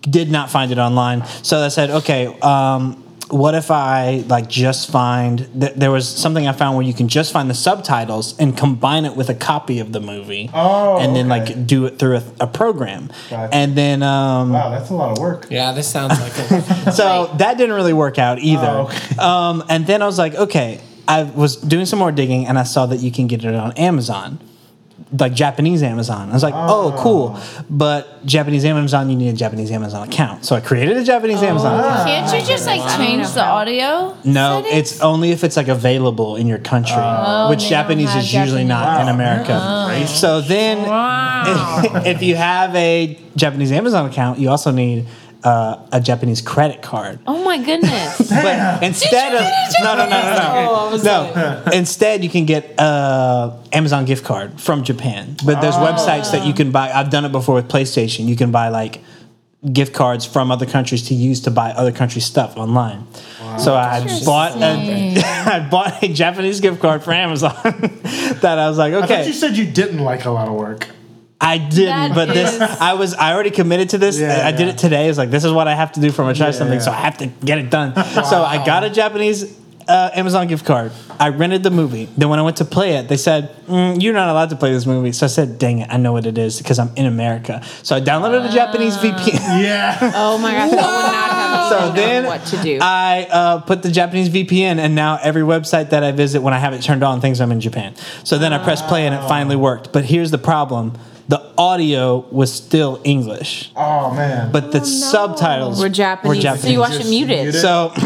S2: Did not find it online. So I said, okay, um, what if I like just find that there was something I found where you can just find the subtitles and combine it with a copy of the movie,
S4: Oh,
S2: and then
S4: okay.
S2: like do it through a, a program,
S4: Gotcha.
S2: and then um,
S4: Wow, that's a lot of work.
S1: yeah, this sounds like a
S2: so that didn't really work out either.
S4: Oh, okay.
S2: um, and then I was like, okay, I was doing some more digging and I saw that you can get it on Amazon, like Japanese Amazon. I was like, oh,
S4: Ah.
S2: cool. But Japanese Amazon, you need a Japanese Amazon account. So I created a Japanese
S4: Oh,
S2: Amazon account.
S6: Can't you just like change the audio?
S2: No,
S6: setting?
S2: it's only if it's like available in your country, which
S6: Oh, they don't
S2: Japanese
S6: have
S2: is usually not in
S4: Oh. Wow.
S2: America. So then, if you have a Japanese Amazon account, you also need uh, a Japanese credit card.
S5: oh my goodness.
S2: But instead of no, no, no, no, no, no. Instead, you can get a Amazon gift card from Japan. But there's
S4: Ah.
S2: websites that you can buy. I've done it before with PlayStation. You can buy like gift cards from other countries to use to buy other countries stuff online. So I had bought a, I bought a Japanese gift card for Amazon that I was like,
S4: I thought
S2: okay,
S4: you said you didn't like a lot of work.
S2: I
S6: That
S2: didn't, but this
S6: is-
S2: I was I already committed to this.
S4: Yeah,
S2: I did
S4: yeah.
S2: it today. It's like this is what I have to do for my try
S4: Yeah,
S2: something, so I
S4: yeah.
S2: have to get it done. So I got a Japanese uh, Amazon gift card. I rented the movie. Then when I went to play it, they said mm, you're not allowed to play this movie. So I said, "Dang it, I know what it is because I'm in America." So I downloaded a Japanese VPN.
S4: Yeah.
S5: Oh my gosh. That would not have
S2: So
S5: known
S2: then
S5: what to do.
S2: I uh, put the Japanese VPN, and now every website that I visit when I have it turned on thinks I'm in Japan. So then I press play, and it finally worked. But here's the problem: the audio was still English,
S4: Oh man.
S2: but the subtitles
S5: We're Japanese. So you watch it
S4: Just
S5: muted.
S4: muted.
S2: So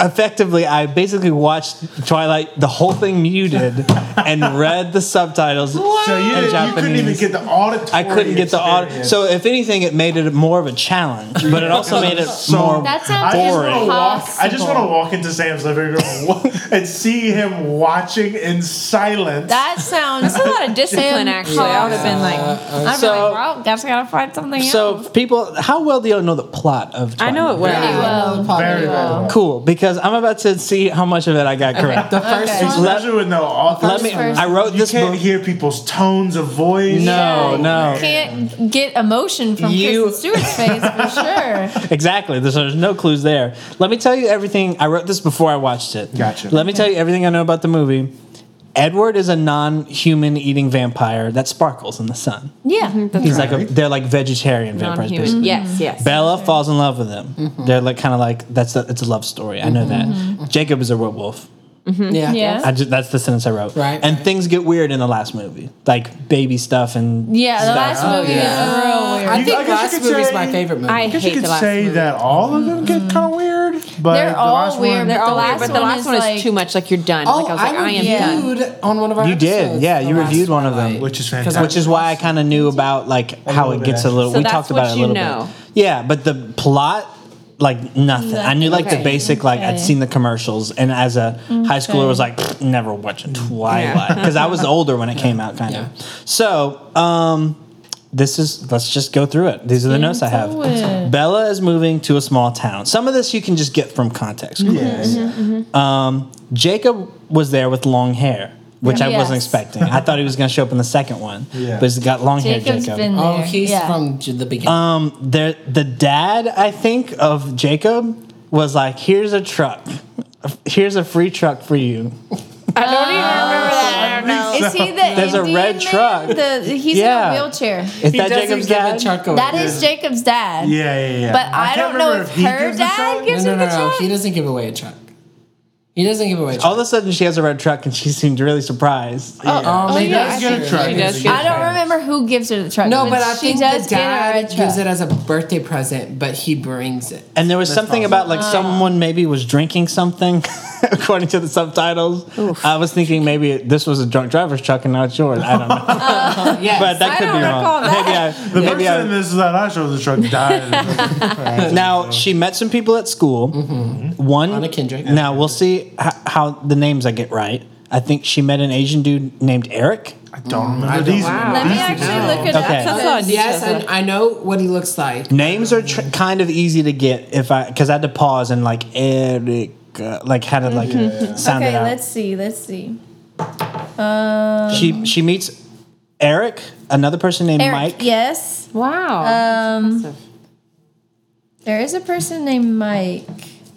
S2: effectively, I basically watched Twilight, the whole thing muted, and read the subtitles.
S4: so you,
S2: in
S4: didn't, you couldn't even
S2: Japanese.
S4: get the auditory.
S2: I couldn't get the audio.
S4: experience.
S2: So if anything, it made it more of a challenge, but it also made it
S4: So-
S2: more.
S6: That
S4: I
S6: sounds
S4: just want to
S2: boring.
S4: walk. I just want to
S6: impossible.
S4: walk into Sam's living room wa- and see him watching in silence.
S6: That sounds.
S5: That's a lot of discipline, actually. I would have been like,
S6: I'm
S2: So-
S6: like, well, guess I gotta find something
S2: So
S6: else.
S2: people, how well do y'all know the plot of?
S5: I
S2: Twilight?
S5: know it well.
S1: Yeah.
S6: Well,
S4: very, very well.
S2: Cool, because I'm about to see how much of it I got correct.
S1: The first
S6: Okay.
S1: one.
S4: Especially with no author.
S2: Let me.
S6: first.
S2: I wrote
S4: You
S2: this
S4: can't
S2: book.
S4: hear people's tones of voice.
S2: No,
S6: Yeah.
S2: no.
S6: You can't get emotion from
S2: You-
S6: Kristen Stewart's face for sure.
S2: Exactly. There's, there's no clues there. Let me tell you everything. I wrote this before I watched it.
S4: Gotcha.
S2: Let me tell you everything I know about the movie. Edward is a non-human eating vampire that sparkles in the sun.
S5: Mm-hmm.
S6: Yeah.
S2: He's like a, they're like vegetarian vampires.
S5: non-human. Mm-hmm.
S2: Basically.
S5: Yes, yes.
S2: Bella falls in love with him.
S1: Mm-hmm.
S2: They're like kind of like that's a, it's a love story. I know that. Jacob is a werewolf.
S1: Yeah.
S6: Yeah.
S2: I just, that's the sentence I wrote.
S1: Right,
S2: And
S1: right.
S2: things get weird in the last movie, like baby stuff and
S6: Yeah, the
S2: stuff.
S6: last movie is real
S1: I
S6: weird.
S4: You-
S1: think
S4: I guess you
S1: last
S4: could
S1: movie's
S4: say-
S1: my favorite movie.
S5: I
S4: I guess you
S5: hate
S4: could
S5: the last
S4: say
S5: movie.
S4: that all of them
S2: Mm-hmm.
S4: get kind of weird, but
S6: They're
S4: the
S6: all
S4: last
S6: weird,
S4: one,
S6: but
S5: They're all weird, but the last one is,
S6: like-
S5: too much. Like you're done.
S1: Oh,
S5: like I was like, I, am
S1: reviewed
S5: done.
S1: on one of our
S2: You did,
S1: episodes,
S2: yeah,
S1: the
S2: you
S1: last
S2: reviewed one of them,
S1: Twilight.
S4: which is
S1: 'Cause
S4: fantastic.
S2: which is why I kind of knew about like how
S4: little
S2: it
S4: bit,
S2: gets a little.
S5: So
S2: we
S5: that's
S2: talked about
S5: what
S2: it a
S5: you
S2: little
S5: know.
S2: bit. Yeah, but the plot, like nothing. I knew like the
S5: Okay.
S2: basic. Like I'd
S6: Okay.
S2: seen the commercials, and as a high schooler, was like "Pfft, never watching Twilight
S5: Yeah.
S2: because I was older when it came out, kind of.
S1: Yeah.
S2: So. um this is let's just go through it. These are the notes I have.
S6: into it.
S2: Bella is moving to a small town. Some of this you can just get from context.
S4: Yes.
S2: Um, Jacob was there with long hair, which I wasn't
S6: Yes.
S2: expecting. I thought he was going to show up in the second one,
S4: Yeah.
S2: but he's got long hair.
S6: Jacob's
S2: Jacob.
S6: been there.
S1: Oh, he's
S6: yeah.
S1: from j- the beginning.
S2: um, the the dad I think of Jacob was like, "Here's a truck, here's a free truck for you."
S6: Is he the
S2: There's a
S6: Indian
S2: red
S6: man?
S2: truck.
S6: The, he's
S2: Yeah.
S6: in a wheelchair.
S2: Is
S1: he
S2: that
S1: doesn't
S2: Jacob's
S1: give
S2: dad?
S1: a chuck away.
S6: That is Jacob's dad.
S4: Yeah, yeah, yeah.
S6: But I
S4: can't
S6: don't know
S4: remember
S6: if her
S4: gives a
S6: dad
S4: shot.
S6: gives-
S1: no,
S6: Is
S1: no,
S6: it
S1: no,
S6: the
S1: no.
S6: truck?
S1: He doesn't give away a truck. He doesn't give away a
S2: All
S1: truck.
S2: of a sudden, she has a red truck, and she seemed really surprised.
S1: Oh, maybe
S4: yeah,
S1: that's
S4: she does
S1: true.
S4: get a truck.
S1: Maybe
S5: She
S1: that's
S5: does
S1: true.
S6: I don't remember who gives her the truck.
S1: No, but I
S6: she
S1: think
S6: does
S1: the
S6: get her a red
S1: dad
S6: truck.
S1: gives it as a birthday present, but he brings it.
S2: And there was something about
S6: Oh.
S2: like someone maybe was drinking something, according to the subtitles. I was thinking maybe this was a drunk driver's truck and not yours. I don't know.
S1: Yes.
S2: but that
S6: I
S2: could
S6: don't
S2: be
S6: recall
S2: wrong.
S4: The
S2: Maybe I, maybe
S4: person in
S2: I,
S4: this that I showed the truck died.
S2: now she met some people at school. One
S1: Mm-hmm. Anna Kendrick.
S2: Now we'll see how, how the names I get right. I think she met an Asian dude named Eric.
S4: I don't remember these.
S5: Wow.
S6: Let me
S4: these
S6: actually
S4: people.
S6: look it
S2: Okay.
S6: up.
S5: That's
S6: because-
S5: odd.
S1: yes, and I know what he looks like.
S2: Names are tr- kind of easy to get if I because I had to pause and like Eric, uh, like had to like sound it
S6: Mm-hmm. Okay,
S2: out.
S6: let's see. Let's see. Um,
S2: she she meets Eric, another person named
S6: Eric,
S2: Mike.
S6: Yes.
S5: Wow.
S6: Um,
S5: Impressive.
S6: there is a person named Mike.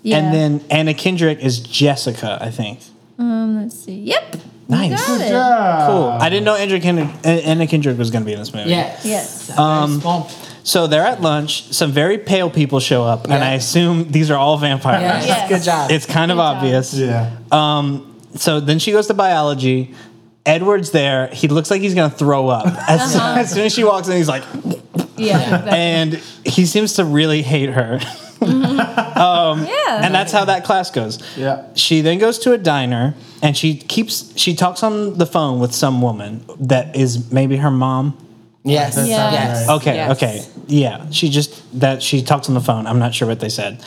S6: Yeah.
S2: And then Anna Kendrick is Jessica, I think.
S6: um, let's see. Yep. you
S2: Nice.
S6: got it.
S4: Yeah.
S2: Cool. I didn't know Andrew Kendrick, Anna Kendrick was going to be in this movie.
S1: Yes.
S6: Yes.
S1: Very
S2: Um,
S1: small.
S2: So they're at lunch. Some very pale people show up, and
S1: Yeah.
S2: I assume these are all vampires.
S1: Yes.
S6: Yes.
S1: Good job.
S2: It's kind of
S6: Good job.
S2: obvious.
S4: Yeah.
S2: Um, so then she goes to biology. Edward's there. He looks like he's going to throw up. As,
S6: Uh-huh.
S2: as soon as she walks in, he's like,
S6: Yeah. exactly.
S2: and he seems to really hate her.
S6: yeah.
S2: And that's how that class goes.
S4: Yeah.
S2: She then goes to a diner and she keeps, she talks on the phone with some woman that is maybe her mom.
S1: yes.
S4: That
S6: Yeah.
S4: sounds
S1: Yes.
S4: right.
S2: Okay,
S5: Yes.
S2: okay. Yeah, she just that she talks on the phone. I'm not sure what they said.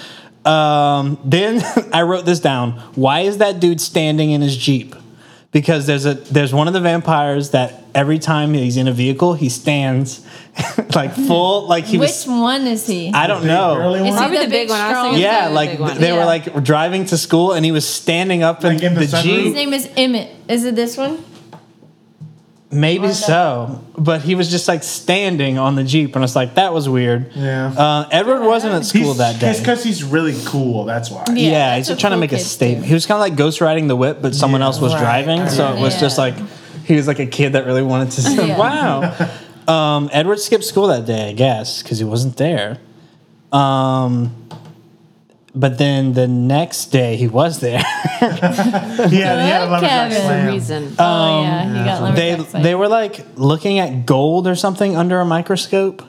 S2: Um, then I wrote this down. Why is that dude standing in his Jeep? Because there's a there's one of the vampires that every time he's in a vehicle, he stands like full like he
S6: Which
S2: was
S6: one is he?
S2: I don't
S4: Early
S2: know.
S4: one.
S6: Is he
S5: Probably the big one. I was
S6: strong
S5: thinking
S6: guy?
S2: Yeah,
S5: the
S2: like
S5: big one.
S2: they were
S6: Yeah.
S2: like driving to school and he was standing up in,
S4: Like in the
S2: the,
S6: His
S4: sunroof?
S2: Jeep.
S6: name is Emmett. Is it this one?
S2: Maybe so, but he was just like standing on the Jeep and it's like that was weird.
S4: Yeah.
S2: Uh, Edward wasn't at school
S4: He's,
S2: that day.
S4: because he's really cool. That's why.
S6: Yeah,
S2: Yeah, he's
S6: that's
S2: just
S6: what
S2: trying to
S6: cool
S2: make a
S6: kids
S2: statement.
S6: do.
S2: He was kind of like ghost riding the whip, but someone else was
S1: Right,
S2: driving, so it was just
S6: Yeah.
S2: like he was like a kid that really wanted to. Say,
S6: Yeah.
S2: Wow. Um, Edward skipped school that day, I guess, because he wasn't there. Um, But then the next day he was there.
S4: He had, he had a
S6: Good,
S4: lumberjack
S6: Kevin.
S4: slam.
S5: reason.
S6: oh yeah, he got
S2: Um, they
S6: lumberjack
S2: they were like looking at gold or something under a microscope.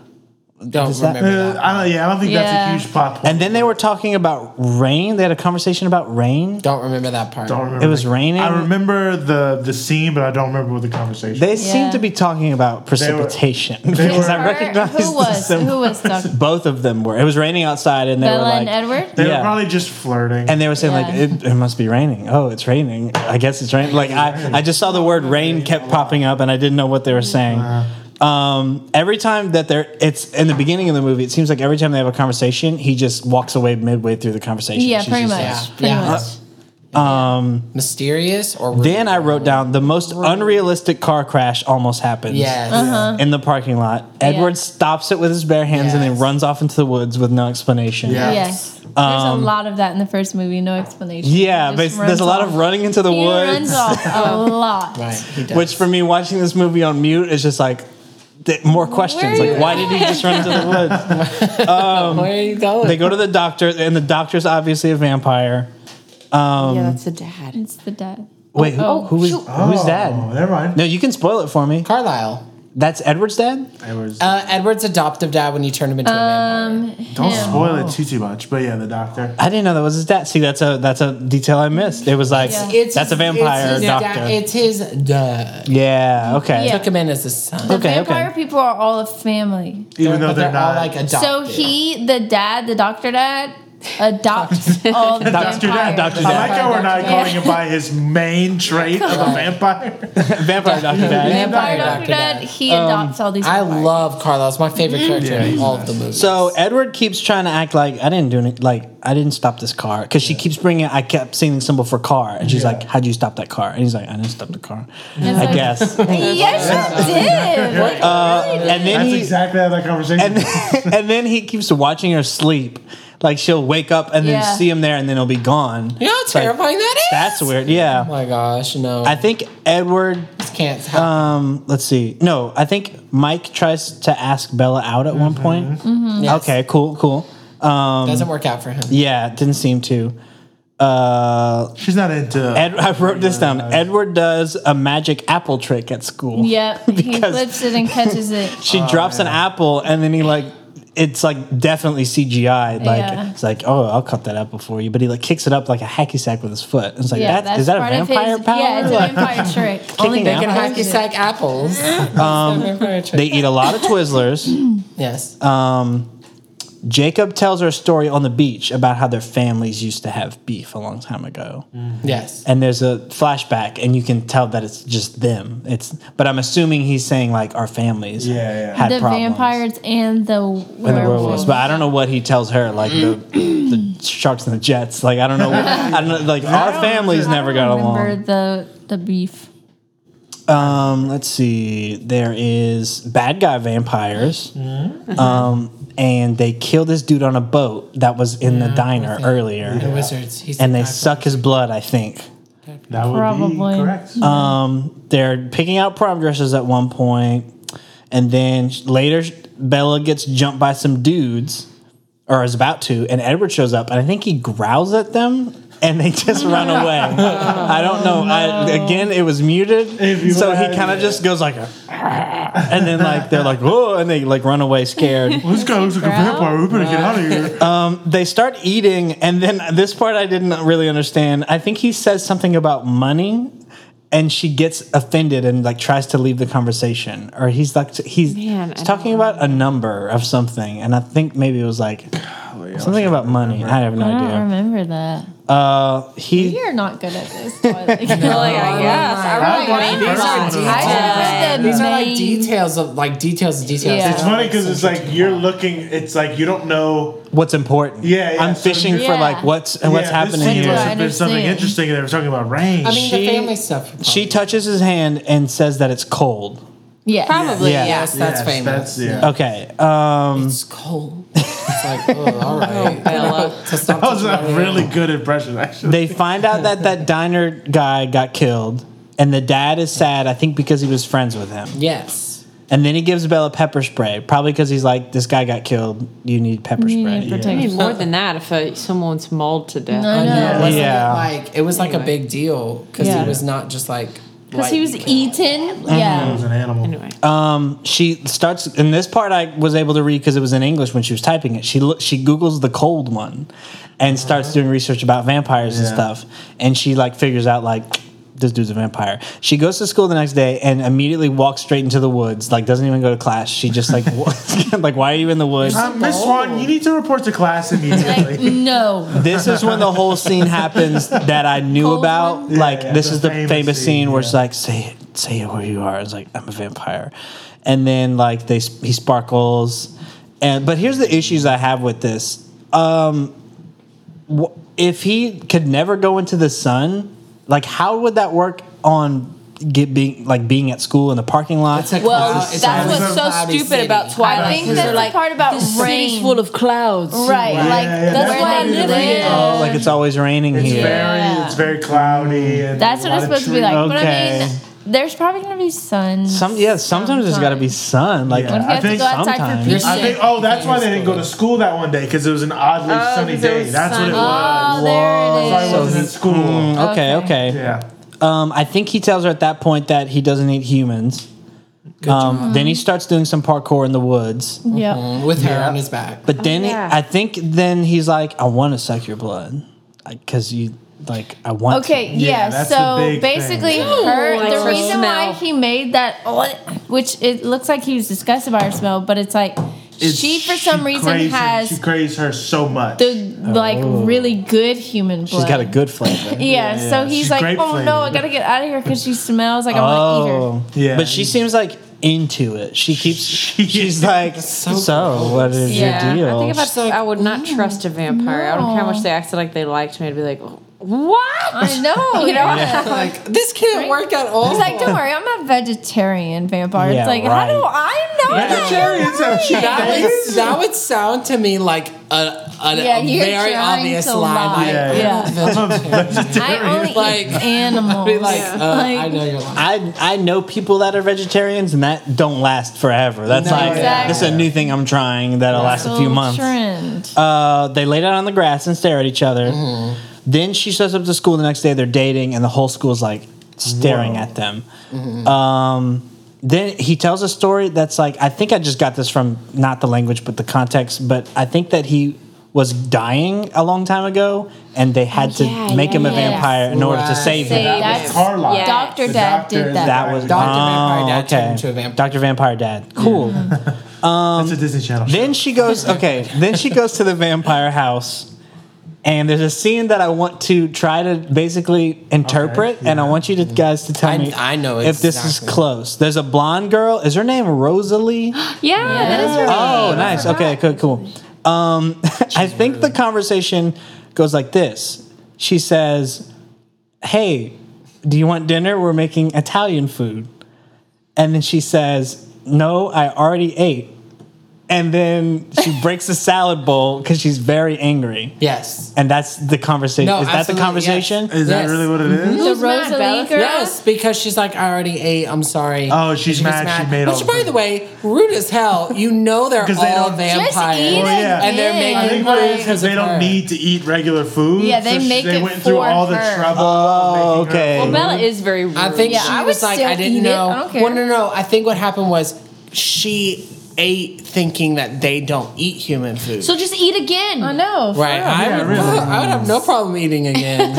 S1: Don't
S2: Does Oh, that-
S1: remember that.
S4: Uh, I don't, yeah, I don't think
S6: Yeah.
S4: that's a huge plot point.
S2: And then they were talking about rain. They had a conversation about rain.
S1: Don't remember that part.
S4: I don't remember.
S2: It was raining.
S4: I remember the the scene, but I don't remember what the conversation.
S2: They
S6: Yeah.
S2: seemed to be talking about
S4: were-
S2: precipitation
S4: they
S2: because
S4: were-
S2: I recognized
S6: who was
S2: the sim-
S6: who was stuck?
S2: both of them were. It was raining outside, and they
S6: Bella
S2: were like,
S6: and Edward.
S4: they
S2: yeah.
S4: were probably just flirting.
S2: and they were saying
S6: Yeah.
S2: like, it, it must be raining. Oh, it's raining. I guess it's raining. Like I, I just saw the word rain kept popping up, and I didn't know what they were saying. Um, every time that they're, it's in the beginning of the movie. It seems like every time they have a conversation, he just walks away midway through the conversation.
S6: Yeah,
S2: She's
S6: pretty
S2: just
S6: much.
S2: like-
S1: Yeah.
S6: Pretty
S1: Yeah.
S6: much.
S1: Mysterious or
S2: Then Uh, um, I wrote down the most unrealistic car crash almost happens.
S1: Yes.
S6: Uh-huh.
S2: in the parking lot. Edward stops it with his bare hands and then
S1: Yes.
S2: runs off into the woods with no explanation.
S4: Yeah.
S6: Yes. there's a lot of that in the first movie. No explanation.
S2: Um, Yeah,
S6: He
S2: but
S6: just
S2: it's- there's a lot
S6: runs
S2: of
S6: off.
S2: running into the
S6: He
S2: woods,
S6: runs off a lot.
S1: Right. He does.
S2: which for me, watching this movie on mute is just like th- more questions.
S6: Where
S2: Like, why did he just run into the woods?
S1: where are you going?
S2: They go to um, the doctor, and the doctor's obviously a vampire.
S5: yeah, that's a dad.
S6: It's the dad.
S2: Wait, who,
S6: Oh,
S2: who is who's
S4: Oh,
S2: dad?
S4: never mind.
S2: No, you can spoil it for me.
S1: Carlisle.
S2: That's Edward's dad.
S4: It was-
S1: Uh, Edward's adoptive dad when you turn him into a vampire.
S4: don't spoil it too too much. But yeah, the doctor.
S2: I didn't know that was his dad. See, that's a that's a detail I missed. It was like
S6: Yeah.
S2: that's
S1: his-
S2: a vampire
S1: it's his
S2: doctor.
S1: dad- it's his dad.
S2: yeah. Okay.
S6: Yeah.
S1: Took him in as a son.
S6: The
S2: Okay, okay.
S6: vampire people are all a family.
S4: Even though
S1: But
S4: they're,
S1: all
S4: not.
S1: like adopted.
S6: So he, the dad, the doctor dad, adopts all the
S2: Doctor
S6: vampires.
S2: dad, doctor
S4: I like
S2: dad,
S4: how we're not
S6: Yeah.
S4: calling him by his main trait of a vampire.
S2: vampire doctor Um, dad.
S1: Vampire
S6: Vampire doctor dad. He adopts all these.
S1: I
S6: vampires.
S1: love Carlisle. It's my favorite character
S4: Yeah,
S1: in
S4: he's
S1: all of the movies.
S2: Mm-hmm. So Edward keeps trying to act like I didn't do any, like I didn't stop this car because she keeps bringing. I kept seeing the symbol for car, and she's like, "How'd you stop that car?" And he's like, "I didn't stop the car." I
S6: like-
S2: guess.
S6: Yes, you did.
S2: and then
S4: That's
S2: he
S4: exactly how that conversation.
S2: and then, and then he keeps watching her sleep. Like she'll wake up and then
S6: Yeah.
S2: see him there, and then he'll be gone.
S1: you know how
S2: It's like,
S1: terrifying that is?
S2: That's weird.
S1: Oh
S2: Yeah,
S1: my gosh, no.
S2: I think Edward.
S1: this can't happen.
S2: Um, let's see. No, I think Mike tries to ask Bella out at one point.
S6: Mm-hmm.
S1: Yes.
S2: um, Okay, cool, cool.
S1: Doesn't work out for him.
S2: Yeah, it didn't seem to. Uh,
S4: She's not into.
S2: Ed, I wrote this
S4: Oh
S2: down. Edward does a magic apple trick at school.
S6: Yep, he
S2: Because-
S6: flips it and catches it.
S2: She
S4: Oh,
S2: drops an apple and then he like it's like definitely CGI. Like
S6: Yeah.
S2: it's like, oh, I'll cut that apple for you. But he like kicks it up like a hacky sack with his foot. It's like
S6: Yeah,
S2: that's, is that a
S6: part of
S2: vampire
S6: his,
S2: power?
S6: Yeah, it's a
S2: Like,
S6: vampire trick. Only
S2: kicking
S1: Can
S2: apple?
S1: hacky sack apples. Um,
S2: they eat a lot of Twizzlers.
S1: yes.
S2: um, Jacob tells her a story on the beach about how their families used to have beef a long time ago.
S4: Mm.
S1: yes.
S2: and there's a flashback and you can tell that it's just them it's but i'm assuming he's saying like our families
S4: Yeah, yeah.
S2: had
S6: the
S2: problems
S6: vampires and the
S2: and the
S6: werewolves.
S2: werewolves but i don't know what he tells her like the, the sharks and the jets like i don't know what, i don't know like our families never got
S6: Remember
S2: along
S6: the the beef.
S2: um let's see there is bad guy vampires um and they kill this dude on a boat that was in the diner earlier
S1: The wizards. He's
S2: and
S1: the
S2: they
S1: guy from-
S2: suck his blood i think
S4: that would
S6: Probably.
S4: be correct.
S2: they're picking out prom dresses at one point, and then sh- later sh- Bella gets jumped by some dudes, or is about to, and Edward shows up, and I think he growls at them. And they just run away. I don't know. I, again, it was muted,
S4: If you
S2: so
S4: would
S2: he
S4: have-
S2: kind of just goes like, "Ah," and then like they're like, "Whoa!" and they like run away scared.
S4: Well, this guy looks like a vampire. We better get out of here.
S2: Uh, they start eating, and then this part I didn't really understand. I think he says something about money, and she gets offended and like tries to leave the conversation, or he's like he's,
S5: Man, I
S2: he's talking about a number of something, and I think maybe it was like something about money. I have no
S6: I don't
S2: idea.
S6: remember that.
S2: Uh, he
S6: You're not good at this. Toilet.
S5: Like,
S3: Oh,
S5: I guess. I
S4: I watched the first one.
S1: details. These are like
S6: main-
S1: details of like details of details.
S6: Yeah.
S4: It's funny because it's like you're looking. It's like you don't know.
S2: what's important?
S4: Yeah, yeah,
S2: I'm
S4: so
S2: fishing
S6: you-
S2: for
S6: Yeah.
S2: like what's and what's
S4: Yeah, this
S2: happening
S4: scene
S2: here.
S4: must have been something
S6: Understand.
S4: interesting. They were talking about rain.
S1: I mean
S2: She-
S1: the family stuff.
S2: She touches his hand and says that it's cold.
S6: yeah.
S5: Probably,
S2: Yeah.
S5: yeah.
S1: Yes, that's
S4: Yes,
S1: famous.
S4: That's yeah.
S2: Okay. Um,
S1: It's cold. It's like, oh, all right.
S5: Bella.
S1: To stop
S4: That was
S1: touching
S4: a
S1: my
S4: really good impression, actually.
S2: they find out that that diner guy got killed and the dad is sad i think because he was friends with him
S1: Yes.
S2: And then he gives Bella pepper spray, probably because he's like, this guy got killed. You need pepper
S6: You
S2: spray.
S6: need to
S5: I
S6: protect
S5: mean, more than that, if uh someone's mauled to death.
S6: I know.
S1: Yeah, wasn't
S2: Yeah.
S1: It like it was like a
S5: Anyway.
S1: big deal because
S5: Yeah.
S1: he was not just like
S6: Because he was
S1: lightly killed.
S6: eaten. Yeah.
S4: was an animal.
S5: Anyway,
S2: Um, she starts, and this part I was able to read because it was in English when she was typing it. She look, she googles the cold one, and
S6: Uh-huh.
S2: starts doing research about vampires and
S4: Yeah.
S2: stuff. And she like figures out like this dude's a vampire. She goes to school the next day and immediately walks straight into the woods. Like doesn't even go to class. She just like wa- like why are you in the woods?
S4: Uh, Miss Swan, you need to report to class
S6: Like,
S4: immediately.
S6: no.
S2: this is when the whole scene happens that I knew
S6: Cold
S2: about.
S6: one?
S2: Like
S4: Yeah,
S2: this
S4: the
S2: is the famous,
S4: famous
S2: scene
S4: scene,
S2: where
S4: yeah.
S2: she's like, "Say it, say it where you are." It's like I'm a vampire, and then like they he sparkles, and but here's the issues I have with this. Um, wh- if he could never go into the sun, like how would that work on? Get being like being at school in the parking lot.
S1: It's a
S5: well,
S1: cloud- it's
S5: that's
S1: a
S5: what's so
S1: cloudy
S5: stupid
S1: city.
S5: about Twilight.
S6: I think
S5: 'cause
S6: that's
S5: they're
S6: the
S5: like,
S6: part about
S5: "This city's
S6: rain."
S5: full of clouds.
S6: Right. like,
S4: yeah,
S6: that's
S4: that's
S6: where
S4: probably
S6: they
S4: the
S6: live.
S4: reason.
S2: oh, like it's always raining
S4: It's
S2: here.
S4: very, it's very cloudy. And
S6: That's
S4: a
S6: what it's
S4: lot of
S6: supposed to be
S4: trees.
S6: like. But I
S2: Okay.
S6: mean, there's probably going to be sun.
S2: Some yeah. Sometimes there's got to be sun. Like
S4: Yeah. What if you
S2: I
S4: have to
S2: think
S6: go outside for
S2: sometimes.
S6: pizza?
S4: I think. Oh, that's why they didn't go to school that one day because it was an oddly
S5: Oh,
S4: sunny
S5: 'cause it
S4: day.
S5: was
S4: That's what it
S5: sunny.
S4: was.
S6: Oh, there it is.
S4: That's why I wasn't in school.
S2: Mm, okay,
S6: Okay.
S2: okay.
S4: Yeah.
S2: Um, I think he tells her at that point that he doesn't eat humans. Um, then he starts doing some parkour in the woods.
S6: Yeah.
S1: with her on his back.
S2: But then he-
S5: yeah.
S2: I think then he's like, I want to suck your blood. Because you, like, I want to.
S6: Okay,
S4: Yeah,
S6: yeah.
S4: that's the
S6: so
S4: big thing.
S6: basically,
S5: Ew,
S6: her
S5: like
S6: the
S5: her
S6: reason why
S5: smell.
S6: he made that, which it looks like he was disgusted by her smell, but it's like
S4: It's-
S6: she for some reason
S4: craves-
S6: has
S4: she craves her so much.
S6: the like really good human blood.
S2: She's got a good flavor.
S6: yeah,
S4: yeah,
S6: so
S4: yeah.
S6: he's
S4: She's
S6: like,
S4: grape
S6: oh no, I
S4: flavored."
S6: gotta get out of here because she smells like I want to eat her.
S2: Oh.
S4: Yeah.
S2: But she seems like into it. She keeps,
S4: She
S2: she's
S4: is.
S2: like, so, what is
S5: Yeah,
S2: your deal?
S5: I think if I, I would not trust a vampire. I don't care how much they acted like they liked me. I'd be like, "Oh." what?
S6: I know, you know.
S1: like this can't work at all.
S6: He's like, don't worry, I'm a vegetarian vampire.
S2: Yeah,
S6: it's like,
S2: right.
S6: how do I know? that?
S4: Vegetarians have cheap
S1: that would,
S4: days.
S1: that would sound to me like a, a,
S6: Yeah,
S1: a
S6: you're
S1: very
S6: trying
S1: obvious
S6: to
S1: lie.
S6: lie.
S1: Like,
S4: Yeah,
S6: yeah.
S1: I'm a vegetarian.
S6: I only
S1: Like-
S6: eat animals.
S1: Be like, uh,
S6: Like-
S1: I know you're lying.
S2: I I know people that are vegetarians and that don't last forever. That's
S1: No,
S2: like
S1: Exactly.
S2: this is a new thing I'm trying that'll last a few
S6: Little
S2: months.
S6: Trend.
S2: Uh, they lay down on the grass and stare at each other.
S1: Mm-hmm.
S2: Then she shows up to school the next day. They're dating and the whole school's like staring
S4: Whoa.
S2: at them.
S1: Mm-hmm.
S2: Um, then he tells a story that's like I think I just got this from not the language but the context. But I think that he was dying a long time ago and they had to
S5: yeah,
S2: make
S5: yeah,
S2: him a
S5: yeah.
S2: vampire in order to
S1: Right.
S2: save
S6: Say
S2: him.
S6: that's
S4: Carlisle.
S5: Yeah.
S6: Doctor
S4: The
S6: Dad
S4: doctor
S6: did
S4: is
S6: that.
S2: That was
S1: Dr. Vampire
S2: oh,
S1: Dad turned into a vampire.
S2: Dr. Vampire Dad. Cool.
S4: it's a Disney Channel. show.
S2: Then she goes, okay, then she goes to the vampire house. And there's a scene that I want to try to basically interpret, and I want you to guys to tell
S1: I-
S2: me
S1: I know
S2: if this is
S1: exactly.
S2: close. There's a blonde girl. Is her name Rosalie?
S5: Yeah, that is her
S2: Oh,
S5: name.
S2: nice. Okay, cool, cool. Um, I think the conversation goes like this. She says, "Hey, do you want dinner? We're making Italian food." And then she says, "No, I already ate." And then she breaks the salad bowl because she's very angry.
S1: Yes.
S2: And that's the conversation.
S1: No,
S2: Is that the
S1: absolutely, yes.
S2: conversation?
S4: Is that
S1: Yes.
S4: really what it is?
S6: The
S5: mad, Bella?
S6: Rosalie girl.
S1: Yes, because she's like, I already ate. I'm sorry.
S4: Oh, she's
S1: was
S4: mad she made all
S1: Which,
S4: the
S1: by
S4: food.
S1: the way, rude as hell. You know they're
S4: 'Cause they
S1: all
S4: don't-
S1: vampires,
S6: Just eat
S4: Well, yeah.
S6: it.
S4: And
S1: they're
S6: again.
S1: making
S4: I think what it is
S1: Because
S4: because
S1: of
S4: they
S1: her.
S4: don't need to eat regular food.
S6: Mm-hmm. Yeah, they
S4: so she-
S6: make
S4: They
S6: it
S4: went through
S6: for
S4: all the
S6: her.
S4: trouble.
S2: Oh,
S4: of making her
S2: okay.
S4: food.
S5: Well, Bella is very rude.
S1: I think
S6: Yeah,
S1: she
S6: I
S1: was
S6: would
S1: like,
S6: still
S1: I didn't
S6: eat it.
S1: know.
S6: I don't
S1: Well,
S6: care.
S1: no, no. I think what happened was she ate thinking that they don't eat human food.
S5: so just eat again.
S6: I know.
S1: right. I, would, I would have no problem eating again.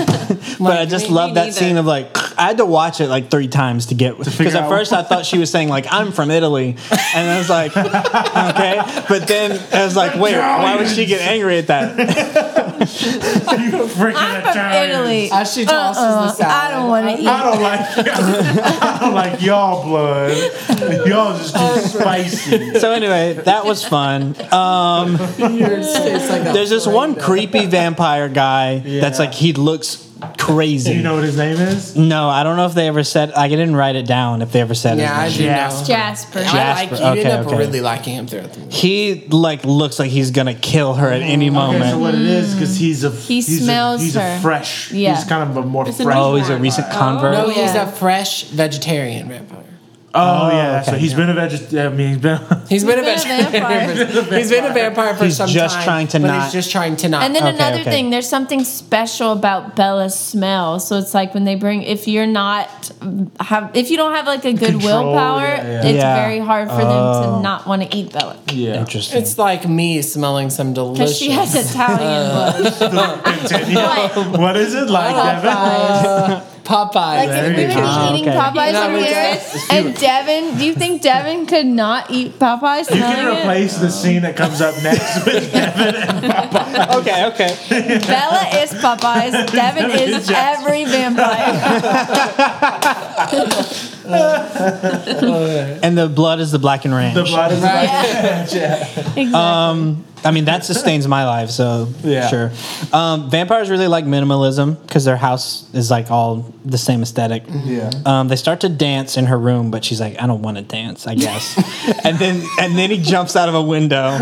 S2: But I just
S5: me-
S2: love
S5: me
S2: that
S5: neither.
S2: scene of like I had to watch it like three times to get because
S4: figure
S2: at
S4: out-
S2: first I thought she was saying like I'm from Italy and I was like okay but then I was like wait why would she get angry at that
S4: You
S6: I'm
S4: freaking
S6: from
S4: Italians.
S6: Italy.
S1: As she tosses
S6: Uh-uh.
S1: the salad. Uh-uh.
S6: I don't want to eat.
S4: I don't like I don't like y'all blood. Y'all just too spicy.
S2: so anyway that was fun um,
S1: It's like a-
S2: there's this one creepy vampire guy that's
S4: Yeah.
S2: like he looks crazy
S4: You know what his name is?
S2: no I don't know if they ever said like, I didn't write it down if they ever said
S1: Yeah, I
S2: it
S1: do
S4: Jasper.
S1: know.
S6: Jasper.
S1: I like
S2: Jasper,
S1: you end
S2: okay,
S1: up
S2: okay.
S1: really liking him throughout the movie.
S2: he like looks like he's gonna kill her at any moment
S4: Okay, so what it is? Because he's a he
S6: smells
S4: A, he's
S6: her.
S4: a fresh.
S6: Yeah.
S4: He's kind of a more
S5: a
S4: fresh.
S2: oh he's a recent convert
S1: No, he's
S6: Yeah.
S1: a fresh vegetarian vampire.
S4: Oh, yeah, that's
S2: okay,
S4: right. He's
S2: yeah.
S4: been a vegetarian. I mean, he's been.
S1: He's been a
S3: He's been a
S1: vampire. He's been a vampire for
S2: He's
S1: some
S2: just
S1: time,
S2: trying to
S1: but
S2: not-
S1: He's just trying to not.
S3: And then
S2: Okay,
S3: another
S2: okay.
S3: thing, there's something special about Bella's smell. So it's like when they bring, if you're not have, if you don't have like a good
S4: Control,
S3: willpower,
S4: yeah, yeah.
S3: it's
S2: Yeah.
S3: very hard for them to not want to eat Bella
S4: yeah.
S2: Interesting.
S1: it's like me smelling some
S3: because
S1: delicious.
S3: she has
S2: Uh,
S3: Italian blood.
S4: Continue. what is it like, Devin?
S3: Popeyes.
S1: Popeye.
S3: Like
S4: There
S3: we would
S4: you
S3: be
S4: go.
S3: eating
S2: Ah, Okay.
S3: Popeyes
S1: No,
S3: for
S1: we
S3: years, and Devin. Do you think Devin could not eat Popeyes?
S4: You can replace the scene that comes up next with
S2: okay, okay.
S3: Bella is Popeyes. Devin is every vampire.
S2: And the blood is the black and ranch.
S4: the blood. Is
S1: Right.
S3: Exactly.
S2: I mean, that sustains my life, so
S4: Yeah.
S2: sure. Um, vampires really like minimalism because their house is like all the same aesthetic.
S4: Mm-hmm. Yeah.
S2: Um, they start to dance in her room, but she's like, "I don't want to dance," I guess. and then, and then he jumps out of a window.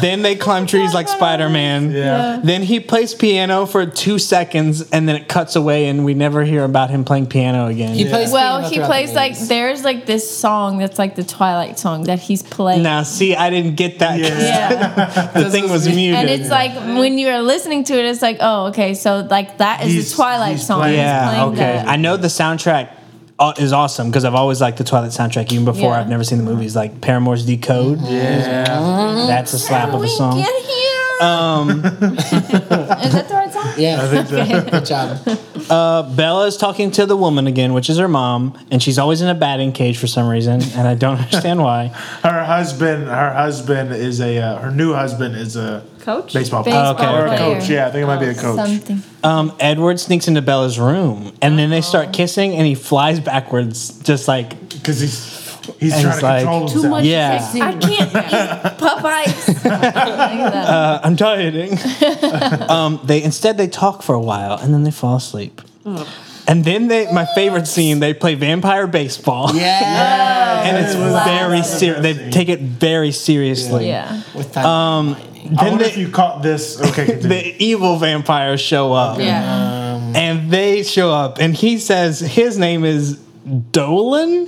S2: then they climb trees like Spider Man.
S4: Yeah.
S2: Then he plays piano for two seconds, and then it cuts away, and we never hear about him playing piano again.
S1: He plays
S3: Well,
S1: piano
S3: he
S1: throughout the
S3: plays like
S1: movies.
S3: there's like this song that's like the Twilight song that he's playing.
S2: now, see, I didn't get that. 'cause
S4: Yeah.
S3: Yeah,
S2: The thing was muted.
S3: and it's like when you are listening to it, it's like, oh, okay, so like that is
S4: He's-
S3: the Twilight
S4: he's
S3: song.
S4: playing-
S3: He's
S2: Yeah,
S3: playing
S2: okay.
S3: that.
S2: I know the soundtrack uh, is awesome because I've always liked the Twilight soundtrack, even before
S3: Yeah.
S2: I've never seen the movies. Like Paramore's Decode,
S4: Yeah.
S2: that's a slap of a
S3: we
S2: song. Um,
S3: get here. is that the right song?
S1: yeah.
S4: I think so.
S1: Good job.
S2: Bella is talking to the woman again, which is her mom, and she's always in a batting cage for some reason, and I don't understand why.
S4: Her husband, her husband is a, uh, her new husband is a
S5: Coach?
S4: baseball player.
S3: Baseball
S2: okay,
S4: Or a
S2: okay.
S3: player.
S4: coach, yeah. I think it might be a coach.
S3: Something.
S2: Um, Edward sneaks into Bella's room, and then they start kissing, and he flies backwards, just like
S4: Because he's he's
S2: And
S4: trying
S2: he's
S4: to control
S2: like,
S4: himself.
S2: Yeah.
S3: texting. I can't eat Popeyes. Like that.
S2: I'm dieting. um, they instead they talk for a while and then they fall asleep. And then they, my favorite scene, they play vampire baseball,
S1: Yeah.
S2: and it's very serious. They
S4: Interesting.
S2: take it very seriously.
S3: yeah.
S1: With that. Um,
S4: I
S2: Then
S4: wonder if
S2: they,
S4: you caught this. Okay, continue.
S2: the evil vampires show up,
S5: Yeah.
S2: and they show up, and he says his name is Dolan.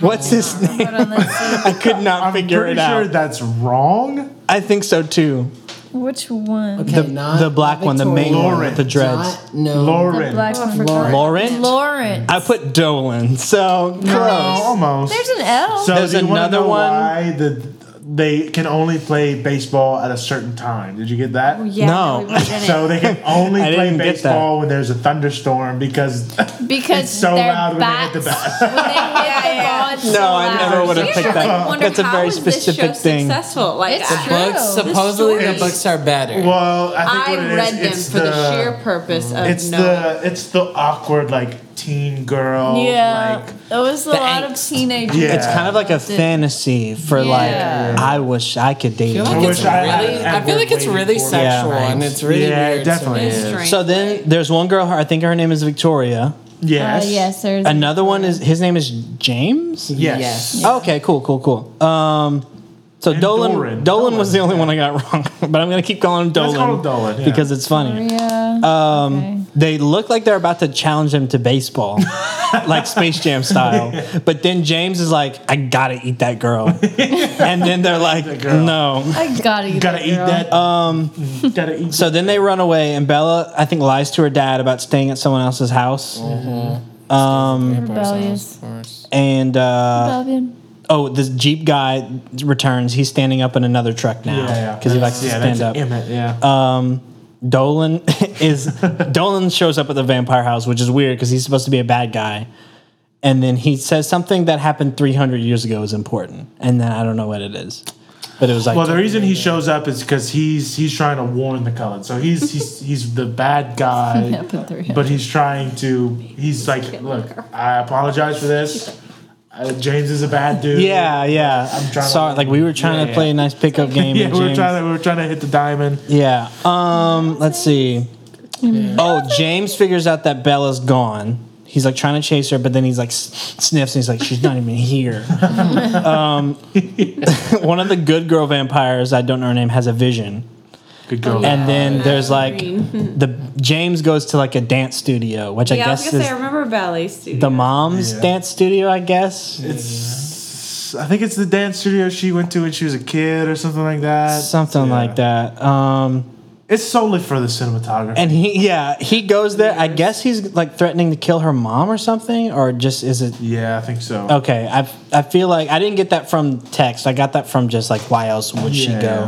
S2: What's his name?
S3: Hold on, let's see.
S2: I could not
S4: I'm
S2: figure
S4: pretty
S2: it
S4: sure
S2: out.
S4: that's wrong.
S2: I think so too.
S3: Which one?
S1: okay,
S2: The,
S1: not
S3: Uh,
S2: the black one, the main one with the
S4: Lauren.
S2: dreads.
S1: Not, no.
S4: Lauren.
S3: Black one.
S1: Lauren.
S2: Lauren.
S3: Lauren.
S2: I put Dolan, so
S4: No,
S2: close.
S4: almost.
S3: There's an L.
S4: so
S2: There's
S4: do you wanna
S2: another
S4: know
S2: one.
S4: Why the they can only play baseball at a certain time? Did you get that?
S5: Oh, Yeah.
S2: No.
S5: we would've done it.
S4: So they can only
S2: I
S4: play
S2: didn't get
S4: baseball when there's a thunderstorm because
S3: because
S4: it's so
S3: their
S4: loud when
S3: bats,
S4: they hit the bat.
S3: when they hit the ball, it's so
S2: No, I
S3: loud.
S2: never would have
S5: Yeah,
S2: picked
S5: like,
S2: that.
S5: wonder
S2: That's a
S5: how
S2: very
S5: is this
S2: specific
S5: show
S2: thing.
S5: Successful, like
S3: It's
S5: I-
S3: true.
S1: Books.
S3: The
S1: Supposedly the,
S5: stories.
S1: books are better.
S4: Well, I think
S5: I
S4: what it is,
S5: read them
S4: it's
S5: for the, sheer purpose of
S4: it's
S5: knowing.
S4: the it's the awkward like teen girl.
S3: Yeah,
S5: Uh,
S4: Like,
S3: it was a lot
S1: angst.
S3: of teenagers.
S4: Yeah.
S2: It's kind of like a fantasy for
S3: Yeah.
S2: like I wish I could date.
S1: I feel
S2: you.
S1: like it's
S4: wish I had
S1: really, I
S4: Edward
S1: feel like it's
S4: waiting
S1: really
S4: for me.
S1: sexual
S2: Yeah.
S1: and it's really
S4: Yeah, it
S1: weird.
S4: definitely
S1: to me.
S4: is.
S5: Strange.
S2: So then there's one girl. I think her name is Victoria.
S3: Uh,
S4: yes.
S3: yes, there's
S2: Another one is his name is James. Oh,
S4: Yes.
S1: Yes.
S2: Okay, cool, cool, cool. Um, so
S4: And
S2: Dolan, Dolan,
S4: Doran.
S2: was the only one I got wrong, but I'm gonna keep calling him Dolan,
S4: Let's call him Dolan, yeah.
S2: because it's funny.
S3: Yeah.
S2: Um,
S3: Okay.
S2: They look like they're about to challenge him to baseball, like Space Jam style. But then James is like, "I gotta eat that girl," and then they're like,
S4: girl.
S2: "No."
S3: I gotta eat.
S4: Gotta eat
S3: girl.
S4: that. Um, gotta eat.
S2: So then they run away, and Bella, I think, lies to her dad about staying at someone else's house.
S3: Rebellious.
S2: And uh,
S3: Rebellion.
S2: oh, this Jeep guy returns. He's standing up in another truck now
S4: Yeah,
S2: because he likes to
S4: yeah,
S2: stand
S4: that's
S2: up. Um,
S4: Emmett, yeah.
S2: Dolan is Dolan shows up at the vampire house, which is weird because he's supposed to be a bad guy. And then he says something that happened 300 years ago is important, and then I don't know what it is, but it was like
S4: well, the reason he shows up is because he's he's trying to warn the Cullen. So he's he's he's the bad guy,
S3: Yeah, put three.
S4: but he's trying to. He's like, look, I apologize for this. Uh, James is a bad dude.
S2: yeah, yeah.
S4: I'm trying to-
S2: Sorry, like we were trying
S4: Yeah,
S2: to play
S4: yeah.
S2: a nice pickup game.
S4: yeah.
S2: and
S4: We were
S2: James-
S4: trying to we were trying to hit the diamond.
S2: Yeah. Um. Let's see. Oh, James figures out that Bella's gone. He's like trying to chase her, but then he's like s- sniffs and he's like, she's not even here. um, one of the good girl vampires, I don't know her name, has a vision.
S4: Good girl.
S2: And then there's like the James goes to like a dance studio, which I
S5: Yeah, I was
S2: guess
S5: gonna
S2: is
S5: say I remember ballet studio.
S2: the mom's
S4: Yeah.
S2: dance studio. I guess
S4: It's, I think it's the dance studio she went to when she was a kid or something like that.
S2: something
S4: Yeah.
S2: like that. Um,
S4: It's solely for the cinematography.
S2: and he, yeah, he goes there. I guess he's like threatening to kill her mom or something, or just is it?
S4: yeah, I think so.
S2: Okay, I I feel like I didn't get that from text. I got that from just like why else would she
S4: Yeah,
S2: go?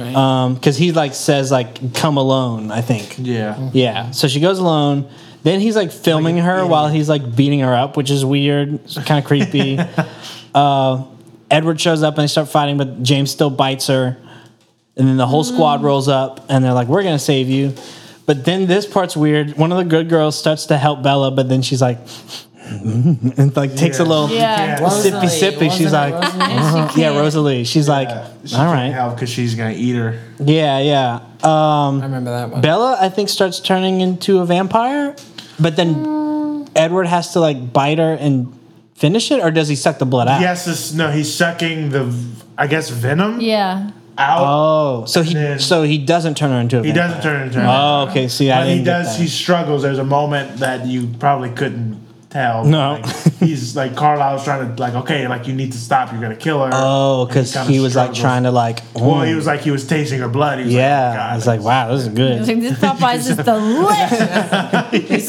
S1: Right.
S2: Um, because he like says like come alone. I think.
S4: Yeah.
S2: Yeah. So she goes alone. Then he's like filming her while he's like beating her up, which is weird. It's kind of creepy. uh, Edward shows up and they start fighting, but James still bites her. And then the whole squad rolls up and they're like, we're going to save you. But then this part's weird. One of the good girls starts to help Bella, but then she's like, and like takes a
S4: Yeah.
S2: little
S4: Yeah.
S6: Yeah.
S2: sippy sippy. She's like, "Uh-huh." yeah, Rosalie. She's like,
S4: She
S2: all
S4: can't
S2: right.
S4: help because she's gonna eat her.
S2: Yeah, yeah. Um,
S1: I remember that one.
S2: Bella, I think, starts turning into a vampire, but then
S1: Mm.
S2: Edward has to like bite her and finish it, or does he suck the blood out?
S4: Yes, this, no, he's sucking the, v- I guess, venom
S6: Yeah.
S4: out.
S2: Oh, so he
S4: Then-
S2: so he doesn't turn her into a
S4: he
S2: vampire.
S4: doesn't turn into.
S2: Oh, okay. See, I
S4: but
S2: didn't
S4: he does. He
S2: Get
S4: struggles. There's a moment that you probably couldn't tell.
S2: No.
S4: Like, he's like Carlisle's trying to like, okay, like you need to stop. You're gonna kill her.
S2: that. Oh,
S4: And he
S2: because
S4: kinda
S2: he, was like
S4: struggles.
S2: trying to like.
S4: Well,
S2: mm.
S4: he was like he was tasting her blood. He was
S2: yeah, I
S4: Like, oh, God,
S2: was like, wow, this is good.
S6: Like, this Popeye's is delicious.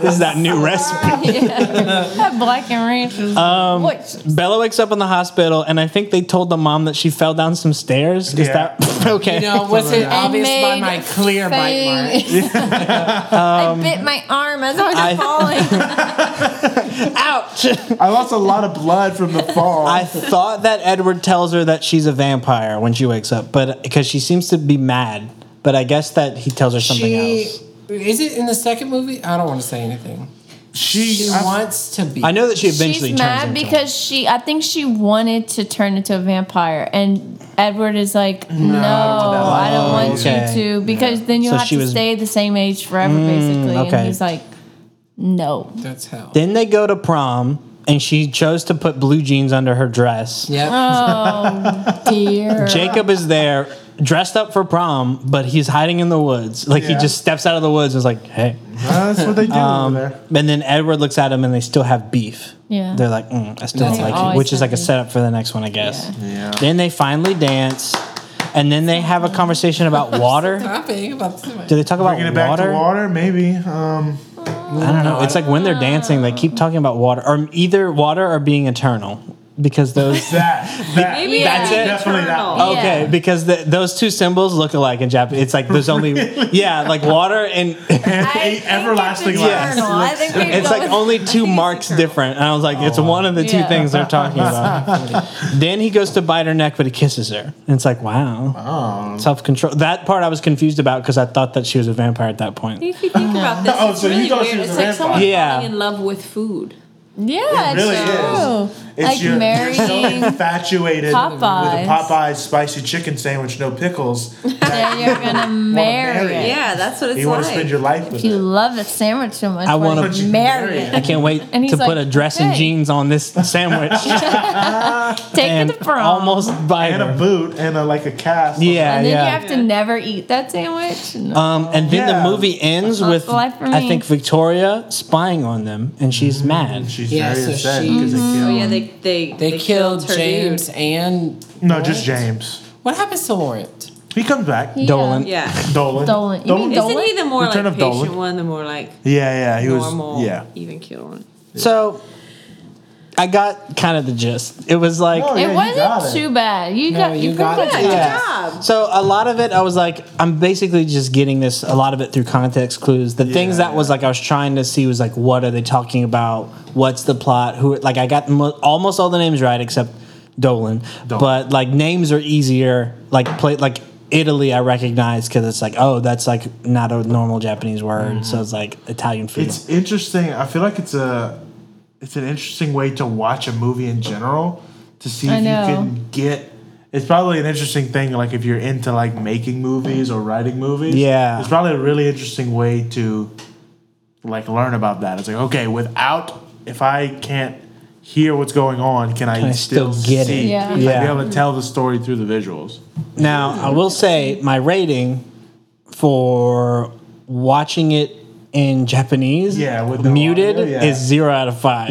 S2: this is that new recipe.
S6: that black and ranch is
S2: Um,
S6: delicious.
S2: Bella wakes up in the hospital, and I think they told the mom that she fell down some stairs. Is
S4: Yeah.
S2: that okay?
S1: You know, was it obvious by
S6: made
S1: my clear bite mark?
S6: I bit my arm as I was
S2: I-
S6: falling.
S2: Ouch.
S4: I lost a lot of blood from the fall.
S2: I thought that Edward tells her that she's a vampire when she wakes up, but because she seems to be mad. But I guess that he tells her something
S1: She
S2: else.
S1: is it in the second movie? I don't want to say anything.
S4: she
S1: She
S4: I-
S1: wants to be.
S2: I know that she eventually
S6: She's
S2: turns
S6: mad
S2: into
S6: because she, I think she wanted to turn into a vampire, and Edward is like, "No, I don't want
S2: okay.
S6: you to," because then you'll
S2: So
S6: have
S2: she
S6: to
S2: was- Mm,
S6: stay the same age forever, basically.
S2: okay.
S6: And he's like, "No."
S1: That's hell.
S2: Then they go to prom, and she chose to put blue jeans under her dress.
S1: Yep.
S6: Oh dear.
S2: Jacob is there, dressed up for prom, but he's hiding in the woods. Like he
S4: Yeah.
S2: just steps out of the woods and is like, "Hey."
S4: Uh, that's what they do
S2: Um,
S4: over there.
S2: And then Edward looks at him, and they still have beef.
S6: Yeah.
S2: They're like, mm, I still
S6: That's
S2: don't like
S6: always
S2: you, which is like a
S6: happening.
S2: setup for the next one, I guess.
S4: Yeah.
S2: Then they finally dance, and then they have a conversation about water.
S1: Topic about this
S2: Do they talk about
S4: Bringing it back
S2: water?
S4: to water, maybe. Um,
S2: I don't know. It's like when
S6: Ah.
S2: they're dancing, they keep talking about water, or either water or being eternal, because those.
S4: that. that
S5: Maybe
S2: That's
S5: it's
S2: it?
S4: Definitely that
S5: internal.
S4: one.
S2: Okay,
S6: Yeah.
S2: because the, those two symbols look alike in Japanese. It's like there's only yeah, like water and
S4: And
S6: I
S4: eight
S6: think
S4: everlasting
S6: it's
S2: lies.
S6: eternal. I think we
S2: it's like
S6: both-
S2: only two marks different. And I was like, it's one of the two
S6: Yeah.
S2: things they're talking about. then he goes to bite her neck, but he kisses her. And it's like, wow, self control. That part I was confused about because I thought that she was a vampire at that point.
S5: If you think about this,
S4: Oh,
S5: it's
S4: so you
S5: really
S4: thought
S5: weird.
S4: she was
S5: It's
S4: a
S5: like someone
S2: vampire. Yeah.
S5: falling in love with food.
S6: Yeah,
S4: It really
S6: it's
S4: is.
S6: true.
S4: It's
S6: like
S4: your- You're so
S6: marrying.
S4: infatuated with
S6: Popeyes.
S4: a Popeyes spicy chicken sandwich, no pickles.
S6: yeah, you're gonna marry.
S4: marry
S6: it.
S4: it.
S5: Yeah, that's what it's
S4: you
S5: like.
S4: want to spend your life with
S6: You
S4: it.
S6: love a sandwich so much.
S2: I
S6: why
S2: wanna-
S6: don't you marry it.
S2: I can't wait
S6: And he's
S2: to put a
S6: like,
S2: dress and
S6: "Okay."
S2: jeans on this sandwich
S6: Take
S2: and
S6: it to prom.
S2: almost bite
S4: And a
S2: her.
S4: boot and a, like a cast.
S2: Yeah,
S6: And then
S2: yeah.
S6: you have to never eat that sandwich. No.
S2: Um, and then
S4: Yeah.
S2: the movie ends
S6: Not
S2: with
S6: the life for
S2: I
S6: me.
S2: think Victoria spying on them, and
S4: Mm.
S2: she's mad.
S4: She's
S1: Yeah,
S4: very
S1: so
S4: upset
S1: she-
S4: because they
S5: Oh
S6: Mm-hmm.
S4: killed.
S5: yeah, they they
S1: They, killed,
S5: her
S1: James and
S4: No, just James.
S1: what happens to Laurent?
S4: He comes back.
S2: Dolan.
S5: Dude. Yeah.
S4: Dolan.
S6: Dolan. You mean Dolan?
S5: Isn't he the more
S4: Return
S5: like
S4: of
S5: patient
S4: Dolan.
S5: one, the more like
S4: Yeah, yeah. He
S5: normal,
S4: was. Yeah.
S5: even keel one?
S2: So I got kind of the gist. It was like
S4: Oh, yeah,
S6: it
S4: you got
S6: wasn't
S4: it.
S6: too bad. You
S1: No,
S6: got you,
S1: you got
S6: pretty
S1: it.
S6: much
S1: Yeah.
S6: got
S5: job.
S2: Um, So a lot of it, I was like, I'm basically just getting this. A lot of it through context clues. The things that was like I was trying to see was like, what are they talking about? What's the plot? Who? Like I got mo- almost all the names right except Dolan.
S4: Dolan.
S2: But like names are easier. Like play like Italy, I recognize because it's like, oh, that's like not a normal Japanese word. So it's like Italian food.
S4: Mm-hmm. It's interesting. I feel like it's a it's an interesting way to watch a movie in general to see
S6: I
S4: if
S6: know.
S4: you can get it's probably an interesting thing like if you're into like making movies or writing movies.
S2: Yeah.
S4: It's probably a really interesting way to like learn about that. It's like, okay, without if I can't hear what's going on, can I,
S2: I
S4: still,
S2: still get it?
S4: see?
S6: Yeah.
S4: Like,
S2: Yeah.
S4: Be able to tell the story through the visuals.
S2: Now, I will say my rating for watching it in Japanese,
S4: Yeah, with no
S2: muted
S4: audio, yeah.
S2: is zero out of five.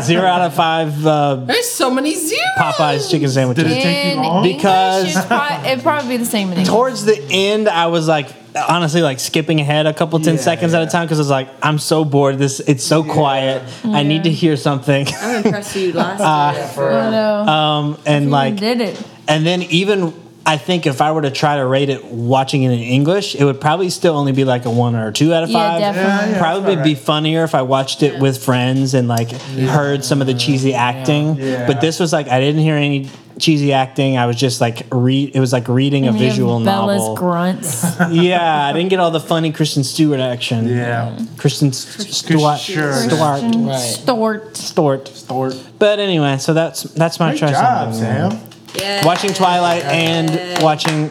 S2: zero out of five uh,
S1: There's so many zeros.
S2: Popeyes chicken
S4: Did
S2: sandwiches.
S4: it take
S6: In
S4: you long?
S2: Because-
S6: It'd probably, it'd probably be the same in English.
S2: Towards the end, I was like, honestly, like skipping ahead a couple ten
S4: Yeah,
S2: seconds at a
S4: yeah.
S2: time because I was like, I'm so bored. This it's so quiet. I need to hear something.
S5: I'm impressed with you last
S4: Uh,
S5: year.
S6: I know.
S2: Um, and like,
S6: uh, did it.
S2: and then even I think if I were to try to rate it watching it in English, it would probably still only be like a one or a two out of
S6: Yeah,
S2: five.
S6: definitely.
S4: Yeah, yeah,
S2: probably
S4: that's
S2: be
S4: alright.
S2: funnier if I watched it with friends and like heard some of the cheesy acting.
S4: Yeah.
S2: But this was like I didn't hear any cheesy acting. I was just like read. It was like reading a
S6: We have
S2: visual
S6: Bella's
S2: novel.
S6: grunts.
S2: yeah, I didn't get all the funny Kristen Stewart action.
S4: Yeah.
S2: Kristen S- Stewart.
S4: Sure.
S2: Stewart.
S1: Right.
S6: Stort.
S2: Stewart.
S4: Thor-
S2: But anyway, so that's that's my
S4: Great
S2: choice. on
S4: job,
S2: that.
S4: Sam.
S5: Yeah.
S2: Watching Twilight and watching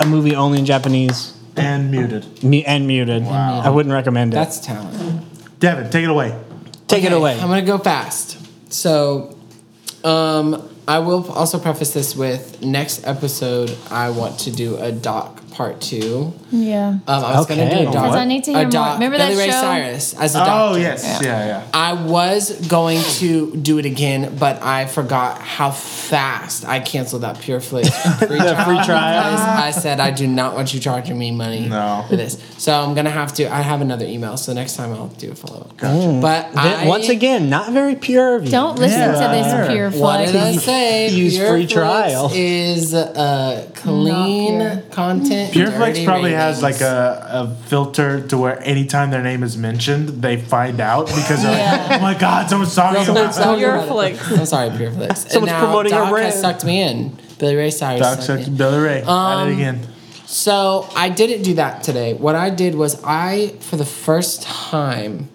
S2: a movie only in Japanese
S4: And muted.
S2: mu- and muted. Wow. I wouldn't recommend it.
S1: That's talent.
S4: Devin, take it away.
S2: Take it
S1: Okay,
S2: away.
S1: I'm gonna go fast. So, um, I will also preface this with next episode. I want to do a doc part two.
S6: Yeah.
S1: Um, I was gonna
S2: Okay.
S1: do a doc.
S2: Because
S6: I need to
S1: a
S6: hear more.
S1: doc-
S6: Remember that
S1: Billy Ray
S6: show?
S1: Cyrus as a doctor.
S4: Oh, yes. Yeah, yeah.
S1: I was going to do it again, but I forgot how fast I canceled that Pure Flix free trial.
S2: free trial.
S1: because I said I do not want you charging me money
S4: No.
S1: for this, so I'm gonna have to. I have another email, so next time I'll do a follow up. But
S2: Mm. Then-
S1: I,
S2: once again, not very pure. of you.
S6: Don't listen
S4: Yeah.
S6: to this pure
S1: what did I
S6: flex.
S1: say?
S2: Use
S1: Pure
S2: free
S1: Flix
S2: trial.
S1: is uh,
S6: pure.
S1: clean content.
S4: PureFlex
S1: dirty
S4: probably has like
S1: ratings.
S4: a, a filter to where anytime their name is mentioned, they find out because they're
S6: Yeah.
S4: like, oh my God, someone's talking
S1: Someone's
S4: about
S1: talking
S5: Pure
S1: about it.
S5: Flix.
S1: I'm sorry, Pure Flix. And
S2: Someone's
S1: now
S2: promoting a
S1: Doc
S2: brand.
S1: has sucked me in. Billy Ray Cyrus.
S4: Doc
S1: sucked me
S4: Suck-
S1: in.
S4: Billy Ray.
S1: Um,
S4: At it again.
S1: So I didn't do that today. What I did was I, for the first time,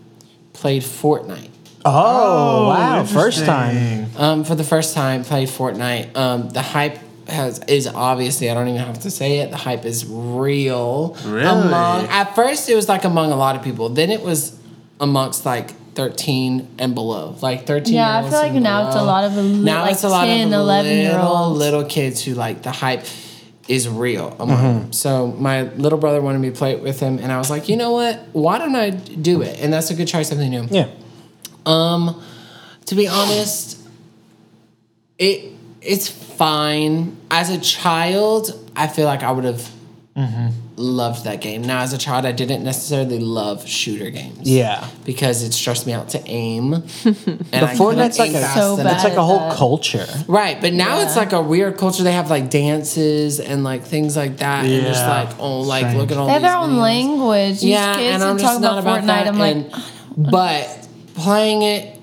S1: played Fortnite.
S2: Oh, wow! First
S4: interesting.
S2: time.
S1: Um, for the first time, played Fortnite. Um, the hype has is obviously I don't even have to say it. The hype is real.
S4: Really?
S1: Among at first it was like among a lot of people. Then it was amongst like. 13 and below like 13
S6: Yeah, I
S1: year olds
S6: feel like
S1: and
S6: now it's a
S1: below.
S6: lot of the li-
S1: now
S6: like
S1: it's a lot
S6: 10,
S1: of
S6: 11 year
S1: little,
S6: olds.
S1: little kids who like the hype is real among them. so my little brother wanted me to play it with him and i was like you know what why don't i do it and that's a good try something new
S2: Yeah.
S1: um, to be honest, it it's fine. As a child, I feel like I would have loved that game. Now, as a child, I didn't necessarily love shooter games.
S2: Yeah.
S1: Because it stressed me out to aim. and I couldn't
S2: Fortnite's like
S1: aim
S2: a-
S1: fast
S6: So
S1: enough.
S2: It's like a
S6: at
S2: whole
S6: that.
S2: culture.
S1: Right, but now it's like a weird culture. They have like dances and like things like that, and just
S4: Yeah.
S1: like oh, like
S4: Strange.
S1: look at all.
S6: They have
S1: these
S6: their own
S1: videos
S6: language. You
S1: yeah,
S6: kids
S1: and I'm
S6: and talk
S1: just
S6: about
S1: not
S6: Fortnite.
S1: about that.
S6: I'm like, "Oh,
S1: and- but playing it,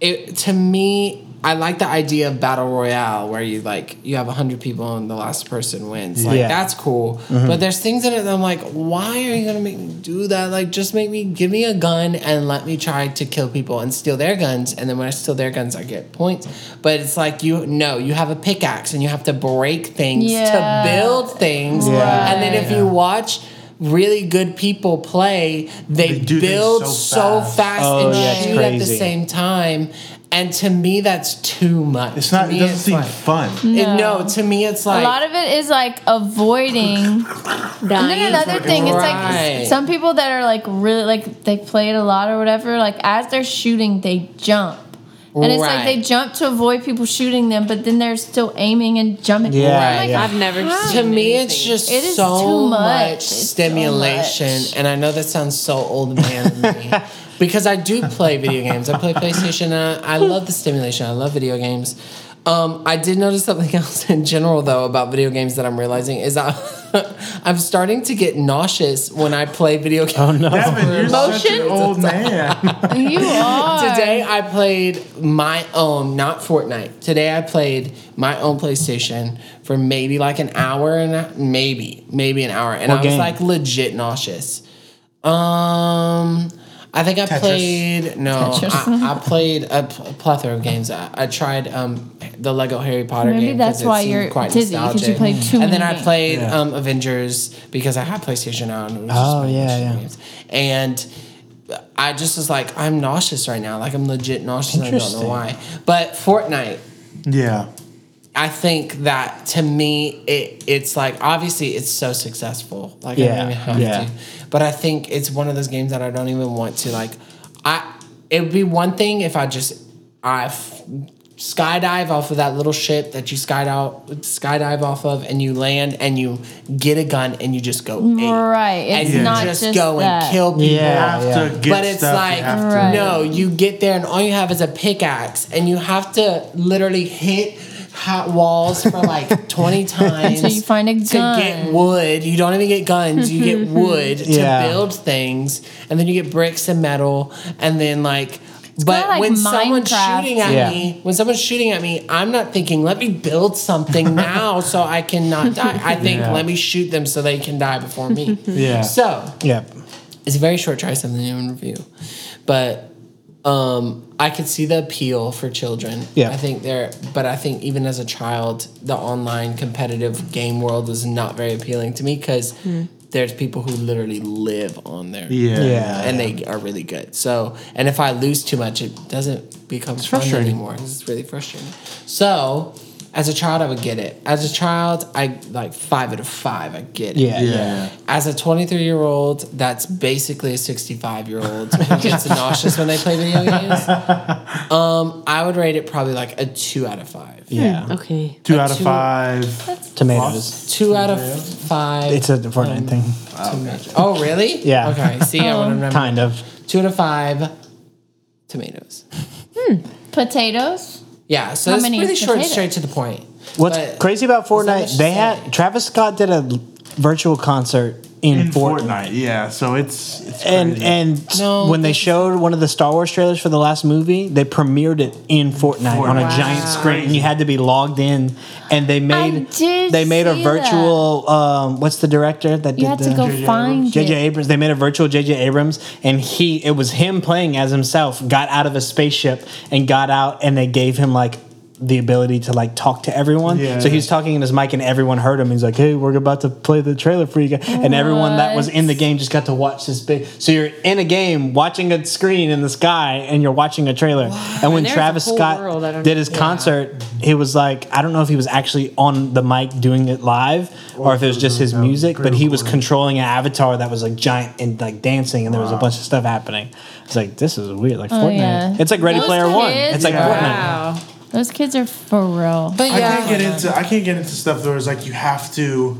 S1: it to me, I like the idea of battle royale where you like you have hundred people and the last person wins. Like
S2: Yeah.
S1: that's cool. But there's things in it that I'm like, why are you gonna make me do that? Like just make me give me a gun and let me try to kill people and steal their guns. And then when I steal their guns, I get points. But it's like you no, you have a pickaxe and you have to break things
S6: Yeah.
S1: to build things.
S2: Yeah.
S1: And then if you watch really good people play, they,
S4: They do things
S1: build so
S4: so fast.
S1: fast,
S2: Oh,
S1: and
S2: yeah, it's
S1: shoot at the
S2: crazy.
S1: same time. And to me, that's too much.
S4: It's not,
S1: To
S4: it
S1: me,
S4: doesn't
S1: it's
S4: seem
S1: like-
S4: fun.
S1: it- no, to me, it's like
S6: a lot of it is like avoiding. And then another thing, it's like
S1: Right.
S6: some people that are like really like they play it a lot or whatever. Like as they're shooting, they jump. And it's like
S1: Right.
S6: they jump to avoid people shooting them, but then they're still aiming and jumping.
S2: Yeah,
S6: I'm like,
S2: yeah.
S5: I've never
S1: to
S5: seen
S1: me, it's
S5: anything.
S1: just
S6: It is
S1: so
S6: too much.
S1: much,
S6: It's so
S1: stimulation.
S6: much.
S1: And I know that sounds so old man to me because I do play video games. I play PlayStation. And I, I love the stimulation. I love video games. Um, I did notice something else in general though about video games that I'm realizing is I, I'm starting to get nauseous when I play video games.
S2: Oh no.
S4: Devin, you're such an
S1: Emotions?
S4: old man.
S6: You are.
S1: Today I played my own, not Fortnite. Today I played my own PlayStation for maybe like an hour and a, maybe maybe an hour, and
S2: What
S1: I was
S2: game?
S1: like legit nauseous. Um, I think I played no, I, I played a, pl- a plethora of games. I, I tried um the Lego Harry Potter
S6: Maybe
S1: game.
S6: that's
S1: 'cause it
S6: why
S1: seemed
S6: you're
S1: quite
S6: dizzy, 'cause you
S1: nostalgic.
S6: played too
S1: And then
S6: many
S1: I
S6: games.
S1: played um Avengers because I have PlayStation now. And it was just
S2: Oh,
S1: playing
S2: yeah,
S1: PlayStation
S2: yeah.
S1: games. And I just was like, I'm nauseous right now. Like I'm legit nauseous. and I don't know
S2: Interesting.
S1: why. But Fortnite,
S4: yeah.
S1: I think that to me, it it's like obviously it's so successful. Like I
S2: Yeah,
S1: don't even have
S2: yeah.
S1: to. But I think it's one of those games that I don't even want to like. I it would be one thing if I just I f- skydive off of that little ship that you skydive skydive off of, and you land and you get a gun and you just go ape.
S6: Right, it's
S1: and you
S6: not
S1: just,
S6: just
S1: go
S6: that.
S1: and kill people.
S4: You
S2: Yeah,
S4: have
S2: yeah.
S4: to get
S1: but it's
S4: stuff, you
S1: like
S4: have to-
S6: Right.
S1: no you get there and all you have is a pickaxe and you have to literally hit hot walls for like 20 times
S6: Until you find a
S1: to get
S6: gun.
S1: wood you don't even get guns you get wood to
S2: Yeah.
S1: build things and then you get bricks and metal and then like but
S6: kinda like
S1: when someone's
S6: Minecraft.
S1: shooting at
S2: Yeah.
S1: me when someone's shooting at me i'm not thinking let me build something now so i cannot die i think
S2: Yeah.
S1: let me shoot them so they can die before me
S2: Yeah.
S1: so
S2: Yeah.
S1: it's a very short try something new in review, but um, I could see the appeal for children.
S2: Yeah.
S1: I think they're, but I think even as a child, the online competitive game world was not very appealing to me because there's people who literally live on there.
S4: Yeah.
S2: Yeah.
S1: and they are really good. So, and if I lose too much, it doesn't become fun
S2: frustrating.
S1: anymore. It's really frustrating. So, as a child, I would get it. As a child, I like five out of five. I get it.
S2: Yeah.
S4: Yeah.
S1: As a 23 year old, that's basically a 65 year old who gets nauseous when they play video games. Um, I would rate it probably like a two out of five.
S6: Hmm.
S2: Yeah.
S5: Okay.
S4: Two out of
S1: Two-
S4: five.
S2: Tomatoes.
S1: Two out of five.
S2: It's a Fortnite thing.
S1: tomato- Oh, really?
S2: Yeah.
S1: Okay. See, I want to remember.
S2: Kind of.
S1: Two out of five tomatoes.
S6: Potatoes.
S1: Yeah. So
S6: How
S1: it's
S6: many
S1: pretty short, and
S6: potatoes?
S1: straight to the point.
S2: What's
S1: But-
S2: crazy about Fortnite?
S1: much
S2: They
S1: to
S2: had Travis Scott did a virtual concert in,
S4: In
S2: Fortnite.
S4: Fortnite. Yeah. So it's, it's
S2: And
S4: crazy.
S2: and
S1: No,
S2: when they
S1: this-
S2: showed one of the Star Wars trailers for the last movie, they premiered it in Fortnite on a
S4: Fortnite.
S2: giant
S4: Wow.
S2: screen. and You had to be logged in, and they made
S6: did
S2: they made a
S6: see
S2: virtual. Um, what's the director that did
S6: You had
S2: the
S6: to go
S4: JJ
S6: find
S2: JJ
S6: it.
S2: Abrams. They made a virtual JJ Abrams, and he it was him playing as himself. Got out of a spaceship and got out, and they gave him like the ability to like talk to everyone.
S4: Yeah.
S2: So he was talking in his mic, and everyone heard him. He's like, "Hey, we're about to play the trailer for you guys," and everyone that was in the game just got to watch this big. So you're in a game watching a screen in the sky, and you're watching a trailer. And when
S5: And there's
S2: Travis
S5: a whole
S2: Scott
S5: world I don't-
S2: did his concert, he was like, I don't know if he was actually on the mic doing it live or if it was just his music, but he was controlling an avatar that was like giant and like dancing, and there was a bunch of stuff happening. It's like this is weird, like Fortnite.
S6: yeah.
S2: It's like Ready
S6: Those
S2: Player One.
S6: kids
S2: It's like
S4: are-
S2: Fortnite.
S5: Wow.
S6: Those kids are for real.
S1: But
S4: I can't
S1: yeah.
S4: get into I can't get into stuff where it's like you have to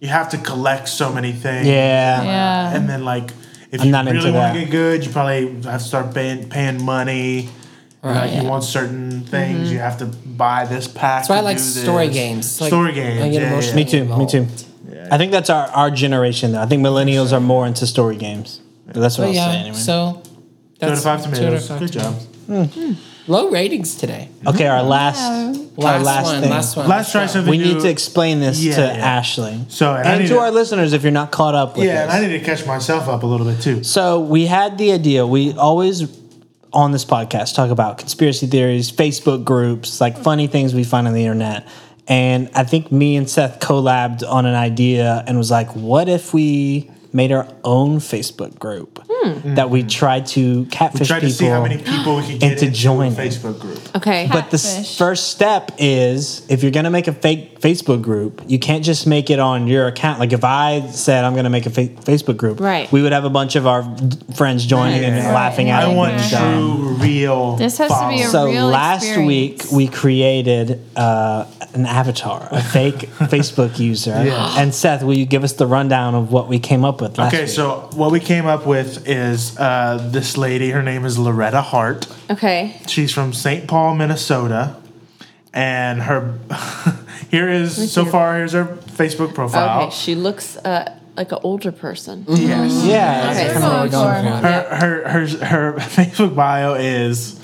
S4: you have to collect so many things.
S2: Yeah.
S6: Yeah.
S4: And then like if
S2: I'm
S4: you
S2: not into
S4: really want
S2: that.
S4: to get good, you probably have to start paying, paying money. And, like
S1: Right.
S4: you want certain things, you have to buy this pack.
S1: Mm-hmm. That's why I
S4: to
S1: like
S4: do
S1: story
S4: this.
S1: games. Like,
S4: story
S1: I
S4: games.
S1: get
S4: yeah,
S1: emotional.
S2: Me too. Me too.
S4: Yeah.
S2: I think that's our our generation though. I think millennials are more into story games. But that's what I
S1: But
S2: was
S1: Oh, yeah.
S2: saying anyway.
S1: So.
S4: Yeah. Two out of five
S1: two out of
S4: tomatoes.
S1: five
S4: Good job.
S1: Low ratings today.
S2: okay, our last our
S1: Last,
S2: last
S1: one.
S2: thing.
S1: Last one.
S4: Let's try something
S2: we
S4: new.
S2: need to explain this
S4: Yeah,
S2: to
S4: yeah.
S2: Ashley.
S4: So, and I
S2: and
S4: need
S2: to
S4: to-
S2: our listeners, if you're not caught up with
S4: Yeah,
S2: this.
S4: and I need to catch myself up a little bit too.
S2: So we had the idea. We always on this podcast talk about conspiracy theories, Facebook groups, like funny things we find on the internet. And I think me and Seth collabed on an idea and was like, what if we made our own Facebook group that we tried to catfish
S4: Try Hmm. to
S2: people?
S4: see how many people we could get
S2: into
S4: into
S2: joining.
S4: a Facebook group.
S5: Okay.
S2: But the s- first step is if you're gonna make a fake Facebook group, you can't just make it on your account. Like if I said I'm gonna make a fa- Facebook group,
S5: Right.
S2: we would have a bunch of our d- friends joining and
S4: Yeah.
S2: laughing at
S4: I
S2: it.
S4: want
S2: and dumb.
S4: true, real.
S6: This has to be a
S2: So
S6: real
S2: last
S6: experience.
S2: week we created uh, an avatar, a fake Facebook user. And Seth, will you give us the rundown of what we came up with last
S4: Okay,
S2: week?
S4: so what we came up with is uh, this lady. Her name is Loretta Hart.
S5: okay.
S4: She's from St. Paul, Minnesota, and her here is so far. Here's her Facebook profile. Mm.
S5: Okay. She looks uh, like an older person.
S4: Yes.
S2: yeah,
S5: Okay.
S2: that's kinda where we're going.
S4: Her her her her Facebook bio is.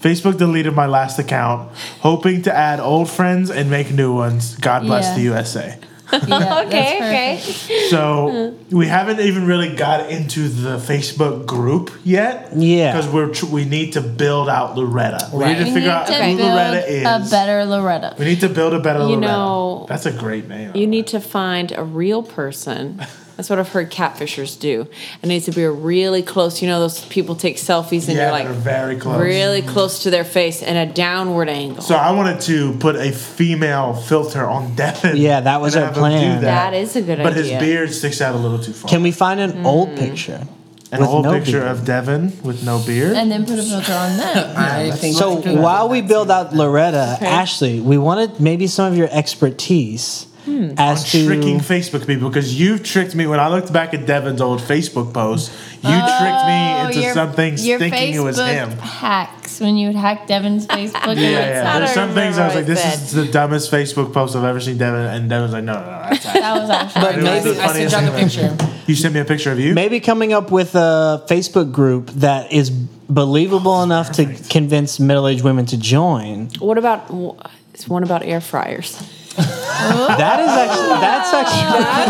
S4: Facebook deleted my last account, hoping to add old friends and make new ones. God bless
S6: Yeah.
S4: the USA.
S6: Yeah, that's
S5: okay. Okay. Uh-huh.
S4: So we haven't even really got into the Facebook group yet.
S2: Yeah.
S4: because we're tr- we need to build out Loretta. We need
S6: We
S4: to figure
S6: need
S4: out
S6: to
S4: who
S6: build
S4: Loretta is.
S6: a better Loretta.
S4: we need to build a better
S5: You
S4: Loretta.
S5: know-
S4: That's a great name.
S5: You need to find a real person That's what I've heard catfishers do. It needs to be really close. You know, those people take selfies and
S4: Yeah,
S5: you're like
S4: they're very close.
S5: really close to their face in a downward angle.
S4: So I wanted to put a female filter on Devin.
S2: Yeah, that was
S4: and
S2: our
S4: have him do
S2: plan.
S5: That is a good
S4: but his
S5: idea.
S4: beard sticks out a little too far.
S2: Can we find an
S6: Hmm.
S2: old picture?
S4: An old picture of Devin with no beard.
S3: and then put a filter on them.
S1: I think
S2: So
S1: we should do
S2: while
S1: that.
S2: we build out Loretta, Ashley, we wanted maybe some of your expertise
S5: Hmm.
S2: as to
S4: tricking Facebook people because you've tricked me when I looked back at Devin's old Facebook post. You
S5: Oh,
S4: tricked me into
S3: Oh, your-
S4: something
S3: your
S4: thinking it was
S3: Facebook
S4: him.
S3: Hacks when you would hack Devin's Facebook.
S4: Yeah,
S3: and
S4: yeah.
S3: whatnot.
S4: there's
S5: I
S4: some things I was like,
S5: remember
S4: "This
S5: what I
S4: is the dumbest Facebook post I've ever seen." Devin and Devin's like, "No, no, no, that's not."
S3: That was actually.
S1: But
S4: It was
S1: maybe
S4: the
S1: I sent
S4: funniest
S1: John the
S4: thing
S1: picture.
S4: you sent me a picture of you.
S2: maybe coming up with a Facebook group that is believable
S5: Oh,
S2: enough to convince middle-aged women to join.
S5: what about it's one about air fryers?
S2: That
S5: oh,
S2: is actually that's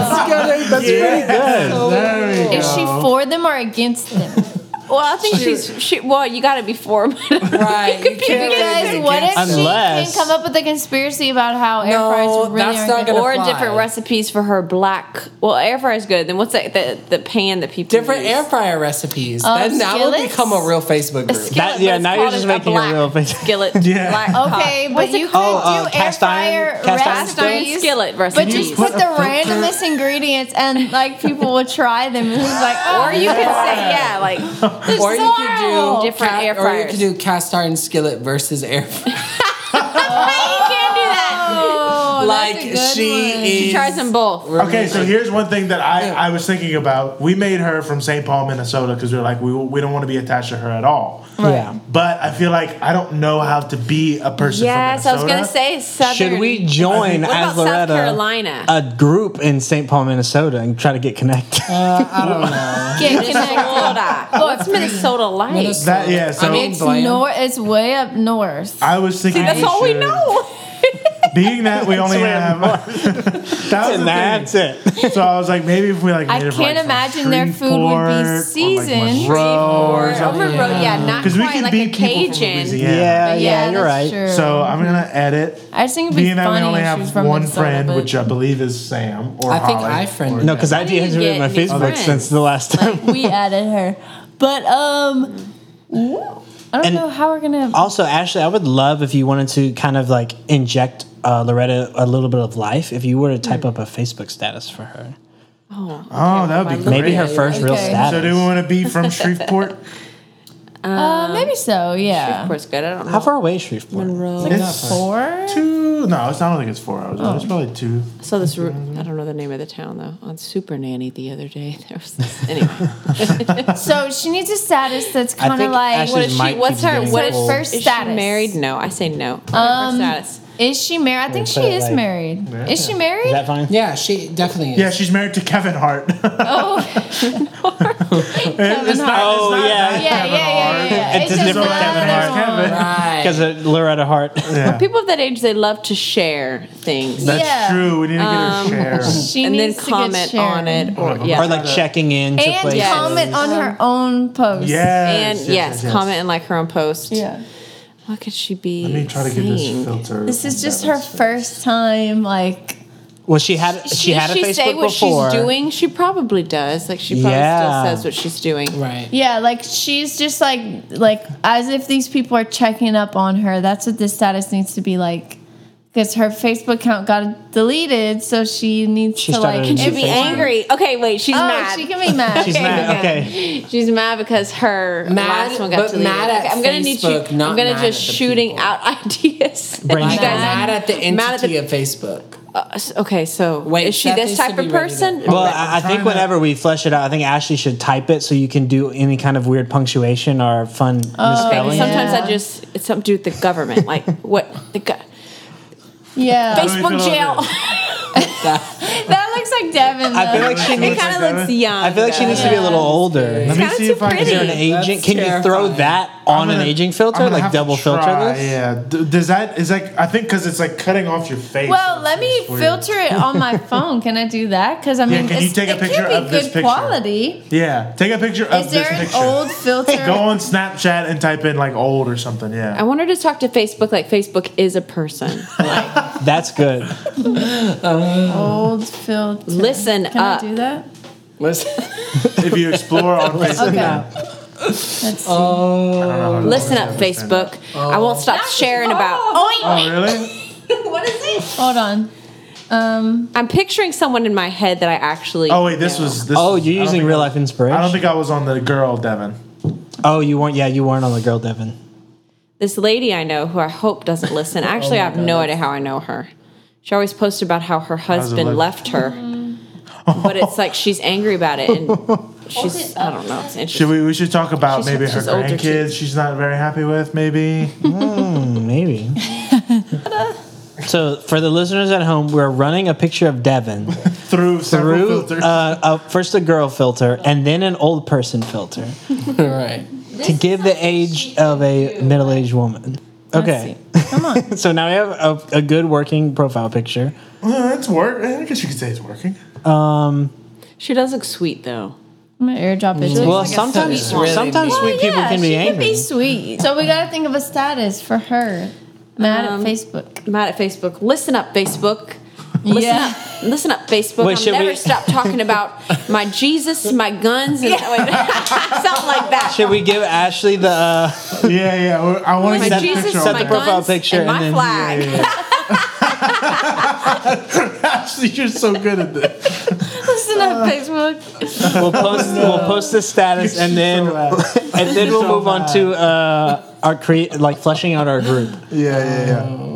S2: actually that's, good, that's pretty
S5: Oh,
S2: good.
S4: There we
S3: Is she
S4: go.
S3: for them or against them?
S5: Well, I think she's she, well. You got to be for
S1: Right. You can't really
S3: Because
S1: be
S3: what if
S1: against it.
S3: she
S2: Unless-
S3: can come up with a conspiracy about how air
S1: No,
S3: fryers really
S1: that's
S3: are
S1: not gonna
S5: or
S1: fly.
S5: different recipes for her black. Well, air fryer's good. Then what's that? The, the pan that people
S1: different
S5: use?
S1: air fryer recipes? that now will
S3: skillets?
S1: become a real Facebook
S5: A
S1: group.
S5: skillet,
S2: That-
S5: but
S2: yeah,
S5: it's
S2: now you're
S5: called
S2: just
S5: a-
S2: making a
S5: black
S2: real face.
S5: skillet.
S4: Yeah.
S5: black pot.
S3: Okay,
S5: What's
S3: but
S5: it
S3: you could
S5: called?
S2: Oh, uh,
S3: do air
S2: cast iron-
S3: fryer
S2: cast iron
S5: cast iron
S3: recipes,
S5: skillet recipe.
S3: But just
S4: Put
S3: put the
S4: a
S3: randomest ingredients and like people will try them and it's like, oh,
S5: or you could say yeah, like
S1: Or you
S3: horrible.
S1: could do
S5: Different
S1: ca-
S5: air
S1: Or you
S5: fryers.
S1: could do cast iron skillet versus air fryer.
S5: can't do that.
S3: Oh,
S1: like
S3: that's a good
S1: she
S3: one.
S1: is.
S5: She tries them both.
S4: Okay, so here's one thing that I, I was thinking about. We made her from St. Paul, Minnesota, because we were like, we, we don't want to be attached to her at all.
S2: Yeah.
S4: But I feel like I don't know how to be a person.
S5: Yes, I
S4: from
S5: was
S4: Minnesota.
S5: gonna say southern.
S2: Should we join Uh,
S5: What about
S2: as
S5: South
S2: Loretta
S5: Carolina?
S2: a group in St. Paul, Minnesota, and try to get connected?
S5: Oh,
S3: Get connected.
S5: Minnesota? What's Minnesota like?
S1: Minnesota.
S4: That- yeah, so-
S1: I mean,
S3: It's
S1: Blaine.
S3: nor- it's way up north.
S4: I was thinking.
S5: That's
S4: we
S5: all we
S4: should-
S5: know.
S4: Being that we only
S2: where I'm
S4: have. that was the
S2: and that's
S4: thing.
S2: it.
S4: So I was like, maybe if we like.
S3: I
S4: made it from,
S3: can't
S4: like, from
S3: imagine their food would be
S4: Shreveport or, like,
S3: seasoned.
S4: Monroe
S5: Or
S4: or
S5: over
S4: something.
S5: road, yeah, not
S4: Because we
S5: quite
S4: can
S5: like a
S4: be people from
S5: Cajun.
S4: Louisiana.
S2: Oh, Yeah, yeah, you're
S3: that's
S2: right.
S3: true.
S4: So I'm gonna edit.
S3: I just think it'd be
S4: Being that we
S3: funny
S4: only
S3: if she was
S4: have
S3: from
S4: one
S3: Minnesota,
S4: friend,
S3: but-
S4: which I believe is Sam or
S1: I think
S4: Holly.
S1: I friend.
S2: No, because I
S5: do you
S2: didn't read
S5: get
S2: my
S5: new
S2: Facebook
S5: friends?
S2: since the last time.
S3: we added her. But um I don't
S2: And-
S3: know how we're gonna uh,
S2: Also, Ashley, I would love if you wanted to kind of like inject uh, Loretta a little bit of life. If you were to type up a Facebook status for her,
S4: Oh, that would be great.
S2: maybe her first real
S3: Okay.
S2: status.
S4: So do we want to be from Shreveport?
S2: um,
S3: uh, maybe so, yeah.
S5: Of course, good. I don't know.
S2: How far away is Shreveport?
S4: it's
S3: Four?
S4: two. No, it's, I don't think it's four hours. away.
S2: Oh.
S4: It's probably two.
S5: I saw this. ru- I don't know the name of the town though. On Super Nanny the other day, there was this. Anyway,
S3: So she needs a status that's
S2: I
S3: kind of
S2: think
S3: like
S2: Ashley's
S5: what is she?
S2: mic
S5: What's
S2: keeps
S5: her?
S2: getting
S5: What is
S2: old.
S3: first
S5: is
S3: status?
S5: She married? No, I say no. What is her status?
S3: Is she married? I think she
S2: put it
S3: is
S2: like-
S3: married. Is she
S2: Is
S3: married?
S2: that fine?
S1: Yeah, she definitely is.
S4: Yeah, she's married to Kevin Hart.
S3: Oh, Kevin Hart.
S2: Oh
S3: Yeah,
S2: yeah,
S3: yeah, yeah, yeah, yeah.
S2: It's just different
S3: not
S2: Kevin
S3: that
S2: Hart.
S3: one.
S1: Right.
S2: because of Loretta Hart.
S5: People of that age, they love to share things
S4: That's
S3: Yeah. Um,
S4: true. We need to get her share.
S3: She
S5: and then
S3: needs to get
S5: comment on
S3: shared.
S5: it, or yeah,
S2: or like checking in to
S3: And
S2: places.
S3: comment on her own post.
S4: Yes.
S5: and yes, comment and like her own post.
S3: Yeah.
S5: What could she be?
S4: Let me try to get
S5: saying?
S4: this filter.
S3: This is just her first time like
S2: Well, she had she,
S5: Does
S2: had a
S5: she
S2: Facebook
S5: say what
S2: before.
S5: she's doing? She probably does. Like she probably
S2: Yeah.
S5: still says what she's doing.
S1: Right.
S3: Yeah, like she's just like like as if these people are checking up on her. That's what this status needs to be like. Because her Facebook account got deleted, so she needs
S2: She
S3: to
S2: started
S3: like.
S2: a new
S5: She'd be
S2: Facebook.
S5: angry. Okay, wait, she's
S3: oh,
S5: mad.
S3: she can be mad.
S2: She's mad. Okay,
S5: She's mad because her
S1: Mad,
S5: last one got
S1: but
S5: deleted.
S1: mad at
S5: okay, I'm gonna need you.
S1: Facebook, not
S5: I'm gonna
S1: mad
S5: just
S1: at the
S5: shooting
S1: people.
S5: out ideas. that
S2: Brainstorm.
S5: you
S1: Like,
S5: guys-
S1: mad at the entity
S5: mad at the-
S1: of Facebook.
S5: uh, s- okay, so
S1: Wait,
S5: is she
S1: Seth
S5: this
S1: needs to
S5: type
S1: be
S5: of
S1: ready to-
S5: person?
S2: Well,
S4: Right,
S2: I, I
S4: I'm
S2: think
S4: trying
S2: whenever we flesh it out, I think Ashley should type it so you can do any kind of weird punctuation or fun misspelling.
S3: yeah.
S5: Sometimes I just it's something to do with the government. Like what the go-
S3: Yeah,
S4: How do we feel
S5: Facebook
S4: about
S5: jail.
S3: that looks like Devin. Though.
S2: I feel like she
S4: It
S2: needs.
S4: kinda
S5: Kind of looks young.
S2: I feel like she needs to be a little older.
S4: Let me
S5: kinda
S4: see
S5: too
S4: if I can
S5: pretty.
S4: get
S2: An agent? Can you
S1: terrifying.
S2: throw that on
S4: I'm
S2: an
S4: gonna-
S2: aging
S4: I'm
S2: filter,
S4: gonna
S2: like
S4: have to
S2: double
S4: try,
S2: filter this?
S4: Yeah. D- does that is like I think because it's like cutting off your face.
S3: well,
S4: so
S3: let me
S4: it's weird.
S3: filter it on my phone. Can I do that? Because I mean,
S4: can you
S3: it's-
S4: take a
S3: it can
S4: picture
S3: be
S4: of this
S3: good
S4: picture?
S3: quality.
S4: Yeah. Take a picture of
S3: Is there
S4: this
S3: an
S4: picture.
S3: old filter?
S4: Go on Snapchat and type in like old or something.
S5: I
S4: Yeah.
S5: want her to talk to Facebook like Facebook is a person.
S2: That's good.
S3: Old filter.
S5: Listen
S3: Can
S5: up.
S3: I do that?
S1: Listen.
S4: If you explore on Facebook,
S6: Okay.
S3: Oh,
S5: Listen up, Facebook. I won't stop sharing about.
S4: Oh, really?
S5: what is it?
S6: Hold on. Um,
S5: I'm picturing someone in my head that I actually.
S4: Oh wait, this was this.
S2: Oh,
S4: was-
S2: you're
S4: I don't
S2: using
S4: think
S2: real
S4: I-
S2: life inspiration.
S4: I don't think I was on the girl, Devin.
S2: oh, you weren't. Yeah, you weren't on the girl, Devin.
S5: this lady I know who I hope doesn't
S4: Oh
S5: listen. Actually, I have no idea how I know her. She always posts about how her husband
S4: look?
S5: left her, but it's like she's angry about it, and she's I don't know. It's
S4: Should
S5: interesting.
S4: we? We should talk about
S5: She's-
S4: maybe her
S5: she's older, too.
S4: grandkids. She's not very happy with maybe.
S2: Maybe. so, for the listeners at home, we're running a picture of Devin
S4: through several
S2: through
S4: filters.
S2: uh, a, first a girl filter and then an old person filter
S1: All right.
S2: to give the age of a middle aged woman. Okay.
S6: come on.
S2: So now we have a, a good working profile picture.
S4: Uh, it's work. I guess you could say it's working.
S5: She does look sweet though.
S6: I'm gonna airdrop it. to
S2: Well,
S6: you.
S2: sometimes
S1: sweet one.
S2: sometimes
S1: Really
S2: sweet people
S6: Oh, yeah,
S2: can be
S6: she
S2: angry.
S6: Can be sweet. So we gotta think of a status for her. Mad
S5: Um,
S6: at Facebook.
S5: I'm mad at Facebook. Listen up, Facebook. Listen
S6: Yeah.
S5: up, listen up, Facebook.
S2: Wait, should
S5: I'll never
S2: we-
S5: stop talking about my Jesus, my guns, and something like that.
S2: Should we give Ashley the uh,
S4: Yeah, yeah. we're- I want to
S5: my
S4: set the
S5: Jesus,
S4: picture
S2: set
S4: on
S5: my
S2: the profile
S5: guns,
S2: picture
S5: and my
S2: and then-
S5: flag.
S4: Ashley, you're so good at this.
S6: Listen up, Facebook.
S2: we'll post we'll post the status and then uh,
S4: So bad.
S2: and then we'll
S4: so
S2: move on to uh, our create like fleshing out our group.
S4: Yeah, yeah,
S2: um,
S4: yeah.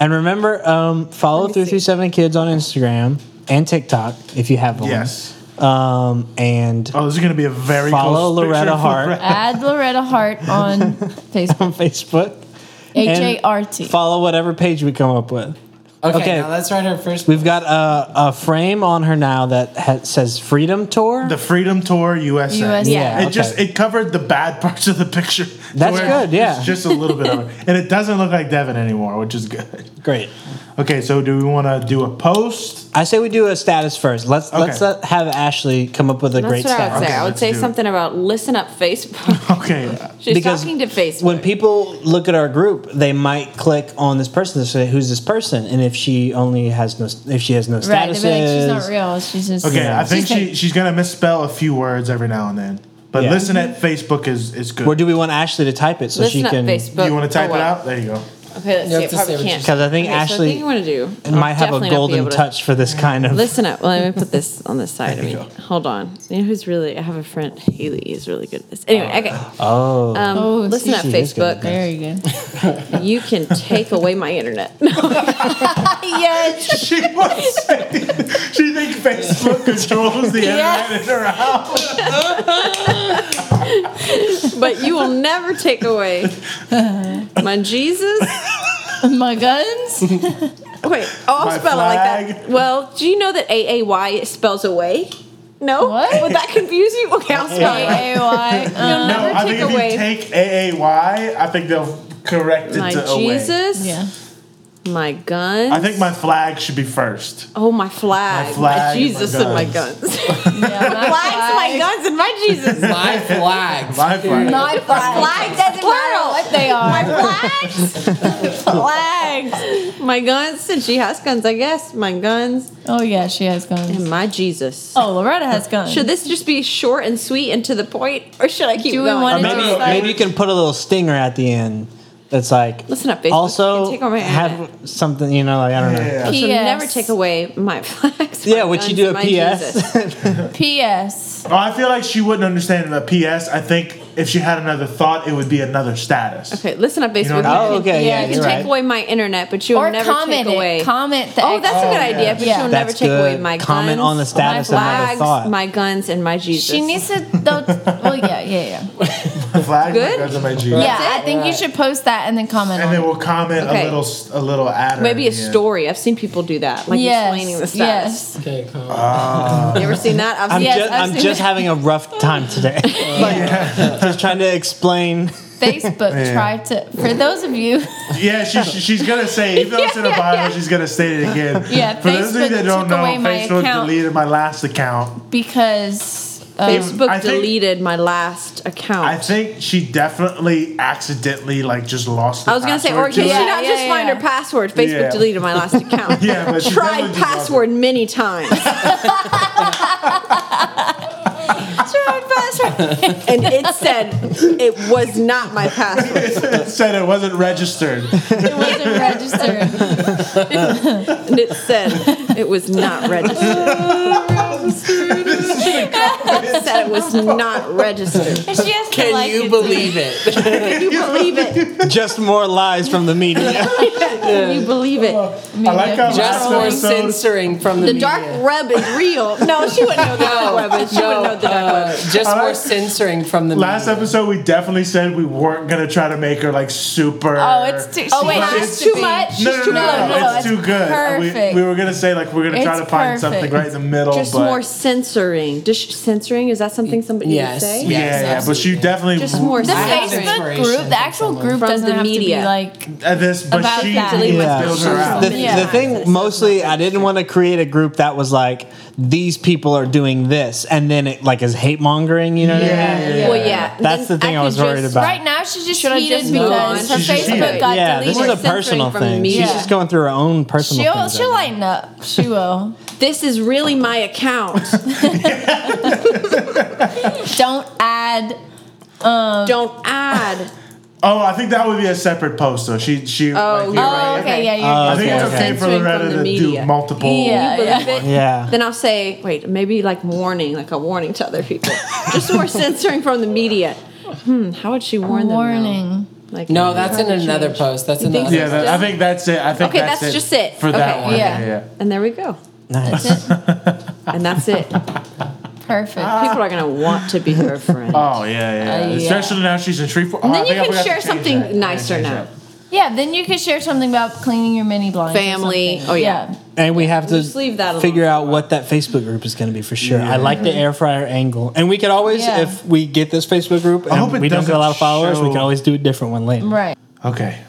S2: And remember, um, follow three three seven kids on Instagram and TikTok if you have one.
S4: Yes.
S2: Um, and
S4: Oh, this is gonna be a very
S2: Follow
S4: close picture
S2: Loretta
S4: for
S2: Hart.
S6: Add Loretta Hart on Facebook.
S2: on Facebook,
S6: H A R T.
S2: follow whatever page we come up with.
S1: Okay,
S2: Okay.
S1: now let's write her first.
S2: We've got a, a frame on her now that ha- says Freedom Tour.
S4: The Freedom Tour USA.
S6: USA.
S2: Yeah,
S4: It
S2: okay.
S4: just it covered the bad parts of the picture. to
S2: That's
S4: where
S2: good, yeah.
S4: it's just a little bit of it, and it doesn't look like Devin anymore, which is good.
S2: Great.
S4: Okay, so do we want to do a post?
S2: I say we do a status first. Let's let's
S4: Okay.
S2: uh, have Ashley come up with a
S5: That's
S2: great
S5: what I would
S2: status.
S5: say.
S4: Okay,
S5: I would
S4: let's
S5: say
S4: do it.
S5: something about listen up, Facebook.
S4: Okay,
S5: She's talking to Facebook.
S2: when people look at our group, they might click on this person to say who's this person, and if she only has no, if she has no
S6: Right.
S2: status,
S6: They be like, she's not real. She's just.
S4: okay. I think
S6: She's
S4: she she's gonna misspell a few words every now and then, but
S2: Yeah.
S4: listen at Facebook is is good.
S2: or do we want Ashley to type it so
S5: listen
S2: she
S5: up,
S2: can?
S5: Facebook.
S4: you want to type
S5: Oh,
S4: it
S5: well.
S4: out? There you go.
S5: Okay, let's
S1: You have
S5: see. It
S1: to say
S5: probably
S1: what you
S5: can't.
S2: Because I think
S5: Okay, so
S2: Ashley
S5: I think I'm gonna do.
S2: Might have a
S5: Definitely not be
S2: golden
S5: able to-
S2: touch for this kind of.
S5: Listen up. Well, let me put this on this side of me.
S2: you go.
S5: Hold on. You know who's really? I have a friend, Haley, is really good at this. Anyway, okay.
S2: Oh,
S5: Um,
S6: Oh,
S5: listen up,
S2: she is good at
S5: Facebook.
S6: Very good.
S5: You can take away my internet.
S6: yes.
S4: She wants. she thinks Facebook controls the
S6: Yes.
S4: internet in her house.
S5: but you will never take away my Jesus.
S6: My guns.
S5: Wait, oh, I'll
S4: My
S5: spell it like
S4: flag.
S5: that. Well, do you know that AAY spells away? No?
S6: What?
S5: Would that confuse you? Okay, I'll spell it right.
S6: A Y. Um,
S4: No,
S5: Never
S4: I
S5: take
S4: think if
S5: away.
S4: you take AAY, I think they'll correct it
S5: My
S4: to away.
S5: Jesus,
S6: yeah.
S5: my guns.
S4: I think my flag should be first.
S5: oh, my flag. My,
S4: flag and my
S5: Jesus and my guns.
S6: yeah my
S5: Flags, my
S6: flag.
S5: guns, and my Jesus.
S1: My flags.
S4: My flag.
S6: My flag.
S5: Flags,
S6: doesn't
S5: plural.
S6: matter what they are.
S5: Flags, flags. My guns, and she has guns, I guess. My guns
S6: Oh yeah, she has guns.
S5: and my Jesus.
S6: Oh, Loretta has guns.
S5: Should this just be short and sweet and to the point, or should I keep
S6: Do we
S5: going?
S6: want
S2: or
S6: to
S2: maybe
S6: do like,
S2: maybe you can put a little stinger at the end. That's like
S5: Listen up, Facebook. You
S2: Also,
S5: can take over my internet.
S2: have something you know, like I don't know.
S4: Yeah.
S5: She'll
S6: P.S.
S5: never take away my flags. my
S2: Yeah, would you
S5: guns,
S2: do a
S5: my Jesus.
S2: PS?
S6: P.S.
S4: Oh, I feel like she wouldn't understand the PS. I think if she had another thought, it would be another status.
S5: Okay, listen up, Facebook.
S4: don't know.
S2: oh, okay, yeah,
S6: Yeah,
S5: You
S2: you're
S5: can take
S2: right.
S5: away my internet, but you'll
S6: Or
S5: never
S6: comment
S5: take away.
S6: it. Comment the.
S5: oh, that's a good idea, but
S6: Yeah.
S5: you'll never
S2: That's
S5: take away
S2: good.
S5: my
S2: Comment
S5: guns,
S2: on the status
S5: my
S2: of another
S5: flags,
S2: thought.
S5: my guns, and my Jesus.
S6: She needs to though. Well, yeah, yeah, yeah.
S4: The flag
S5: Good?
S4: goes on my Jesus.
S6: Yeah, I
S5: it?
S6: think you should post that and then comment
S4: And
S6: on
S4: then
S6: it.
S4: we'll comment
S5: Okay.
S4: a little, a little ad.
S5: maybe a
S4: at the end.
S5: story. I've seen people do that, like explaining the
S6: Yes.
S5: status.
S6: Yes.
S1: Okay, come
S4: Uh,
S5: You ever seen that? I've
S2: I'm
S5: seen
S2: just,
S6: I've
S2: I'm
S6: seen
S2: just having a rough time today. like, just trying to explain.
S6: Facebook
S4: Yeah.
S6: tried to. For those of you,
S4: Yeah, she, she- she's gonna say even though it's in a bio, she's gonna state it again.
S6: Yeah,
S4: For those of you
S6: Facebook
S4: that don't
S6: took
S4: know,
S6: away my
S4: Facebook
S6: account.
S4: deleted my last account.
S6: because uh,
S5: Facebook
S4: I think-
S5: deleted my last account.
S4: I think she definitely accidentally like just lost. The
S5: I was gonna say, or
S4: password
S5: did
S4: to
S5: she
S4: it.
S5: not
S6: Yeah,
S5: just
S6: yeah,
S5: find
S6: yeah.
S5: her password? Facebook
S4: Yeah.
S5: deleted my last account.
S4: Yeah, but she
S5: tried
S4: definitely just lost
S5: password many times. And it said it was not my password.
S4: said it wasn't registered.
S6: It wasn't registered.
S5: And it said it was not registered. it said it was not registered.
S6: And she has to
S1: Can
S6: like
S1: you
S6: it.
S1: believe it?
S5: Can you believe it?
S2: Just more lies from the media.
S5: Can you believe it?
S4: I like how
S1: Just
S4: last
S1: more
S4: episode.
S1: censoring from the,
S5: The
S1: media.
S5: dark web is real. No, she wouldn't know the dark web. She wouldn't know the dark web.
S1: Uh, just more censoring from the
S4: Last
S1: media.
S4: episode, we definitely said we weren't gonna try to make her like super.
S6: Oh, it's too.
S5: Oh wait,
S4: has
S5: it's
S4: to
S5: too
S1: be.
S5: much.
S4: No, no, no, no, no,
S6: no, no,
S4: it's,
S6: it's
S4: too good. We,
S6: perfect.
S4: we were gonna say like we're gonna try
S6: It's
S4: to find something
S6: perfect.
S4: right in the middle,
S5: Just
S4: Oh, but
S5: more censoring. Just censoring. Is that something somebody
S1: Yes,
S5: would say?
S1: yes.
S4: yeah, yeah. But she
S1: absolutely.
S4: definitely
S5: Just more
S6: The
S5: I have
S6: Facebook
S1: inspiration
S6: group,
S1: from
S6: the actual
S1: someone.
S6: group
S5: From
S6: doesn't
S5: the
S6: have to
S5: media.
S6: be like
S4: at this, but
S6: About
S4: she
S6: that.
S5: Delete
S4: yeah.
S5: my
S4: builds
S5: social
S4: her out.
S2: The,
S5: media.
S2: the thing mostly I didn't want to create a group that was like these people are doing this and then it like is hate mongering, you know what I mean?
S4: Yeah.
S5: Well, yeah.
S2: That's the
S5: Then
S2: thing I
S5: could
S2: was worried
S5: just-
S2: about.
S6: Right now, she's just
S5: Should I
S6: heated
S5: just move on?
S6: because her
S4: She's just
S6: Facebook
S4: heated.
S6: got
S2: Yeah, this is
S6: deleted.
S2: a
S5: censoring
S2: personal
S5: from
S2: thing.
S5: media.
S2: She's just going through her own personal
S6: She'll
S2: things
S6: she'll
S2: right
S6: lighten up. She will.
S5: This is really my account.
S6: Don't add.
S5: Don't add.
S4: Oh, I think that would be a separate post though. She she.
S5: Oh,
S4: like,
S5: you're
S4: you're
S5: right.
S6: Oh, okay, yeah, you're.
S5: Uh,
S4: I think
S2: Okay,
S4: it's
S2: okay.
S4: okay for
S5: Censoring
S4: Loretta
S5: from
S4: to
S5: the
S4: do
S5: media.
S4: multiple.
S6: Yeah.
S5: Believe it.
S2: Yeah.
S5: Then I'll say, wait, maybe like warning, like a warning to other people. Just more censoring from the media. Hmm, how would she warn them? though?
S6: warning.
S5: Like
S1: No, that's in another post. That's
S5: think
S1: another.
S5: so?
S4: Yeah, that, I think that's it. I think
S5: Okay,
S4: that's,
S5: that's
S4: it
S5: just it.
S4: for that
S5: Okay,
S4: one.
S6: yeah.
S4: Yeah, yeah.
S5: And there we go.
S2: now. Nice.
S6: That's it.
S5: And that's it. People
S6: Perfect.
S5: are gonna want to be her friend.
S4: Oh yeah, yeah.
S6: Uh, yeah.
S4: Especially now she's in Shreveport. Oh,
S5: And then
S4: I think
S5: you
S4: I
S5: can
S4: forgot to
S5: share
S4: change
S5: something
S4: that.
S5: nicer
S4: Change
S5: now.
S4: that.
S6: Yeah, then you could share something about cleaning your mini blinds. or
S5: Family.
S6: something.
S5: Oh yeah.
S2: And we have to
S5: Just leave that alone
S2: figure
S5: for a
S2: out what that Facebook group is going to be for sure. I like the air fryer angle. And we could always,
S6: Yeah.
S2: if we get this Facebook group and
S4: hope it
S2: we don't get a lot of
S4: doesn't
S2: followers, we
S4: show-
S2: can always do a different one later.
S6: Right.
S4: Okay.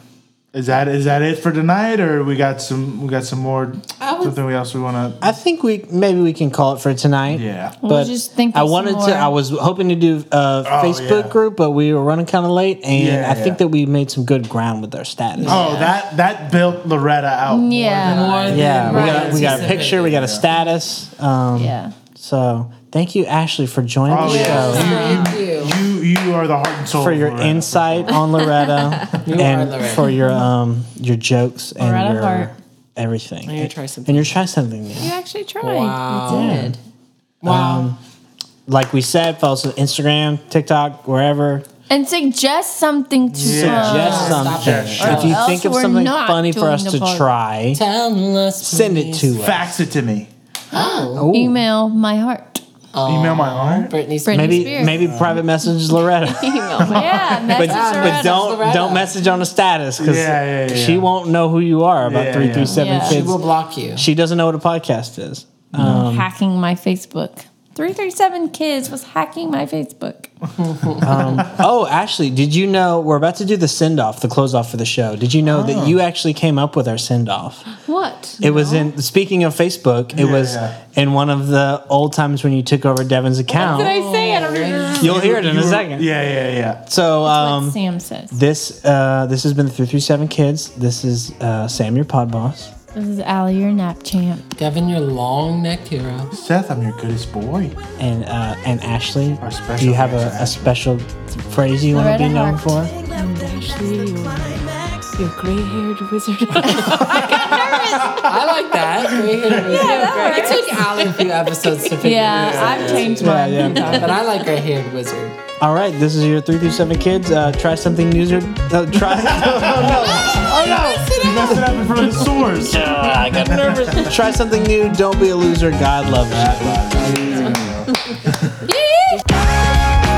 S4: Is that is that it for tonight, or we got some we got some more
S5: would-
S4: something else we want to?
S2: I think we maybe we can call it for tonight.
S4: Yeah. Oh,
S2: But
S6: just think
S2: I
S6: of some
S2: wanted to.
S6: more.
S2: I was hoping to do a Facebook
S4: yeah.
S2: group, but we were running kind of late, and
S4: Yeah,
S2: I think
S4: yeah.
S2: that we made some good ground with our status.
S4: Oh, that that built Loretta out. more
S6: Yeah.
S4: than I-
S1: More than
S2: yeah, we got
S1: right.
S2: we got a picture, we got a status. Um,
S6: Yeah.
S2: So thank you, Ashley, for joining
S4: Oh
S2: the show.
S4: yeah.
S1: Thank you.
S4: You you are the heart and soul
S2: For
S4: of
S2: your
S4: Loretta.
S2: insight on Loretta
S1: You are
S2: and
S1: Loretta.
S2: for your um your jokes and
S6: Loretta
S2: your
S6: Hart.
S2: everything.
S1: gonna try something.
S2: And you're trying something new.
S6: You actually tried.
S1: Wow.
S2: Yeah.
S4: Um,
S1: Wow.
S2: Like we said, follow us on Instagram, TikTok, wherever.
S6: And suggest something to
S4: Yeah.
S2: suggest
S1: stop
S2: something.
S4: it. Or
S2: If you
S6: else
S2: think of
S6: we're
S2: something
S6: not
S2: funny for
S6: doing
S2: us
S6: the
S2: to
S6: pod-
S2: try,
S1: Tell us.
S2: send it to us.
S4: fax it to me.
S6: email my heart.
S4: Email my heart.
S1: Brittany's
S6: Brittany
S2: Maybe
S6: Spears.
S2: maybe private message Loretta,
S6: Yeah,
S2: but,
S6: message
S2: but
S6: Loretta.
S2: don't
S1: Loretta.
S2: don't message on the status because
S4: Yeah, yeah, yeah.
S2: she won't know who you are about
S4: Yeah,
S2: three
S4: yeah.
S2: through seven
S6: Yeah. She
S1: She
S2: kids.
S1: will block you.
S2: She doesn't know what a podcast is.
S6: hacking my Facebook. 337 Kids was hacking my Facebook.
S2: Oh, Ashley, did you know we're about to do the send off, the close off for the show? Did you know that you actually came up with our send off?
S5: What?
S2: It was in speaking of Facebook, it
S4: Yeah,
S2: was
S4: yeah.
S2: in one of the old times when you took over Devin's account.
S5: What did I say? I don't remember.
S2: You'll hear it in
S4: You
S2: a
S4: were-
S2: second.
S4: Yeah, yeah, yeah.
S2: So um,
S6: what Sam says.
S2: this uh, this has been the three three seven kids. This is uh, Sam, your pod boss.
S6: This is Allie, your nap champ.
S1: Devin, your long neck hero.
S4: Seth, I'm your goodest boy.
S2: and uh, and Ashley.
S4: Our special
S2: do you have a,
S4: guest,
S2: a special phrase you want
S6: Loretta
S2: to be known
S6: Hart.
S2: for?
S5: Your gray-haired wizard.
S1: I like that. We hit it with- it took Allie a few episodes to figure
S6: Yeah,
S1: this out.
S6: I've changed
S2: Yeah,
S6: mine.
S2: yeah.
S1: But I like gray haired wizard.
S2: All right, this is your three through seven kids. Uh, try something new. or- Uh, try.
S4: Oh no! You messed it up in front of the source.
S2: I got nervous. try something new. Don't be a loser. God loves you.
S4: Bye, bye.
S7: Yeah.